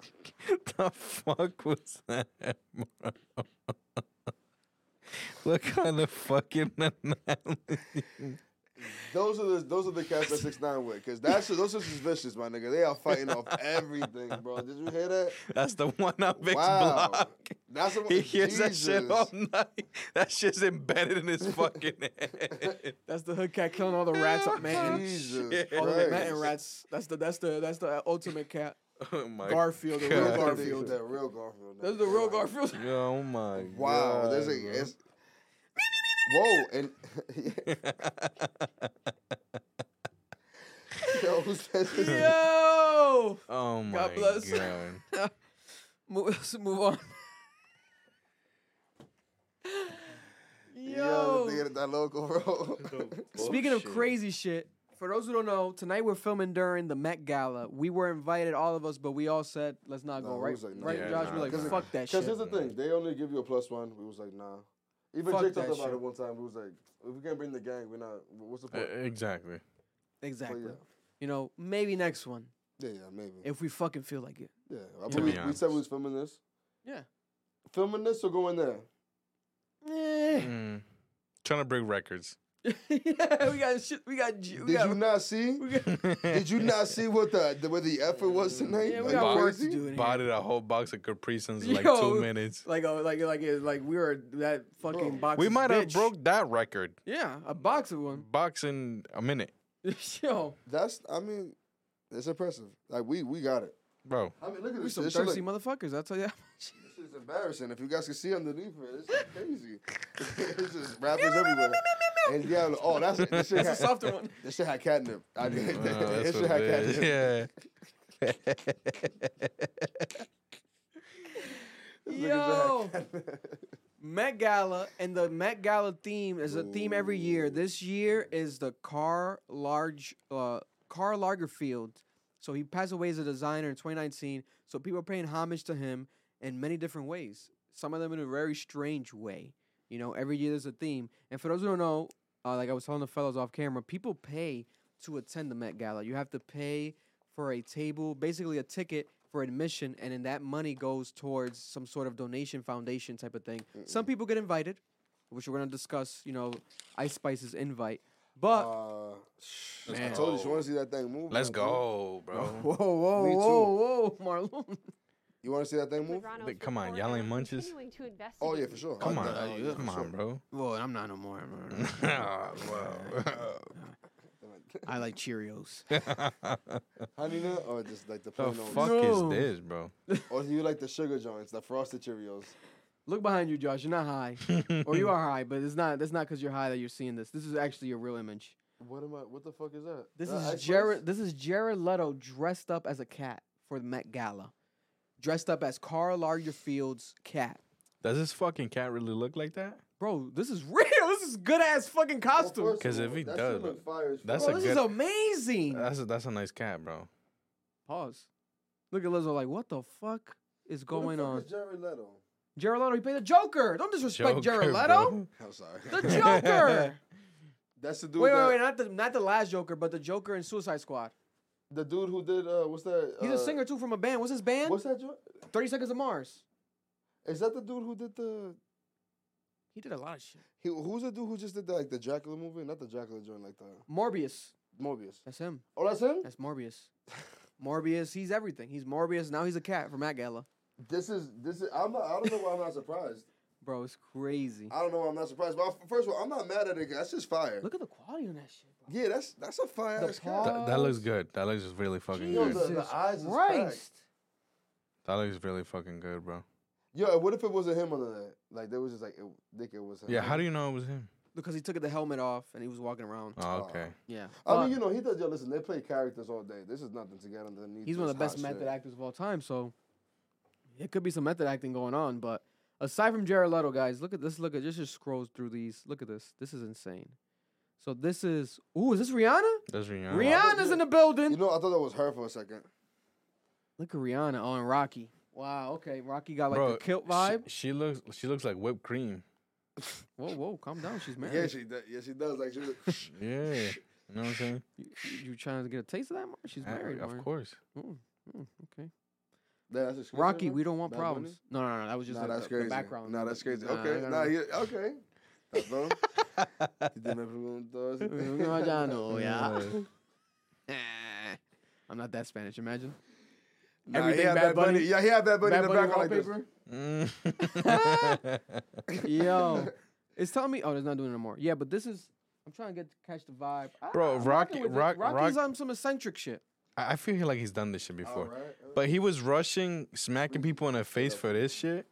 the fuck was that, bro? Look how the fucking analogy. those are the those are the cats that six nine with, cause that's those are just vicious, my nigga. They are fighting off everything, bro. Did you hear that? That's the one on Vic's Wow. block. That's the one- He hears that shit Jesus. all night. That shit's embedded in his fucking head. That's the hood cat killing all the rats up Manhattan. Jesus Shit. All the Christ. Manhattan rats. That's the that's the that's the ultimate cat. Oh my Garfield, the Real real God. Garfield. Garfield. That real Garfield. That's nigga. the real Wow. Garfield. Oh my Wow. God. There's bro. a. It's, whoa. And yo, who says this? Yo. oh my God. bless. Mo- Let's move on. Yo, Yo. the thing at that local bro. Oh, Speaking of crazy shit, for those who don't know, tonight we're filming during the Met Gala. We were invited, all of us, but we all said, let's not No, go. we Right, was like, nah. right, Yeah, Josh, nah, we're like, nah. fuck that shit. Because here's the thing, they only give you a plus one. We was like, nah. Even Fuck Jake that talked about shit. it one time. We was like, if we can't bring the gang, we're not. What's the point? E-, exactly. So, Exactly. yeah. You know, maybe next one yeah, yeah, maybe. if we fucking feel like it. yeah, To I be believe- we honest. said we was filming this. Yeah. Filming this or going there? Eh. Mm. Trying to break records. yeah, we got shit. We got. ju- We Did got you not see? we got, Did you not see what the, the what the effort was tonight? yeah, we Like, got Bob- work to do in here. Bought it a whole box of Capri Suns in like Yo. two minutes. Like, a, like, like, it- like we were that fucking box. We is might have bitch. broke that record. Yeah, a box of one. Box in a minute, Yo, That's I mean, it's impressive. Like we we got it. bro. I mean, look at we this. some This shit, thirsty like, motherfuckers. I tell you. how much. this is embarrassing. If you guys can see underneath it, it's crazy. it's just rappers everywhere. and yeah, oh, that's this shit. That's a had, softer one. This shit had catnip. I did. Oh, this that's shit what had it catnip. is. Yeah. This nigga Yo. just had catnip. Met Gala and the Met Gala theme is a theme every year. This year is the Carl Large uh, Carl Lagerfeld. So he passed away as a designer in 2019. So people are paying homage to him in many different ways. Some of them in a very strange way. You know, every year there's a theme. And for those who don't know, uh, like I was telling the fellows off camera, people pay to attend the Met Gala. You have to pay for a table, basically a ticket for admission, and then that money goes towards some sort of donation foundation type of thing. Some people get invited, which we're gonna discuss. You know, Ice Spice's invite, but Uh, I told you, you want to see that thing move? Let's bro. go, Oh, whoa, bro. whoa, me too. whoa, whoa, Marlon. You want to see that thing move? Medrano's Like, come on, report y'all and ain't are munches? continuing to Oh yeah, investigate. for sure. Come Oh, on, yeah, oh, yeah, come for on, bro. Well, I'm not no more. Ah, bro. I like Cheerios. the sure. Honey nut or just like the plain old. fuck No. is this, bro? Or do you like the sugar joints, the frosted Cheerios? Look behind you, Josh. You're not high, or Oh, you are high, but it's not. That's not because you're high that you're seeing this. This is actually your real image. What am I? What the fuck is that? This Uh, is Ice Jared. Spice? This is Jared Leto dressed up as a cat for the Met Gala, dressed up as Carl Lagerfeld's cat. Does this fucking cat really look like that? Bro, this is real. This is good ass fucking Well, costume. first of 'Cause all, if he that shit does, uh, look fire as that's Bro, fuck. a this is good- amazing. That's a, that's a nice cat, bro. Pause. Look at Lizzo like, what the fuck is Who the going fuck on? is Jared Leto? Jared Leto, he played the Joker. Don't disrespect Jared Joker, Leto. bro. I'm sorry. The Joker. that's the dude. wait, that, wait, wait, not the not the last Joker, but the Joker in Suicide Squad. The dude who did uh, what's that? He's uh, a singer too from a band. What's his band? What's that joint? Thirty Seconds of Mars. Is that the dude who did the? He did a lot of shit. He, who's the dude who just did the, like the Dracula movie? Not the Dracula joint, like the Morbius. Morbius. That's him. Oh, that's him. That's Morbius. Morbius. He's everything. He's Morbius. Now he's a cat from Met Gala. This is this is. I'm not, I don't know why I'm not surprised. Bro, it's crazy. I don't know why I'm not surprised. But I- first of all, I'm not mad at it. 'cause That's just fire. Look at the quality on that shit. Bro. Yeah, that's that's a fire The ass paw- cat. That, that looks good. That looks really fucking Yo, good. the, the eyes is Christ. packed. That looks really fucking good, bro. Yo, what if it wasn't him on the night? Like they was just like, it, think it was him. Yeah, how do you know it was him? Because he took the helmet off and he was walking around. Oh, okay. Yeah. I mean, you know, he does. Yo, listen, they play characters all day. This is nothing to get underneath. he's one of this the best hot method shit. actors of all time. So it could be some method acting going on. But aside from Jared Leto, guys, look at this. Look at this. Just scrolls through these. Look at this. This is insane. So this is. Ooh, is this Rihanna? That's Rihanna. Rihanna's in the building. You know, I thought that was her for a second. look at Rihanna on Rocky. Wow. Okay. Rocky got like Bro, the kilt she- vibe. She, looks she looks like whipped cream. whoa, whoa. Calm down. She's married. Yeah, she does. Yeah, she does. Like she was. Yeah. You know what I'm saying? you, you trying to get a taste of that? Mar? She's Uh, married. of Mar. course. Mm, mm, okay. Nah, that's exclusive, Rocky, huh? we don't want Bad Bunny? problems. No, no, no. That was just Nah, the, that's the- the crazy. background. Nah, that's crazy. Nah, I okay, gotta- nah, yeah, okay. That's dope. You did my preguntas. yeah. I'm not that Spanish. Imagine. Nah, Everything he had Bad Bad Bunny. Bunny. Yeah, he had Bad Bunny in Bad the Bunny background like this. wallpaper? Mm. Yo, it's telling me. Oh, it's not doing it anymore. Yeah, but this is. I'm trying to get catch the vibe. Ah, Bro, I'm Rocky- rocking with it. Rock- Rocky's Rock- on some eccentric shit. I I feel like he's done this shit before. Alright, alright. But he was rushing, smacking people in the face for this shit.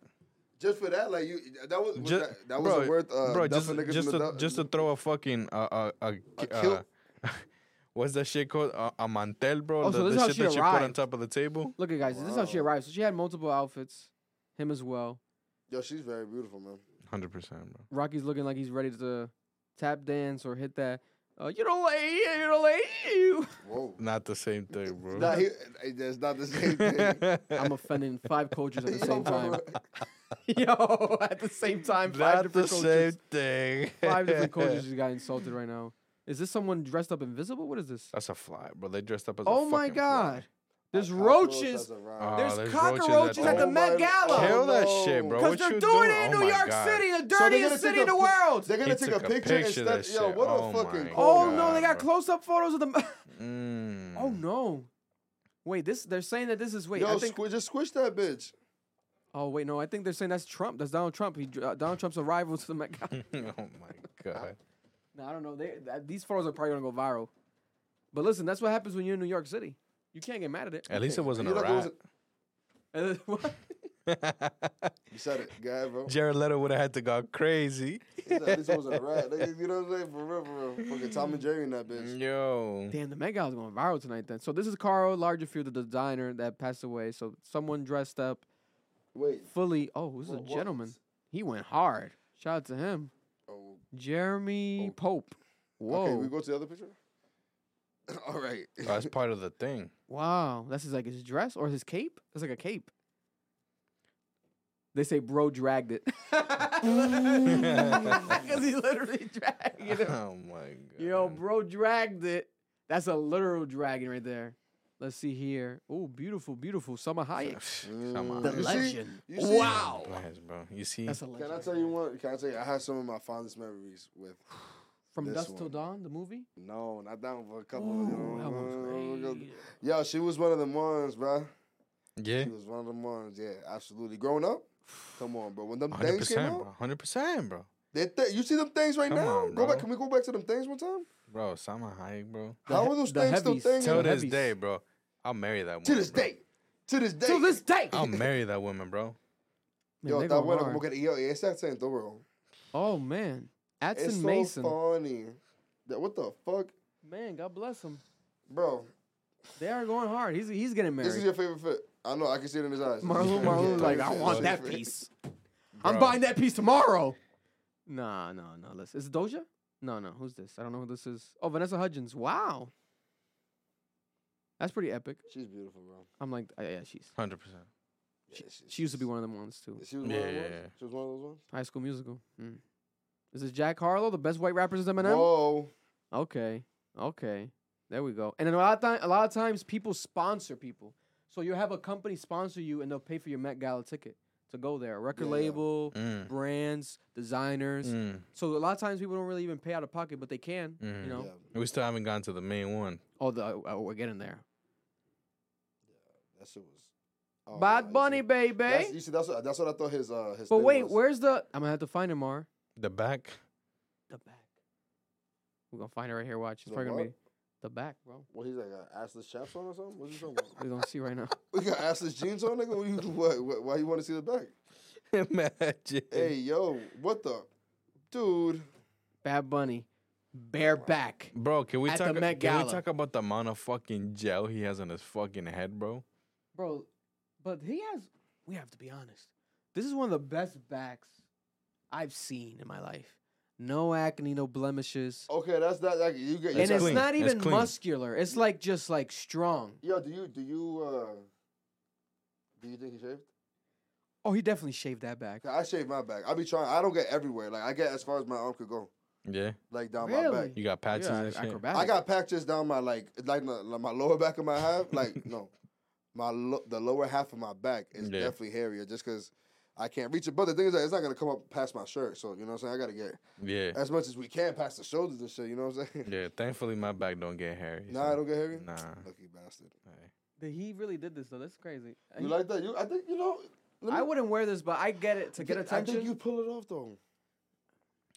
Just for that, like you, that was, was Ju- that, that wasn't worth. Uh, bro, duffing just, niggas in just, the to, du- just to throw a fucking uh, uh, uh, kilt. uh, what's that shit called? Uh, a mantel, bro. Oh, the so this the is how shit she that you put on arrived. top of the table. Look at guys. This is how she Wow. arrived. So she had multiple outfits. Him as well. Yo, she's very beautiful, man. Hundred percent, bro. Rocky's looking like he's ready to tap dance or hit that. Uh, you don't like. You don't like you. Whoa. Not the same thing, bro. Nah, he, that's not the same thing. I'm offending five cultures at the same Yo, time. bro. Yo, at the same time, five Not the different same cultures. thing. Five different cultures just got insulted right now. Is this someone dressed up invisible? What is this? That's a fly, bro. They dressed up as. a Oh my fucking fly. god. There's I- I feel it's roaches. as a rhyme. Oh, There's there's roaches at cockroaches the- at the Oh Met my- Gala. oh, Kill that no. shit, bro. Because What they're you doing, it in Oh New my York God. City, the So they're dirtiest gonna city take in the a pic- world. They're gonna He take a took a picture picture of instead. that Yo, shit. what Oh a fucking. my Oh call. no, they got God, bro. close up photos of the. Mm. oh no. Wait, this they're saying that this is wait. Yo, I think, squi- just squish that bitch. oh wait, no, I think they're saying that's Trump. That's Donald Trump. He uh, Donald Trump's arrival to the Met Gala. oh my god. No, I don't know. They, th- these photos are probably gonna go viral. But listen, that's what happens when you're in New York City. You can't get mad at it. At least it wasn't You a like it rat. wasn't- And then- what? You said it, guy, bro. Jared Leto would have had to go crazy. He said At least it wasn't a rat. Nigga, You know what I'm saying? For real, for real. Fucking Tom and Jerry in that bitch. Yo. Damn, the Met Gala's going viral tonight. Then, so this is Carl Lagerfeld, the designer that passed away. So someone dressed up Wait. fully. Oh, this is Wha- a what gentleman. was- He went hard. Shout out to him, Oh. Jeremy Oh. Pope. Whoa! Okay, we go to the other picture? All right. Oh, that's part of the thing. Wow, that's his like his dress or his cape. That's like a cape. They say bro dragged it because he literally dragged it. Oh my god. Yo, bro, dragged it. That's a literal dragon right there. Let's see here. Oh, beautiful, beautiful. Summer Hayek. Come on. The You see- legend. you see- wow. Blast, bro. You see, That's a Can legend. I tell you one? Can I tell you? I have some of my fondest memories with. From this Dust Till one? Dawn, the movie. No, not that one for a couple. Ooh, you know, that one's uh, crazy. Yo, she was one of the ones, bro. yeah, She was one of the ones. Yeah, absolutely. Growing up, come on, bro. When them hundred things came percent, out, bro. Hundred percent, bro. they th- you see them things right Come now. on, go back. bro. Can we go back to them things one time? Bro, Sama Hayek, bro. The How he- are those the things still heavies. things? Till Yo, this heavies. day, bro. I'll marry that woman. To this bro. day. To this day. Till this day. I'll marry that woman, bro. Man, Oh, Yo, they that go one, hard. como que, yo, es acento, bro. Oh man, Atson It's so Mason. funny. That, what the fuck? Man, God bless him. Bro, They are going hard. He's he's getting married. this is your favorite fit. I know, I can see it in his eyes. Marlo, Marlo, Marlo, like I Marlo. want that piece. I'm buying that piece tomorrow. Nah, no, no. Listen, is it Doja? No, no. Who's this? I don't know who this is. Oh, Vanessa Hudgens. Wow, that's pretty epic. She's beautiful, bro. I'm like, uh, yeah, she's. Hundred percent. Yeah, she's- She used to be one of them ones too. She was one Yeah, of those yeah, ones? yeah. She was one of those ones? High School Musical. Mm. Is this Jack Harlow, the best white rapper since Eminem? Whoa. Okay. Okay. There we go. And then a lot of time, a lot of times people sponsor people. So you have a company sponsor you and they'll pay for your Met Gala ticket to go there. Record Yeah, yeah. label, Mm. brands, designers. Mm. So a lot of times people don't really even pay out of pocket, but they can. Mhm. You know, Yeah. We still haven't gone to the main one. oh, the uh, we're getting there. That shit was. oh, Bad nah, Bunny, you see- that's- baby. You see, that's what, that's what I thought his uh his. But thing wait, was. where's the? I'm gonna have to find it, Mar. The back. The back. We're gonna find it right here. Watch. It's The probably gonna what? be the back, bro. What he's like? Uh, ask the chefs on or something? What's he talking about? We're gonna see right now. We got ass his jeans on, nigga. What you, what, what, why you want to see the back? Imagine. Hey, yo, what the, dude? Bad Bunny, bareback. Bro, can we At the talk? Met Can Gala. we talk about the amount of fucking gel he has on his fucking head, bro? bro. But he has. We have to be honest. This is one of the best backs I've seen in my life. No acne, no blemishes, Okay, that's that. Like, you get. and It's it's clean. not It's even clean. muscular. It's like just like strong. yo, do you do you uh, do you think he shaved? Oh, he definitely shaved that back. 'Cause I shave my back. I be trying. I don't get everywhere. Like I get as far as my arm could go. Yeah, Like down my back. Really? you got patches Yeah, and shit. acrobatic. I got patches down my like like my, like my lower back of my half. Like no, my lo- the lower half of my back is Yeah. definitely hairier just because I can't reach it. But the thing is that it's not gonna come up past my shirt. So you know what I'm saying. I gotta get Yeah, as much as we can past the shoulders and shit. You know what I'm saying. yeah. Thankfully, my back don't get hairy. Nah, I so- don't get hairy. Nah. lucky bastard. Alright. That he really did this though. That's crazy. Uh, You he- like that? You, I think you know. let me- I wouldn't wear this, but I get it to get attention. I think you pull it off though.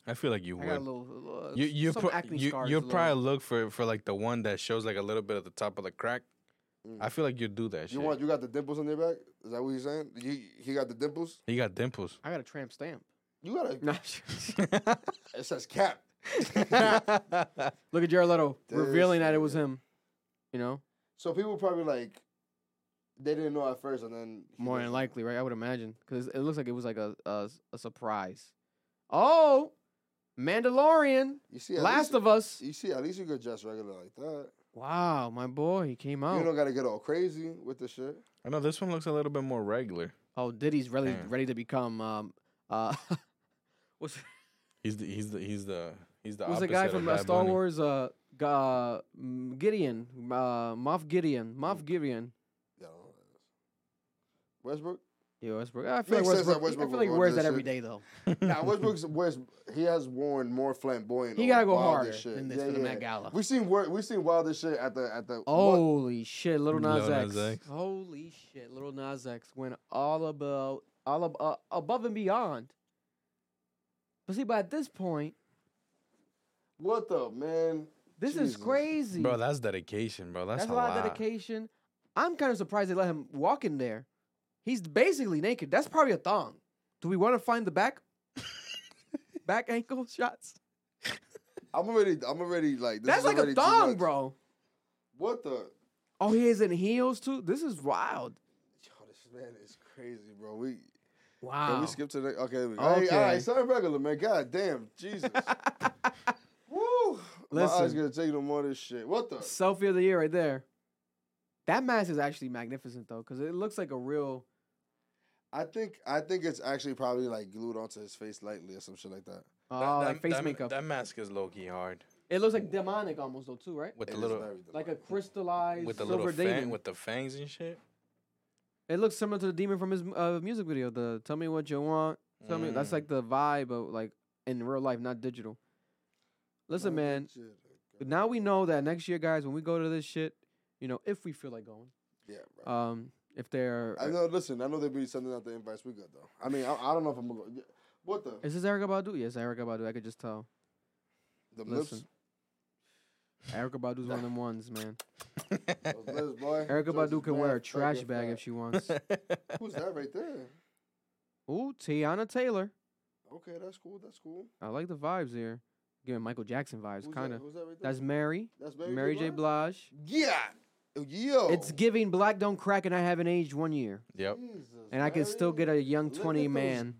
I feel like you I would. got a little, a little- uh, you you some pro- acne you scars. you'll a little. probably look for for like the one that shows like a little bit at the top of the crack. I feel like you do that. Mm. You shit. want? You got the dimples on your back? Is that what you're saying? You he got the dimples? He got dimples. I got a tramp stamp. You got a? Nah, It says cap. look at Jared Leto This revealing that it was nigga. him. You know, So people probably like they didn't know at first, and then he more than just- likely, right? I would imagine because it looks like it was like a a, a surprise. Oh, Mandalorian, You see, at Last least, of Us. You see, at least you could dress regular like that. Wow, my boy, he came out. You don't gotta get all crazy with the shit. I know this one looks a little bit more regular. oh, Diddy's really Damn. ready to become um uh. What's He's the he's the he's the he's the. was a opposite guy of from uh, Bad Star Bunny. Wars, uh, G- uh, mm, Gideon, uh, Moff Gideon, Mm. Moff Gideon. Yeah. I don't know. Westbrook? Yeah, Westbrook. I feel like Makes sense Westbrook. that Westbrook I would feel like he wear wears this that every shit. day though. nah, Westbrook's West. He has worn more flamboyant. He or gotta go wilder harder shit. than this for the Met Gala. Oh. We seen wor- we seen wilder shit at the at the. what- Holy shit, little Lil Nas, Nas X. X. Holy shit, little Nas X went all about all ab- uh, above and beyond. But see, by this point, What the man? this is Jesus. crazy. Bro, that's dedication, bro. That's, That's a lot, of dedication. I'm kind of surprised they let him walk in there. He's basically naked. That's probably a thong. Do we want to find the back? back ankle shots? I'm already. I'm already like. This That's is like already a too thong, much. bro. What the? Oh, he is in heels too? This is wild. Yo, this man is crazy, bro. We Wow. can we skip to the okay. There we go. Hey, all Okay. right, something regular, man. God damn, Jesus. Woo! My eyes Listen. gonna take no more of this shit. What the? Selfie of the year right there. That mask is actually magnificent though, because it looks like a real. I think I think it's actually probably like glued onto his face lightly or some shit like that. Oh, like face makeup. That mask is low key hard it looks like demonic almost though too, right? with It the is little very demonic. Like a crystallized with the little silver demon. fang, with the fangs and shit. it looks similar to the demon from his uh, music video. The "Tell Me What You Want." Tell me that's Mm. like the vibe of like in real life, not digital. Listen, My man. shit, uh, okay. Now we know that next year, guys, when we go to this shit, you know, if we feel like going, Yeah, bro. um, if they're I know. Listen, I know they be sending out the invites. We good though. I mean, I, I don't know if I'm gonna. Go. What the? is this Erica Badu? Yes, Erica Badu. I could just tell. The Listen. lips, Erica Badu's one of them ones, man. Those lips, Oh, boy. Erica Just Badu can wear a motherfucking trash bag fat. if she wants. Who's that right there? Ooh, Tiana Taylor. Okay, that's cool. That's cool. I like the vibes here. Giving Michael Jackson vibes, Who's that- kind of. Who's that right there? That's Mary. That's Mary, J. Blige? Blige. Yeah. Yo. It's giving black don't crack, and I haven't aged one year, Yep. Jesus, and I can still Mary. get a young Look at twenty those- man.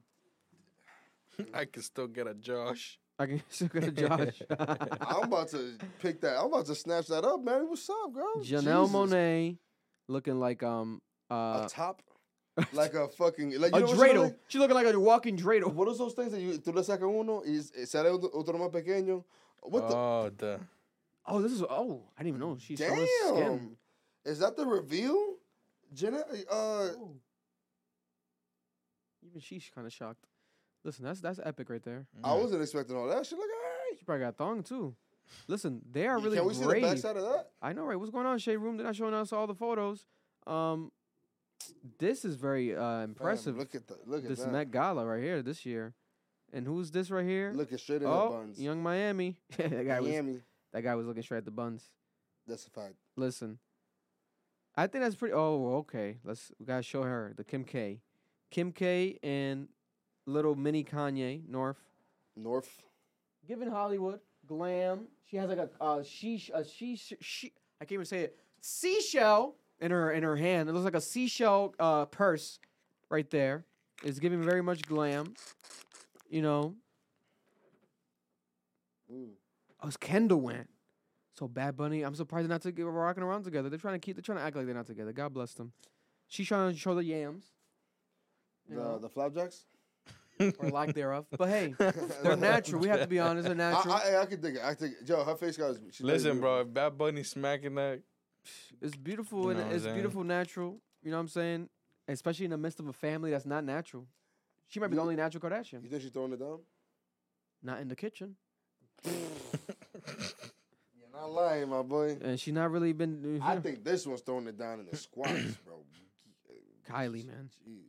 I can still get a Josh. I can still get a Josh. I'm about to pick that. I'm about to snatch that up, Mary. What's up, girl? Janelle Jesus. Monet, looking like um uh A top. Like a fucking like a you know what she look dreidel. She looking like a walking like? dreidel. What is those things that you tú le sacas uno y s- sale otro otro más pequeño? What Uh, oh, the Oh, this is oh I didn't even know the she's showing skin. damn? eh, Is that the reveal? Janelle, uh, Even she's kind of shocked. Listen, that's that's epic right there. I wasn't expecting all that shit. Like, hey, She probably got thong too. Listen, they are really can we see the brave. backside of that? I know, right? What's going on, Shade Room? They're not showing us all the photos. Um, this is very uh, Damn, impressive. look at the look at this that. Met Gala right here this year. And who's this right here? Looking straight at the oh, buns. Young Miami. that guy was Miami. that guy was looking straight at the buns. That's a fact. Listen, I think that's pretty. Oh, okay. Let's we gotta show her the Kim K, Kim K and little mini Kanye North. North. Given Hollywood glam, she has like a uh, she a she she I can't even say it. Seashell in her in her hand. It looks like a seashell uh, purse right there. It's giving very much glam. You know. Mm. Oh, it's Kendall went. So Bad Bunny, I'm surprised they're not to rocking around together. They're trying to keep. They're trying to act like they're not together. God bless them. She's trying to show the yams The Yeah. the flapjacks. or lack thereof. But hey, they're natural. We have to be honest. They're I, natural. I I could dig it. I think yo, her face got. she's very Listen, bro, beautiful. if Bad Bunny smacking that, It's beautiful You and know what I'm it's saying? beautiful natural. You know what I'm saying? Especially in the midst of a family that's not natural. She might be the You- only natural You Kardashian. think she's throwing it down? Not in the kitchen. You're not lying, my boy. And she's not really been you I know, think this one's throwing it down in the squats, bro. Kylie, man. Jeez.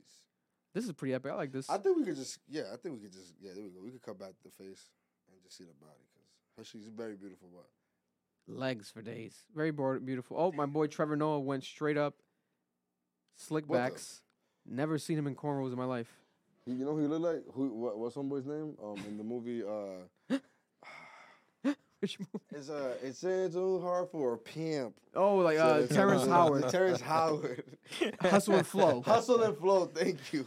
This is pretty epic. I like this. I think we could just, yeah, I think we could just, yeah, there we go. We could cut back the face and just see the body because she's very beautiful, but Legs for days. Very board, beautiful. Oh, my boy Trevor Noah went straight up. Slick What the- backs. Never seen him in cornrows in my life. you you know who he looked like? Who? What, what's homeboy's name? Um, in the movie, uh, Which movie? it's uh, it's too hard for a pimp. oh, like So uh, that's- Terrence Howard. Terrence Howard. Hustle and flow. Hustle and flow. Thank you.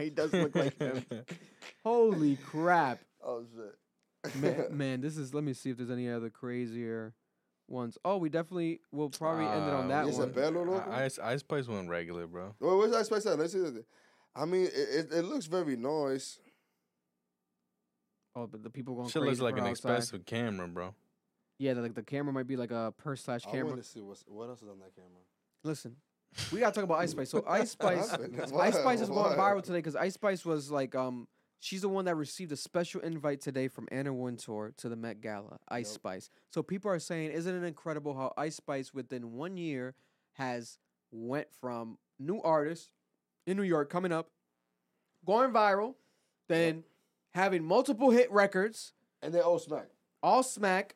he does look like him. Holy crap. Oh shit. man, man, this is. Let me see if there's any other crazier ones. Oh, we definitely will probably end Ah, it on that Uh, Is it one. bad? Belo Loco? I, Ice Ice Spice went regular, bro. Well, what's I expect that? Let's see. that. I mean, it, it, it looks very nice. Oh, but the people going Shit crazy looks like for an outside. expensive camera, bro. Yeah, the- like the camera might be like a purse slash I camera. want to see what's, what else is on that camera. Listen, we gotta talk about Ice Spice. So Ice Spice, What? Ice Spice is going What? viral today because Ice Spice was like, um, she's the one that received a special invite today from Anna Wintour to the Met Gala. Ice Yep. Spice. So people are saying, isn't it incredible how Ice Spice within one year has went from new artist in New York coming up, going viral, then having multiple hit records, And they all smack. all smack,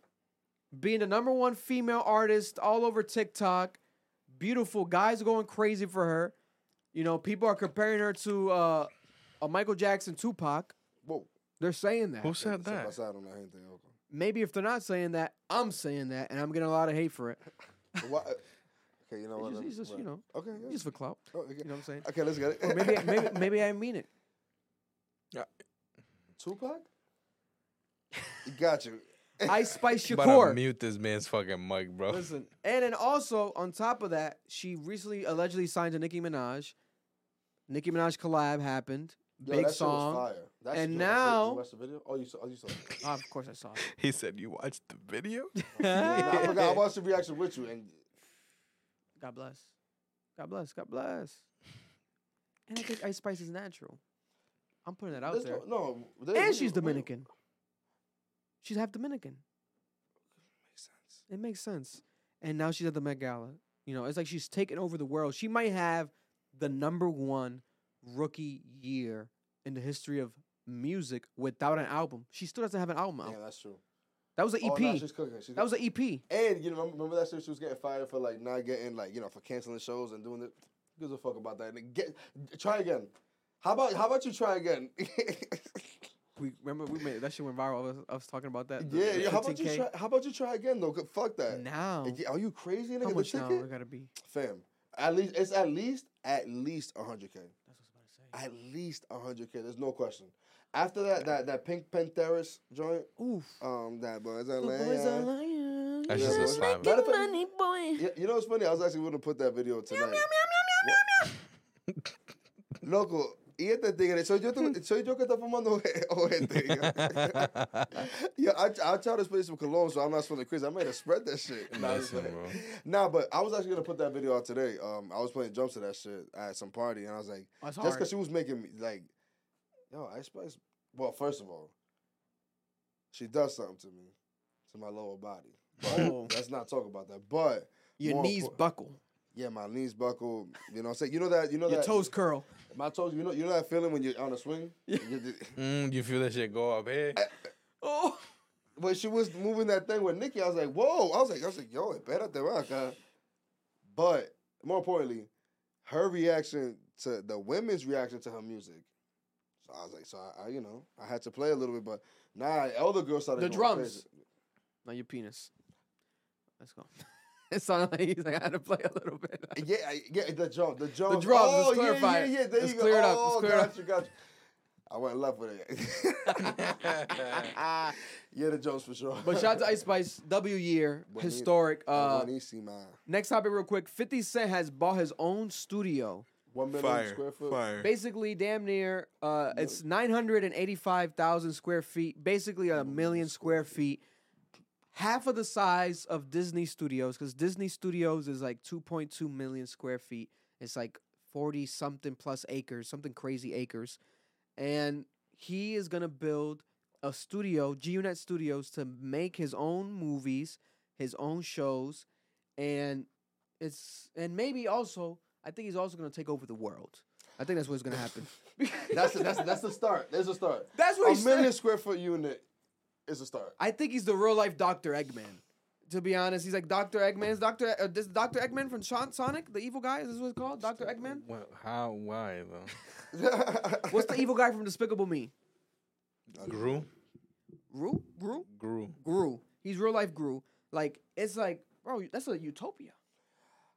being the number one female artist all over TikTok. Beautiful guys are going crazy for her. You know, people are comparing her to uh, a Michael Jackson, Tupac. Whoa. They're saying that. Who said Step that? outside on that hand thing, okay. Maybe if they're not saying that, I'm saying that, and I'm getting a lot of hate for it. Why- uh, Okay, you know what? It's just, let me- it's just, what? you know, Okay. yeah. just for clout. Oh, okay. You know what I'm saying? okay, let's get it. Or maybe, maybe, maybe I mean it. Tupac? Got you. Ice Spice You better Shakur. mute this man's fucking mic, bro. Listen, and then also on top of that, she recently allegedly signed to Nicki Minaj. Nicki Minaj collab happened. Yo, Big that shit song. Was fire. That shit And was- now- You watched the video? Oh, you saw, oh, you saw it. Ah, of course, I saw it. He said you watched the video. Nah, I forgot. I watched the reaction with you. And God bless. God bless. God bless. And I think Ice Spice is natural. I'm putting that out there's there. no, no, there- we- and she's we- Dominican. She's half Dominican. It makes sense. And now she's at the Met Gala. You know, it's like she's taken over the world. She might have the number one rookie year in the history of music without an album. She still doesn't have an album out. Yeah, that's true. That was an EP. Oh, nah, she's cooking. She's E that was E an EP. And you know, remember- remember that shit she was getting fired for like not getting like you know for canceling shows and doing it. Who gives a fuck about that? And get try again. How about how about you try again? We remember we made that shit went viral. I was, I was talking about that. the- yeah, the yeah. How about 15K. you try? How about you try again though? 'Cause Fuck that. now? Like, Are you crazy? Nigga? How The much now ticket? it gotta be? fam. At least it's at least at least hundred k. At least hundred k. There's no question. After that, that that Pink Pantheris joint, Oof. um, that boys The are boys are lying. lions. That's Yeah, just a boys are lying. slap. Matter of fact, Money boy. you- You know what's funny? I was actually going to put that video tonight. Local, Y este tigre, soy yo, tu- soy yo que está fumando ojete. yo. yeah, I, I tried to spray some cologne, so I'm not smelling crazy. I might have spread that shit. Nah, it's Listen, like- bro. nah, but I was actually gonna put that video out today. Um, I was playing drums to that shit at some party, and I was like, That's just hard. because she was making me like, yo, Ice Spice. Well, first of all, she does something to me, to my lower body. But Oh. Let's not talk about that. But Your more knees impor- buckle. yeah, my knees buckle. You know, what I'm saying, you know that, you know Your that, toes curl. my toes. You know, you know that feeling when you're on a swing. You did- Mm, you feel that shit go up here? Oh. when she was moving that thing with Nikki, I was like, whoa. I was like, I was like, yo, espérate, vaca. But more importantly, her reaction to the women's reaction to her music. So I was like, so I, I you know, I had to play a little bit, but nah, other girls started The going drums. crazy. Not your penis. Let's go. it sounded like he's like, I had to play a little bit. Yeah, I- yeah, the drum, the drum. drums, let's Oh, clarify yeah, it. yeah, yeah. There Let's you go. clear it up, let's oh, clear it up. got you, got you. I went left with it. yeah, the drums for sure. But shout out to Ice Spice, W year, Bueni- historic. Uh, Buenísima. next topic, real quick. Fifty Cent has bought his own studio. One million Fire. square foot. Fire. Basically, damn near, uh, it's nine hundred and eighty-five thousand square feet. Basically, a million square feet. Half of the size of Disney Studios, because Disney Studios is like two point two million square feet. It's like forty something plus acres, something crazy acres, and he is gonna build a studio, G-Unit Studios, to make his own movies, his own shows, and it's and maybe also I think he's also gonna take over the world. I think that's what's gonna happen. That's that's that's the start. There's a start. That's what a he said. million square foot unit is a start. I think he's the real life Doctor Eggman. To be honest, he's like Doctor Eggman. Is Doctor uh, this Doctor Eggman from Shon- Sonic, the evil guy? Is this what it's called? Doctor Eggman. Well, how? Why though? What's the evil guy from Despicable Me? Grew, Gru, Gru, grew. Gru. He's real life Gru. Like it's like, bro, that's a utopia.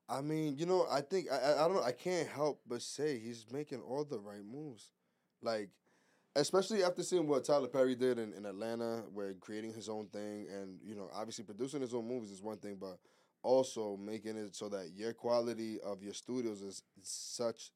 I mean, you know, I think I, I I don't I can't help but say he's making all the right moves, like especially after seeing what Tyler Perry did in, in Atlanta, where creating his own thing and you know obviously producing his own movies is one thing, but also making it so that your quality of your studios is such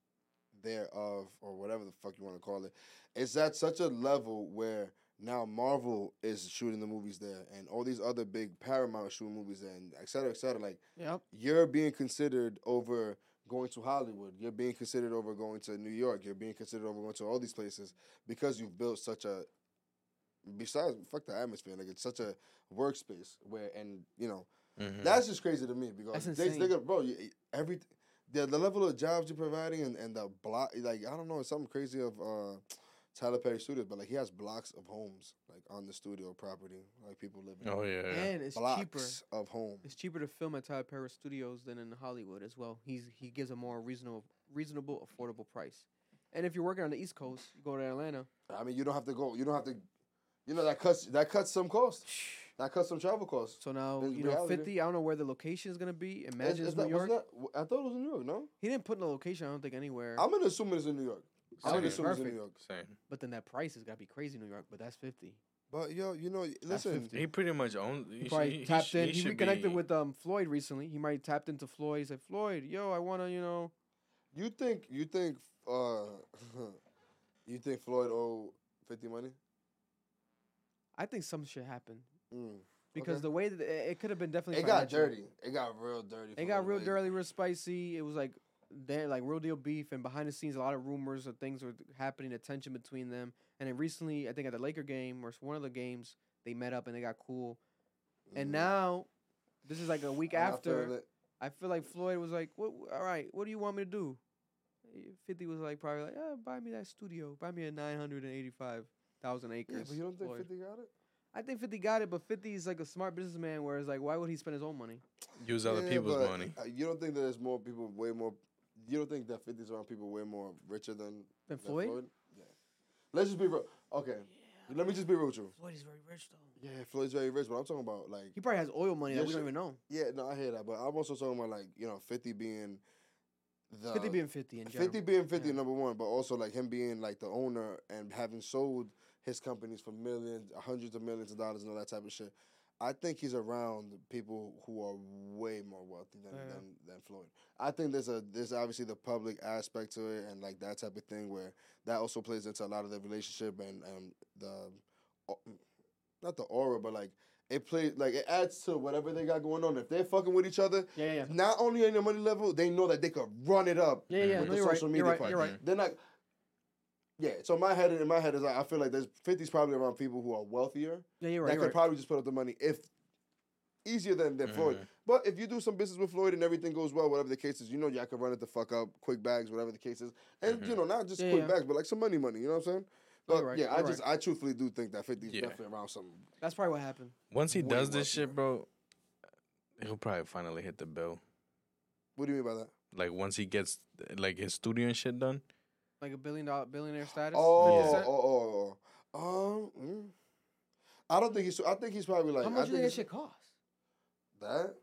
thereof or whatever the fuck you want to call it, it's at such a level where now Marvel is shooting the movies there and all these other big Paramount is shooting movies there and et cetera, et cetera. Like Yep. you're being considered over going to Hollywood. You're being considered over going to New York. You're being considered over going to all these places because you've built such a besides fuck the atmosphere, like it's such a workspace where and you know Mhm. that's just crazy to me because That's they, they insane. got- bro, you, every the, the level of jobs you're providing and, and the block like I don't know, it's something crazy of uh Tyler Perry Studios, but like he has blocks of homes like on the studio property, like people living. Oh yeah. yeah. And it's blocks cheaper. of home. It's cheaper to film at Tyler Perry Studios than in Hollywood as well. He's he gives a more reasonable, reasonable, affordable price. And if you're working on the East Coast, you go to Atlanta. I mean, you don't have to go. You don't have to. You know that cuts that cuts some costs. That cuts some travel costs. So now It's you know reality. fifty. I don't know where the location is gonna be. Is- Imagine is it's that- New York. was that- I thought it was in New York. No, He didn't put in a location. I don't think anywhere. I'm gonna assume it's in New York. I'm Okay, gonna assume it's in perfect. New York. Same. but then that price is gotta be crazy New York. But that's fifty. But yo, you know, listen. 50. He pretty much owns. He, He should- probably he- he tapped sh- in. he He should reconnected be- with um Floyd recently. He might have tapped into Floyd. He said, "Floyd, yo, I wanna, you know." You think you think uh, you think Floyd owe fifty money? I think some shit happened Mm. because Okay. the way that it, could have been definitely It got financial. dirty. It got real dirty. It for got him, real like- dirty, real spicy. It was like they like real deal beef, and behind the scenes, a lot of rumors of things were happening, the tension between them. And then recently, I think at the Laker game or s- one of the games, they met up and they got cool. And Mm. now, this is like a week I'm not feeling after. it. I feel like Floyd was like, "What? All right, what do you want me to do?" Fifty was like, probably like, "Uh, "Buy me that studio. Buy me a nine hundred and eighty-five thousand Yeah, acres." but you don't think Floyd. fifty got it? I think Fifty got it, but Fifty is like a smart businessman. Where it's like, why would he spend his own money? use other Yeah, people's but, money. uh, You don't think that there's more people, way more. You don't think that 50s around people way more richer than Than Floyd? Yeah. Let's just be real. Okay. Let me just be real with you. Floyd is very rich though. Yeah, Floyd's very rich, but I'm talking about like. He probably has oil money Yeah, that we don't sure. even know. Yeah, no, I hear that, but I'm also talking about like you know 50 being the 50 being 50 in general. 50 being 50 Yeah. number one, but also like him being like the owner and having sold his companies for millions, hundreds of millions of dollars and all that type of shit. I think he's around people who are way more wealthy than, Yeah. than, than Floyd. I think there's a there's obviously the public aspect to it and like that type of thing where that also plays into a lot of the relationship and and the au- not the aura but like it plays like it adds to whatever they got going on. If they're fucking with each other, Yeah, yeah, yeah. not only on the money level, they know that they could run it up Yeah, yeah, with no, the you're right, social you're media right, part. you're right. They're not. Yeah, so my head in my head is like, I feel like there's 50's probably around people who are wealthier Yeah, you're that right. could probably just put up the money if easier than, than Floyd. Mm-hmm. But if you do some business with Floyd and everything goes well, whatever the case is, you know y'all can run it the fuck up, quick bags, whatever the case is, and Mm-hmm. you know not just Yeah, quick yeah. bags, but like some money, money. You know what I'm saying? No, But you're right, yeah, I you're just I truthfully do think that 50's Yeah. definitely around some. That's probably what happened. Once he Way does this worse, shit, bro, he'll probably finally hit the bill. What do you mean by that? Like once he gets like his studio and shit done, Like a billion dollar billionaire status. Oh, 50%? oh, oh, oh. Um, mm. I don't think he's. I think he's probably like. How I much do you think think that he's- shit cost? That?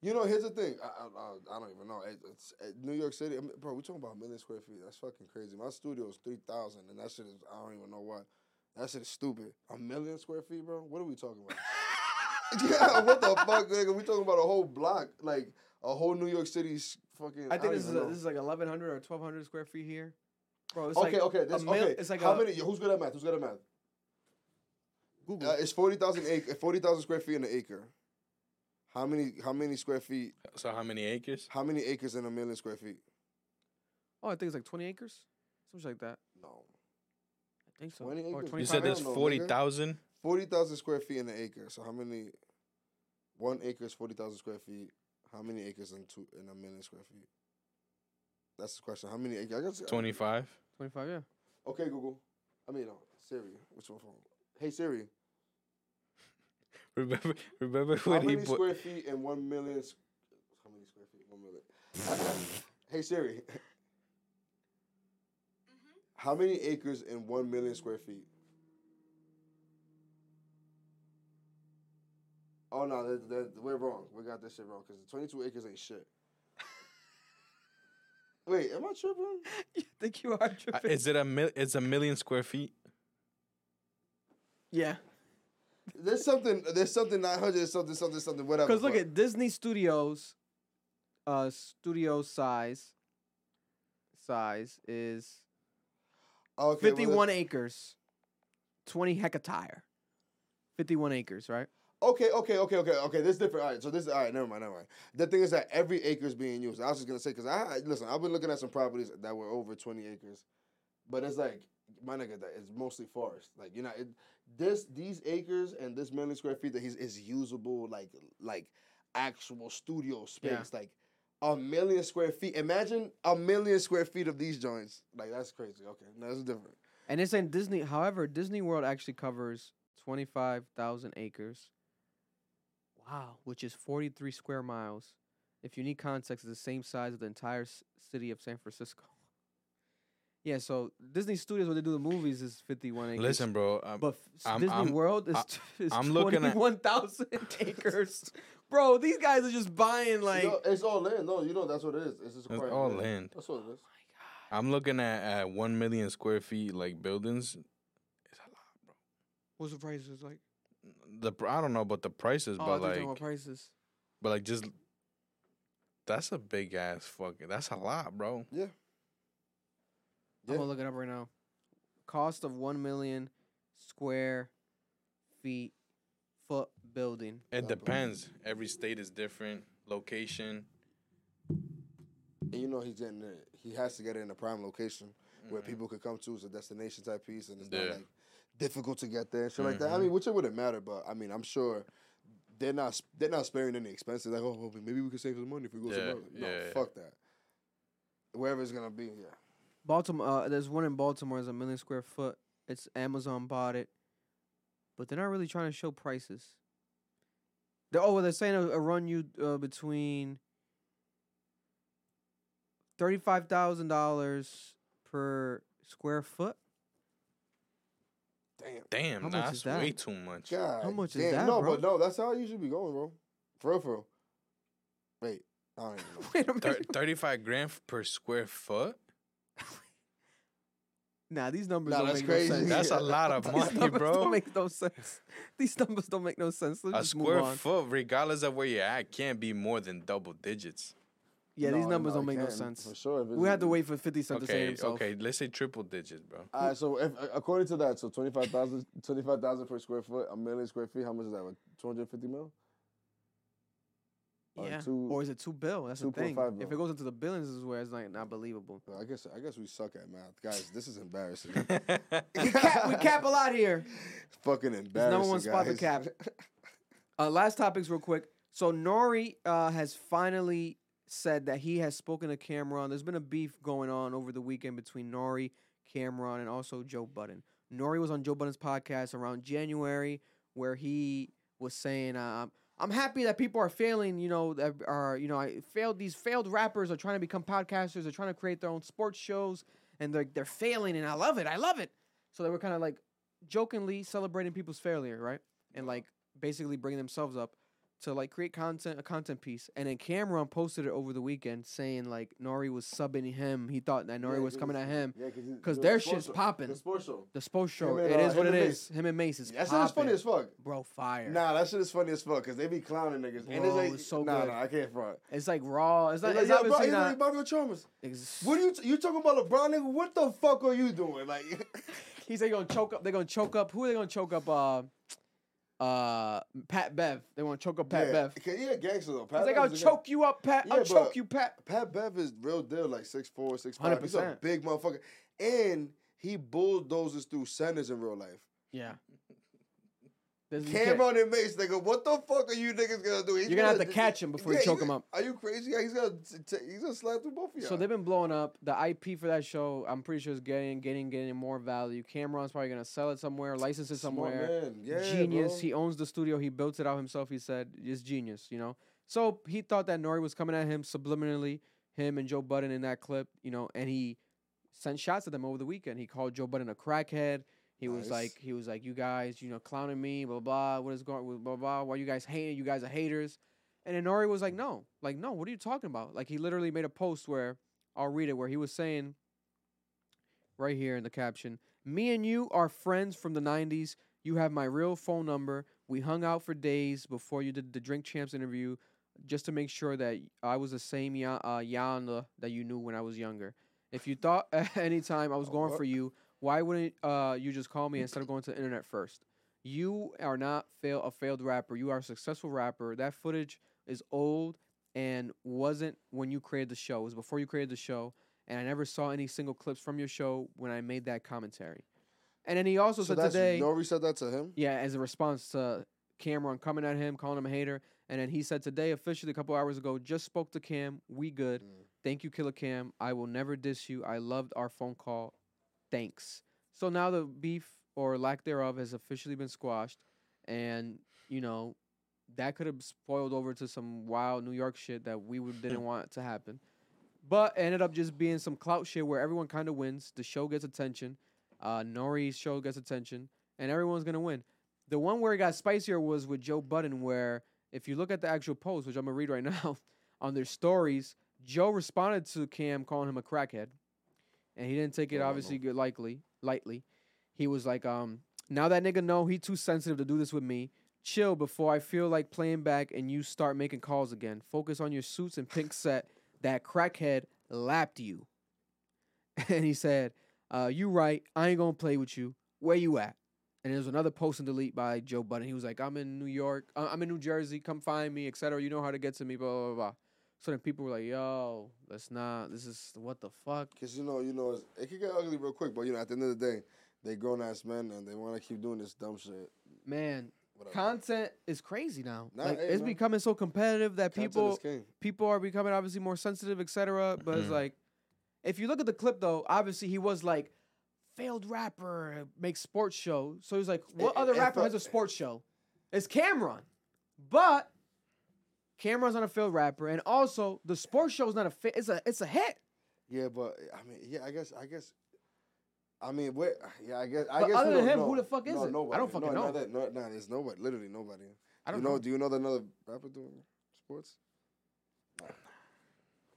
You know, here's the thing. I, I, I- I don't even know. It, it's uh, New York City, I mean, bro. We're talking about a million square feet. That's fucking crazy. My studio is three thousand, and that shit is. I don't even know what. That shit is stupid. A million square feet, bro. What are we talking about? yeah, what the fuck, nigga? We talking about a whole block, like a whole New York City's fucking. I think don't this is even a, know. this is like eleven hundred or twelve hundred square feet here, bro. It's okay, like okay, a this, mil- okay. It's like how a, many? Who's good at math? Who's good at math? Google. Uh, it's forty thousand acre, forty thousand square feet in an acre. How many? How many square feet? so how many acres? How many acres in a million square feet? oh, I think it's like twenty acres, something like that. No. I think so. 20 Or acres? You 25 said I there's don't know, nigga. forty thousand. Forty thousand square feet in an acre. So how many? One acre is forty thousand square feet. How many acres in two in a million square feet? That's the question. How many acres? I guess Twenty five. Twenty-five, yeah. Okay, Google. I mean, no, Siri. Which one phone? Hey Siri. Remember, remember How when he many bought. square feet in one million? s- How many square feet? in One million. hey Siri. How many acres in one million square feet? Oh no, that, that, we're wrong. We got this shit wrong because twenty-two acres ain't shit. Wait, am I tripping? you think you are Uh, tripping? Is it a mil- It's a million square feet. yeah. There's something. There's something nine hundred. Something. Something. Something. Whatever. Because look but- at Disney Studios. Uh, studio size. Size is Okay, well, fifty-one acres, twenty hectare. Fifty-one acres, right? Okay, okay, okay, okay, okay. This is different. All right, so this all right. Never mind, never mind. The thing is that every acre is being used. I was just gonna say because I I- listen. I've been looking at some properties that were over twenty acres, but it's like my nigga, that it's mostly forest. Like you know, it, this these acres and this million square feet that he's is usable like like actual studio space. Yeah. Like a million square feet. Imagine a million square feet of these joints. Like that's crazy. Okay, no, that's different. And it's in Disney. However, Disney World actually covers 25,000 acres. Wow. Which is 43 square miles. If you need context, it's the same size of the entire s- city of San Francisco. Yeah, so Disney Studios, where they do the movies, is 51 acres. Listen, bro. Um, But f- I'm- Disney I'm- World is, I- t- is I'm looking at- 21,000 acres. Bro, these guys are just buying, like. You know, it's all land. No, you know that's what it is. It's It's just acquiring all land. That's what it is. I'm looking at, at one million square feet like buildings. What's the prices like? The pr- I don't know about the prices, Oh, I but thought you were talking like, about prices. but like just that's a big ass fucking. That's a lot, bro. Yeah. I'm Yeah. gonna look it up right now. Cost of one million square feet foot building. It depends. Every state is different. Location. And you know he's getting it. He has to get it in a prime location where people could come to. It's a destination type piece, and it's Mm-hmm. Yeah. Mm-hmm. not like difficult to get there and shit like that. I mean, which it wouldn't matter, but I mean, I'm sure they're not sp- they're not sparing any expenses. Like, oh, well, maybe we could save some money if we go Yeah, somewhere. No, yeah. fuck that. Wherever it's gonna be, yeah. Baltimore. Uh, there's one in Baltimore. It's a million square foot. It's Amazon bought it, but they're not really trying to show prices. They're, oh, well, they're saying a, a run you uh, between thirty-five thousand dollars per square foot. Damn. Damn, How nah, much that's is way that? too much. God. much is damn. that, No, bro? but no, that's how you should be going, bro. For real, for real. Wait, I don't even know. Wait a Thir- minute. Thirty-five grand f- per square foot. Nah, these numbers Nah, don't that's make crazy. no sense. That's a lot of These money, numbers bro. Don't make no sense. These numbers don't make no sense. Let's A just move square on. foot, regardless of where you're at, can't be more than double digits. yeah, these No, numbers no, don't it make no can't, sense. For sure. if it's- We had to wait for Fifty Cent to say it Okay, himself. okay, let's say triple digits, bro. All right, so if, according to that, so 25,000 25,000 per square foot, a million square feet, how much is that? What, 250 mil? Or Yeah. two- or is it two bill? That's the thing. 2.5 If it bill. goes into the billions, is where it's like not believable. Well, I guess I guess we suck at math. Guys, this is embarrassing. we, cap, we cap a lot here. Fucking It's embarrassing. number one spot for guys. cap. Uh, last topics, real quick. So Nori uh, has finally said that he has spoken to Cameron. There's been a beef going on over the weekend between Nori, Cameron, and also Joe Budden. Nori was on Joe Budden's podcast around January, where he was saying, um, "I'm happy that people are failing. You know, that are you know, I failed. These failed rappers are trying to become podcasters. They're trying to create their own sports shows, and they're they're failing. And I love it. I love it. So they were kind of like jokingly celebrating people's failure, right? And like basically bringing themselves up to like create content, a content piece. And then Cameron posted it over the weekend saying like Nori was subbing him. He thought that Nori Yeah, was coming at him. Yeah, cause, it- 'Cause the their sports shit's show- poppin'. The sports show. The sports show. and, it uh, is what it him and is. Him and Mace is That shit is funny poppin'. as fuck. Bro, fire. Nah, that shit is funny as fuck. Cause they be clowning niggas. and Bro, it's like, it's so nah, good. nah, I can't front. It's like raw. It's not. It's It's, like, yo, bro, obviously he's not. like Mario Chalmers. it's- What are you t- you talking about LeBron nigga? What the fuck are you doing? Like, He's like gonna choke up. They're gonna choke up. Who are they gonna choke up? Uh, uh, Pat Bev. They want to choke up Pat yeah. Bev. Okay, yeah, gangster though. He's Pat like, Bev I'll is a choke you up, Pat. Yeah, I'll choke but- you, Pat. guy- Pat Bev is real deal, like 6'4", 6'5". He's a 100%. big motherfucker, and he bulldozes through centers in real life. Yeah. There's- you can't- Cameron and Mace, nigga, what the fuck are you niggas gonna do? He's You're gonna have to catch him before you choke he's- him up. Are you crazy? Yeah, he's gonna t- t- he's gonna slap through both of you. So they've been blowing up. The IP for that show, I'm pretty sure, is getting, getting, getting more value. Cameron's probably gonna sell it somewhere, license it somewhere. genius. He owns the studio. He built it out himself. He said it's genius, you know. So he thought that Nori was coming at him subliminally, him and Joe Budden in that clip, you know, and he sent shots at them over the weekend. He called Joe Budden a crackhead. He was Nice. like, he was like, you guys, you know, clowning me, blah blah. blah, What is going, blah blah? Why you guys hating? You guys are haters. And then Nori was like, no, like no, what are you talking about? Like he literally made a post where I'll read it, where he was saying, right here in the caption, me and you are friends from the '90s. You have my real phone number. We hung out for days before you did the Drink Champs interview just to make sure that I was the same ya- uh, Yana that you knew when I was younger. If you thought at any time I was Oh, going what? for you, why wouldn't uh, you just call me instead of going to the internet first? You are not fail- a failed rapper. You are a successful rapper. That footage is old and wasn't when you created the show. It was before you created the show. And I never saw any single clips from your show when I made that commentary. And then he also So said that's today. Nori said that to him. Yeah, as a response to Cameron coming at him, calling him a hater. And then he said today, officially a couple hours ago, just spoke to Cam. We good. Mm. Thank you, Killer Cam. I will never diss you. I loved our phone call. Thanks. So now the beef or lack thereof has officially been squashed. And, you know, that could have spoiled over to some wild New York shit that we would- didn't want to happen. But it ended up just being some clout shit where everyone kind of wins. The show gets attention. Uh, Nori's show gets attention. And everyone's going to win. The one where it got spicier was with Joe Budden, where if you look at the actual post, which I'm gonna read right now, on their stories, Joe responded to Cam calling him a crackhead, and he didn't take it Oh, I know. obviously good likely lightly. He was like, um, "Now that nigga know he too sensitive to do this with me. Chill before I feel like playing back and you start making calls again. Focus on your suits and pink set. That crackhead lapped you." And he said, uh, "You right. I ain't gonna play with you. Where you at?" And there's another post and delete by Joe Budden. He was like, "I'm in New York. uh, I'm in New Jersey. Come find me, etc. You know how to get to me." Blah blah blah. blah. So then people were like, "Yo, that's not. This is what the fuck." Cause you know, you know, it's, it could get ugly real quick. But you know, at the end of the day, they grown ass men and they want to keep doing this dumb shit. Man, Whatever. content is crazy now. Nah, like hey, it's man. becoming so competitive that Content people is king. people are becoming obviously more sensitive, etc. But it's Mhm. like, if you look at the clip though, obviously he was like, failed rapper makes sports show. So he's like, what it- other it rapper felt- has a sports show? It's Cameron, but Cameron's not a failed rapper, and also the sports show is not a fit. It's a it's a hit. Yeah, but I mean, yeah, I guess, I guess, I mean, what? Yeah, I guess, I But guess. other we than don't him, who know. the fuck is no, it? I Nobody. don't fucking no, know. Not that, no, nah, there's nobody. Literally nobody. I don't you know, know. Do you know that another rapper doing sports?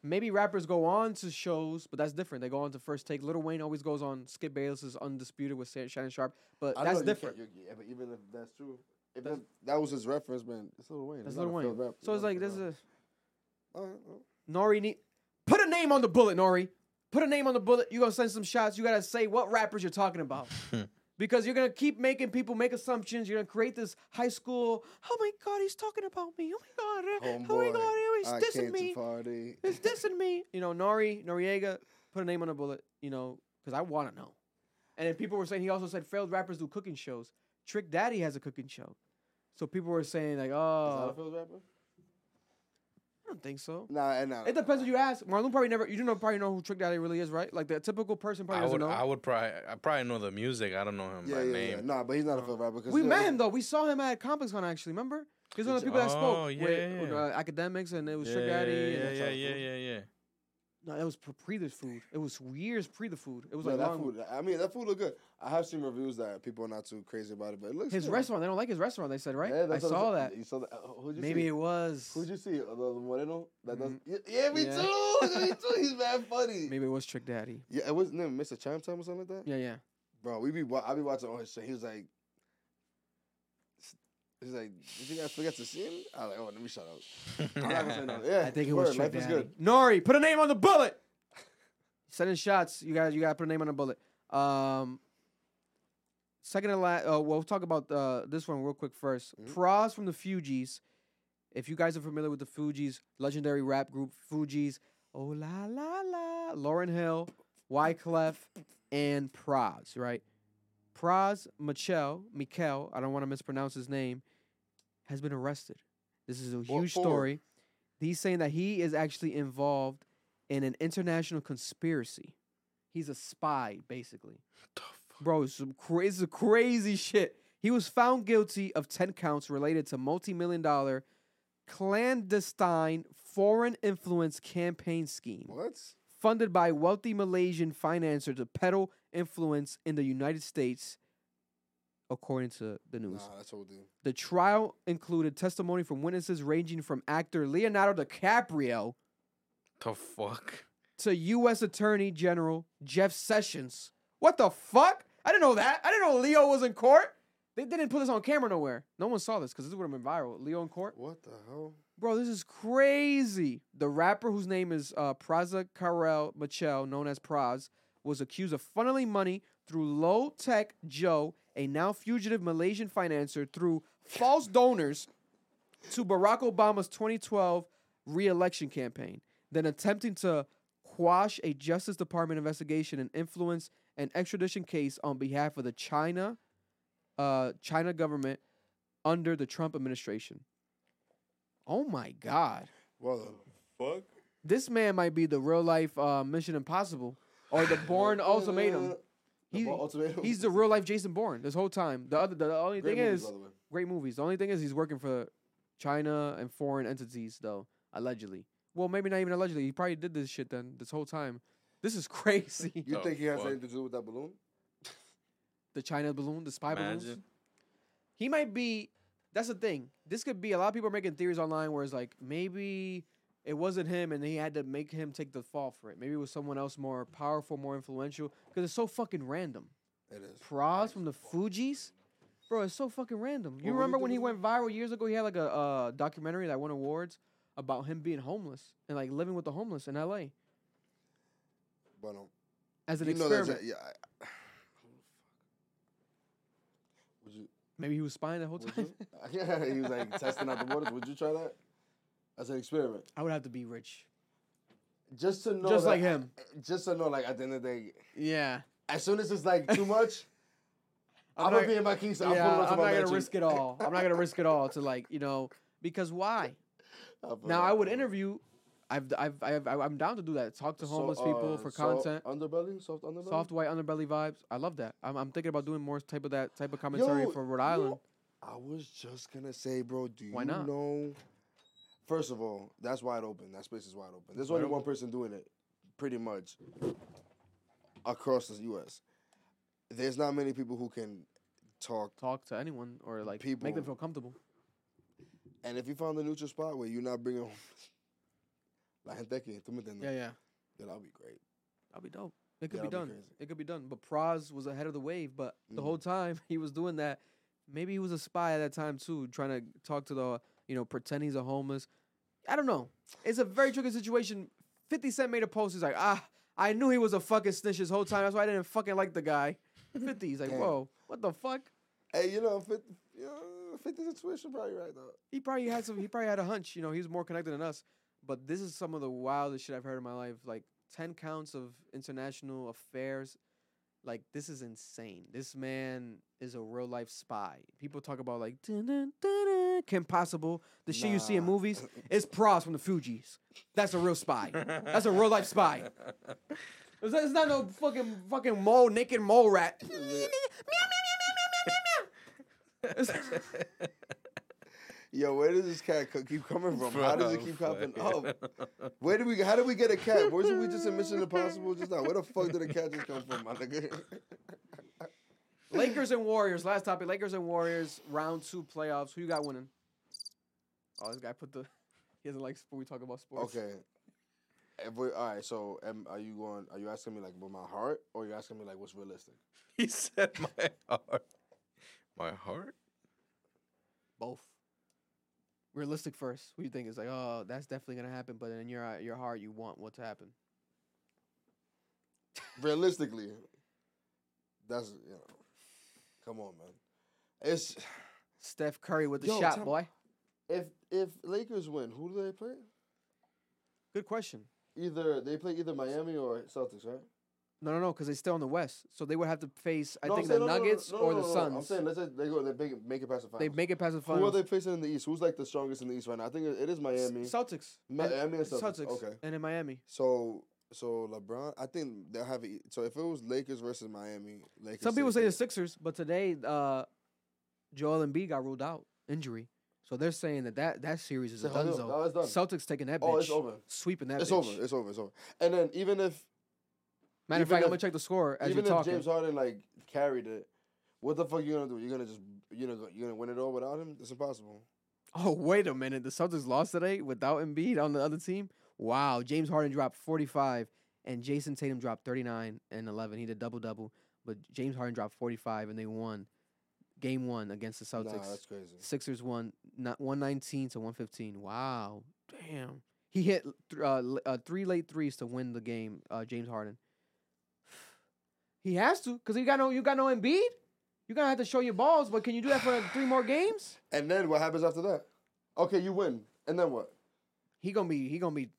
Maybe rappers go on to shows, but that's different. They go on to first take. Little Wayne always goes on Skip Bayless's Undisputed with Sa- Shannon Sharp, but I know that's you can't- different. you- yeah, but even if that's true, if That's- that, that was his reference, man, it's Lil Wayne. That's It's not Little a failed Wayne. rap. So it's not like this failed is rap. a, All right, well, Nori need put a name on the bullet, Nori. Put a name on the bullet. You're gonna send some shots. You gotta say what rappers you're talking about. because you're gonna keep making people make assumptions. You're gonna create this high school, oh my god, he's talking about me. Oh my god, eh, oh my Homeboy, god, eh, I he's came dissing me. to party. He's dissing me. You know, Nori, Noriega, put a name on the bullet, you know, because I wanna know. And then people were saying he also said failed rappers do cooking shows. Trick Daddy has a cooking show. So people were saying like, Is that a oh, failed rapper? I don't think so. Nah, and nah. It depends who you ask. Marlon probably never. You do know probably know who Trick Daddy really is, right? Like the typical person probably I doesn't would, know. I would probably, I probably know the music. I don't know him Yeah, by yeah, name. yeah. Nah, but he's not a failed rapper. 'cause Uh, we he met was- him though. We saw him at Complex Con actually. Remember? He was one of the people that Oh, spoke yeah, with yeah. uh, academics, and it was Yeah, Trick Daddy. yeah, and yeah, yeah, yeah, yeah. No, that was pre- pre the food. It was years pre the food. It was Yeah, like that long. food. I mean, that food look good. I have seen reviews that people are not too crazy about it, but it looks His good. restaurant. They don't like his restaurant. They said right. Yeah, I that's what saw I'm that. saying. You saw that. Uh, Who'd you Maybe see? it was. Who'd you see? Uh, The the Moreno? That does. Mhm. Yeah, yeah, me Yeah. too. me too. He's mad funny. Maybe it was Trick Daddy. Yeah, it wasn't him, Mr. Chime Time or something like that. Yeah, yeah. Bro, we be wa- I be watching all his shit. He was like, he's like, did you guys forget to see him? I was like, oh, let me shut up. I'm not gonna say nothing. Yeah, I think it was word, Trick life is Daddy. good. Nori, put a name on the bullet. Sending shots. You guys, you gotta put a name on the bullet. Um, second to last. Uh, well, we'll talk about uh, this one real quick 1st Mhm. Pros from the Fugees. If you guys are familiar with the Fugees, legendary rap group Fugees. Oh la la la. Lauren Hill, Wyclef, and Pros. Right. Pros Michel, Mikel. I don't want to mispronounce his name. Has been arrested. This is a What huge for? story. He's saying that he is actually involved in an international conspiracy. He's a spy, basically. Bro, it's some cra- it's a crazy shit. He was found guilty of 10 counts related to multi million dollar clandestine foreign influence campaign scheme What? funded by wealthy Malaysian financier to peddle influence in the United States, according to the Nah, news. that's what we do. The trial included testimony from witnesses ranging from actor Leonardo DiCaprio The fuck? to U.S. Attorney General Jeff Sessions. What the fuck? I didn't know that. I didn't know Leo was in court. They didn't put this on camera nowhere. No one saw this because this would have been viral. Leo in court, What the hell? bro. This is crazy. The rapper whose name is uh, Praza Karel Michel, known as Praz, was accused of funneling money through Low Tech Joe, a now fugitive Malaysian financier, through false donors to Barack Obama's 2012 reelection campaign, then attempting to quash a Justice Department investigation and influence an extradition case on behalf of the China, uh, China government under the Trump administration. Oh my God! Well, the fuck? This man might be the real life uh, Mission Impossible or the Bourne Ultimatum. The He- Bourne Ultimatum. He's the real life Jason Bourne this whole time. The other, the only Great thing movies, is, by the way. great movies. The only thing is he's working for China and foreign entities, though allegedly. Well, maybe not even allegedly. He probably did this shit then this whole time. This is crazy. You The think he has fuck? anything to do with that balloon? the China balloon, the spy balloons. Imagine. He might be. That's the thing. This could be. A lot of people are making theories online where it's like maybe it wasn't him, and he had to make him take the fall for it. Maybe it was someone else more powerful, more influential. Because it's so fucking random. It is. Praz from the Fugees? Bro, it's so fucking random. You What was he remember when he doing? went viral years ago? He had like a uh, documentary that won awards about him being homeless and like living with the homeless in LA But um, as an you know experiment. that. Yeah. I- Would you? Maybe he was spying the whole Would time. you? yeah, he was like testing out the waters. Would you try that? As an experiment, I would have to be rich. just to know. Just that- eh, like him. Just to know, like at the end of the day, Yeah. as soon as it's like too much, I'm, not- gonna be in my keys. Yeah, I'm I'm, pulling up to not my gonna mansion. risk it all. I'm not gonna risk it all to like, you know, because why? I'll pull Now up. I would interview I've, I've, I've, I'm down to do that. Talk to So, homeless people uh, for soft content. underbelly, soft underbelly, Soft white underbelly vibes. I love that. I'm, I'm thinking about doing more type of that type of commentary Yo, for Rhode you- Island. I was just gonna say, bro. Do Why you not? know? First of all, that's wide open. That space is wide open. There's only one person doing it, pretty much, across the U.S. There's not many people who can talk. Talk to anyone or like make People. them feel comfortable. And if you found a neutral spot where you're not bringing, La gente que tú me entiendes. Yeah, yeah. Yeah, that'll be great. That'd be dope. It could Yeah, be that'd be done. crazy. it could be done. But Praz was ahead of the wave, but the Mhm. whole time he was doing that, maybe he was a spy at that time too, trying to talk to the, you know, pretend he's a homeless. I don't know. It's a very tricky situation. 50 Cent made a post. He's like, ah, I knew he was a fucking snitch this whole time. That's why I didn't fucking like the guy. 50, he's like, Damn. whoa, what the fuck? Hey, you know, 50, yeah, 50's intuition probably right though. He probably had some. He probably had a hunch. You know, he was more connected than us. But this is some of the wildest shit I've heard in my life. Like ten counts of international affairs. Like this is insane. This man is a real life spy. People talk about like dun, dun, dun, dun, Kim Possible, the shit you see in Nah. movies. It's Pros from the Fugees. That's a real spy. That's a real life spy. It's not, it's not no fucking fucking mole naked mole rat. Meow, meow, meow, meow, meow, meow, meow. Yo, where does this cat co- keep coming from? How does it keep popping up? Oh. up? Where did we? How did we get a cat? Wasn't we just in Mission Impossible just now? Where the fuck did a cat just come from, my nigga? Lakers and Warriors. Last topic. Lakers and Warriors. Round two playoffs. Who you got winning? Oh, this guy put the. He doesn't like when we talk about sports. okay. If we, all right, so am, are you going? Are you asking me like with my heart, or you asking me like what's realistic? He said my heart. My heart? Both. Realistic first. What do you think? It's like, oh, that's definitely gonna happen. But in your your heart, you want what to happen. Realistically, that's you know, come on, man. It's Steph Curry with the Yo, shot, Tim- boy. if if Lakers win, who do they play? Good question. Either they play either Miami or Celtics, right? No, no, no, because they stay on the West, so they would have to face. I No, I'm think saying- the no, no, no, no, Nuggets no, or the no, no, no. Suns. I'm saying let's say they go. They make, make it past the finals. they make it past the Who are finals. they facing in the East? Who's like the strongest in the East right now? I think it it is Miami. S- Celtics. Miami and Celtics. Okay. And in Miami. So so LeBron, I think they'll have. it. So if it was Lakers versus Miami, Lakers. Some people say take the it. Sixers, but today uh, Joel Embiid got ruled out injury, so they're saying that that, that series is a So how do- dunzo. no, it's done. Celtics taking that bitch, Oh, it's over. sweeping that It's bitch. over. It's over. It's over. And then even if Matter of even fact, I'm if- gonna check the score as even you're if talking. James Harden like carried it, what the fuck you gonna do? You're gonna just you know you're gonna win it all without him? It's impossible. oh wait a minute, the Celtics lost today without Embiid on the other team. Wow, James Harden dropped 45 and Jason Tatum dropped 39 and 11. He did double double, but James Harden dropped 45 and they won game one against the Celtics. Nah, that's crazy. Sixers won not 119 to 115. Wow. Damn. He hit th- uh, l- uh, three late threes to win the game, uh, James Harden. He has to cuz you got no you got no Embiid. You're going to have to show your balls, but can you do that for like, three more games? And then what happens after that? Okay, you win. And then what? He going to be he going to be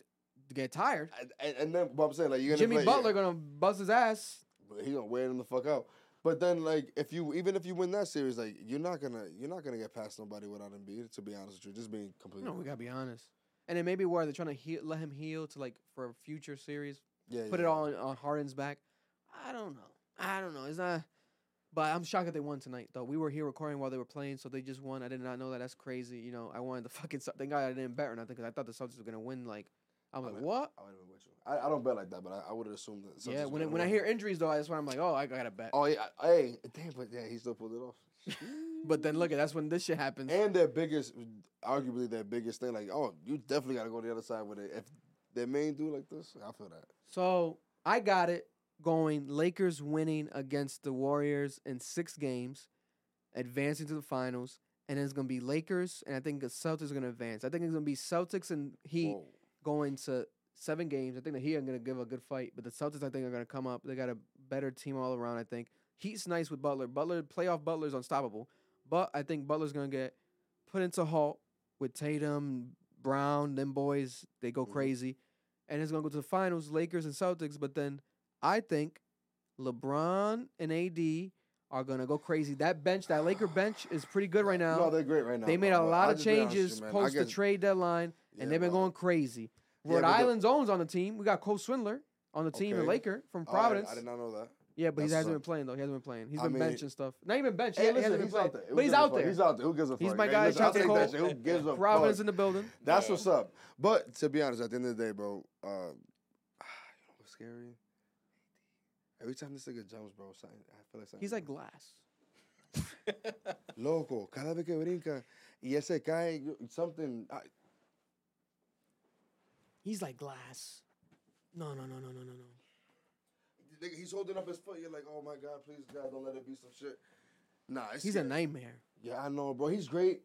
get tired. And, and, and then what I'm saying like you're gonna Jimmy play- Butler going to bust his ass. But he gonna wear them the fuck out. But then, like, if you even if you win that series, like, you're not gonna you're not gonna get past nobody without Embiid. To be honest with you, just being completely No, we got to be honest. And it may be where they're trying to heal, let him heal to like for a future series. yeah, put yeah. it all on, on Harden's back. I don't know. I don't know. It's not. But I'm shocked that they won tonight, though. We were here recording while they were playing, so they just won. I did not know that. That's crazy. You know, I wanted the fucking. Cel- Thank God I didn't bet or nothing because I thought the Celtics were gonna win. Like, I'm I like, bet. what? I would've been with you. I, I don't bet like that, but I, I would have assumed that. yeah. Celtics When I, would've when I won. hear injuries though, that's when I'm like, oh, I gotta bet. oh yeah, I- hey, damn, but yeah, he still pulled it off. But then look, at that's when this shit happens. And their biggest, arguably their biggest thing, like, oh, you definitely gotta go the other side with it. If their main dude like this, I feel that. So I got it going. Lakers winning against the Warriors in six games, advancing to the finals, and then it's gonna be Lakers, and I think the Celtics are gonna advance. I think it's gonna be Celtics and Heat Whoa. going to seven games. I think the Heat are gonna give a good fight, but the Celtics I think are gonna come up. They got a better team all around. I think Heat's nice with Butler. Butler playoff Butler's unstoppable, but I think Butler's gonna get put into halt with Tatum, Brown, them boys. They go Mhm. crazy, and it's gonna go to the finals, Lakers and Celtics. But then I think LeBron and AD are gonna go crazy. That bench, that Laker bench, is pretty good right now. No, they're great right now. They made bro. a I'll- lot I'll of just be honest with you, changes man. I post the guess- trade deadline, and Yeah, they've been bro. going crazy. Yeah, Rhode but the- Island Zone's on the team. We got Cole Swindler on the team, a Okay. Laker from Oh, I didn't- Providence. I did not know that. yeah, but he that's hasn't some- been playing though. He hasn't been playing. He's I been mean- bench and stuff. Not even bench. Hey, He- he listen, hasn't been he's out playing. there. Who But he's gives a out fuck? there. He's out there. Who gives a fuck? He's my right? guy, Listen, I'll Chauncey take that Cole. shit. Who gives a Providence fuck? in the building. That's Yeah. what's up. But to be honest, at the end of the day, bro, uh, you know what's scary? Every time this nigga jumps, bro, something, I feel like something. He's like glass. loco. Cada vez que brinca y ese cae, yo- something. I, He's like glass. No, no, no, no, no, no, no. Nigga, he's holding up his foot. You're like, oh my god, please God, don't let it be some shit. Nah, it's He's a scary. nightmare. Yeah, I know, bro. He's great,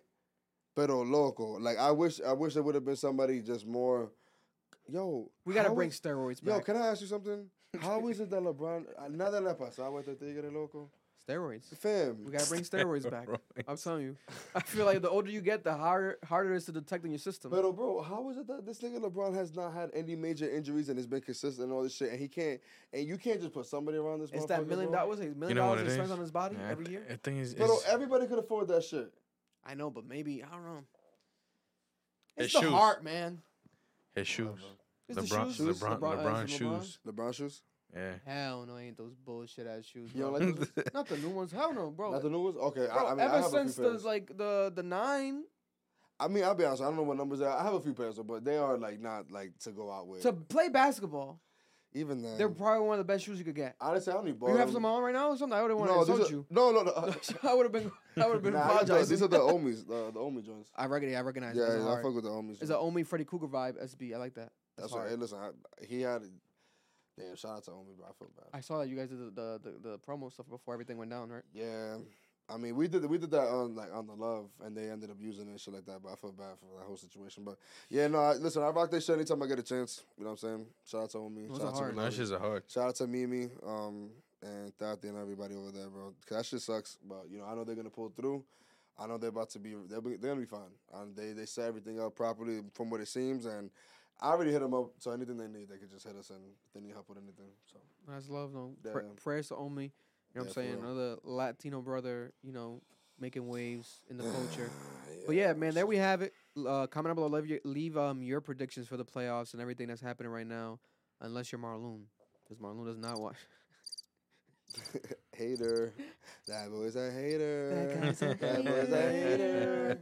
pero loco. Like I wish, I wish it would have been somebody just more. Yo, We gotta how bring is- steroids Yo, back. can I ask you something? How is it that LeBron? uh, Nada le pasaba este tigre loco. steroids. Fam, We gotta bring steroids back. Steroids. I'm telling you. I feel like the older you get, the harder harder it is to detect in your system. But bro, how is it that this nigga LeBron has not had any major injuries and has been consistent and all this shit, and he can't, and you can't just put somebody around this. it's that motherfucker, million bro? dollars, a million You know what dollars it he is? spends on his body Yeah, every I- year. I think it's, Pero it's- everybody could afford that shit. I know, but maybe I don't know. His It's the shoes. heart, man. his shoes. It's the LeBron, shoes. LeBron, LeBron- uh, LeBron is it LeBron? shoes. LeBron shoes. Yeah. Hell no, ain't those bullshit ass shoes. You don't bro. like those? shoes? Not the new ones. Hell no, bro. Not the new ones? Okay, Bro, I, I mean, I ever have since a few the pairs. like the the nine I mean, I'll be honest. I don't know what numbers they are. I have a few pairs, but they are like not like to go out with. to play basketball, Even then, they're probably one of the best shoes you could get. honestly, I only bought. you have them- some on right now or something? I would have wanted No, to these insult are, you. no, no, no. I would have been. I would have been Nah, I- no, apologizing. these are the Omis, the, the Omi joints. I recognize. I recognize. Yeah, it's yeah, I hard. fuck with the Omis. It's joints. an Omi Freddy Cougar vibe SB. I like that. That's hard. right. Hey, listen, I, he had. Damn, shout out to Omi, bro. I feel bad. I saw that you guys did the, the, the, the promo stuff before everything went down, right? Yeah, I mean, we did we did that on like on the love, and they ended up using it and shit like that. But I feel bad for that whole situation. But yeah, no, I, listen, I rock this shit anytime I get a chance. You know what I'm saying? Shout out to Omi. Those Shout are out hard. No, to that Renee. shit's a hard. Shout out to Mimi, um, and Tati and everybody over there, bro. 'Cause that shit sucks, but you know I know they're gonna pull through. I know they're about to be they'll be they're gonna be fine. Um, they they set everything up properly from what it seems, and I already hit them up. So anything they need, they could just hit us, and if they need help with anything. So That's love, no pra- Yeah. prayers to Omi. You know what I'm Yeah, for saying? real. Another Latino brother, you know, making waves in the culture. yeah, But yeah, man, there we have it. L- Uh, comment down below. Leave, your, leave um your predictions for the playoffs and everything that's happening right now, unless you're Marloon, because Marloon does not watch. hater. That boy's a hater. That guy's a That boy's a hater.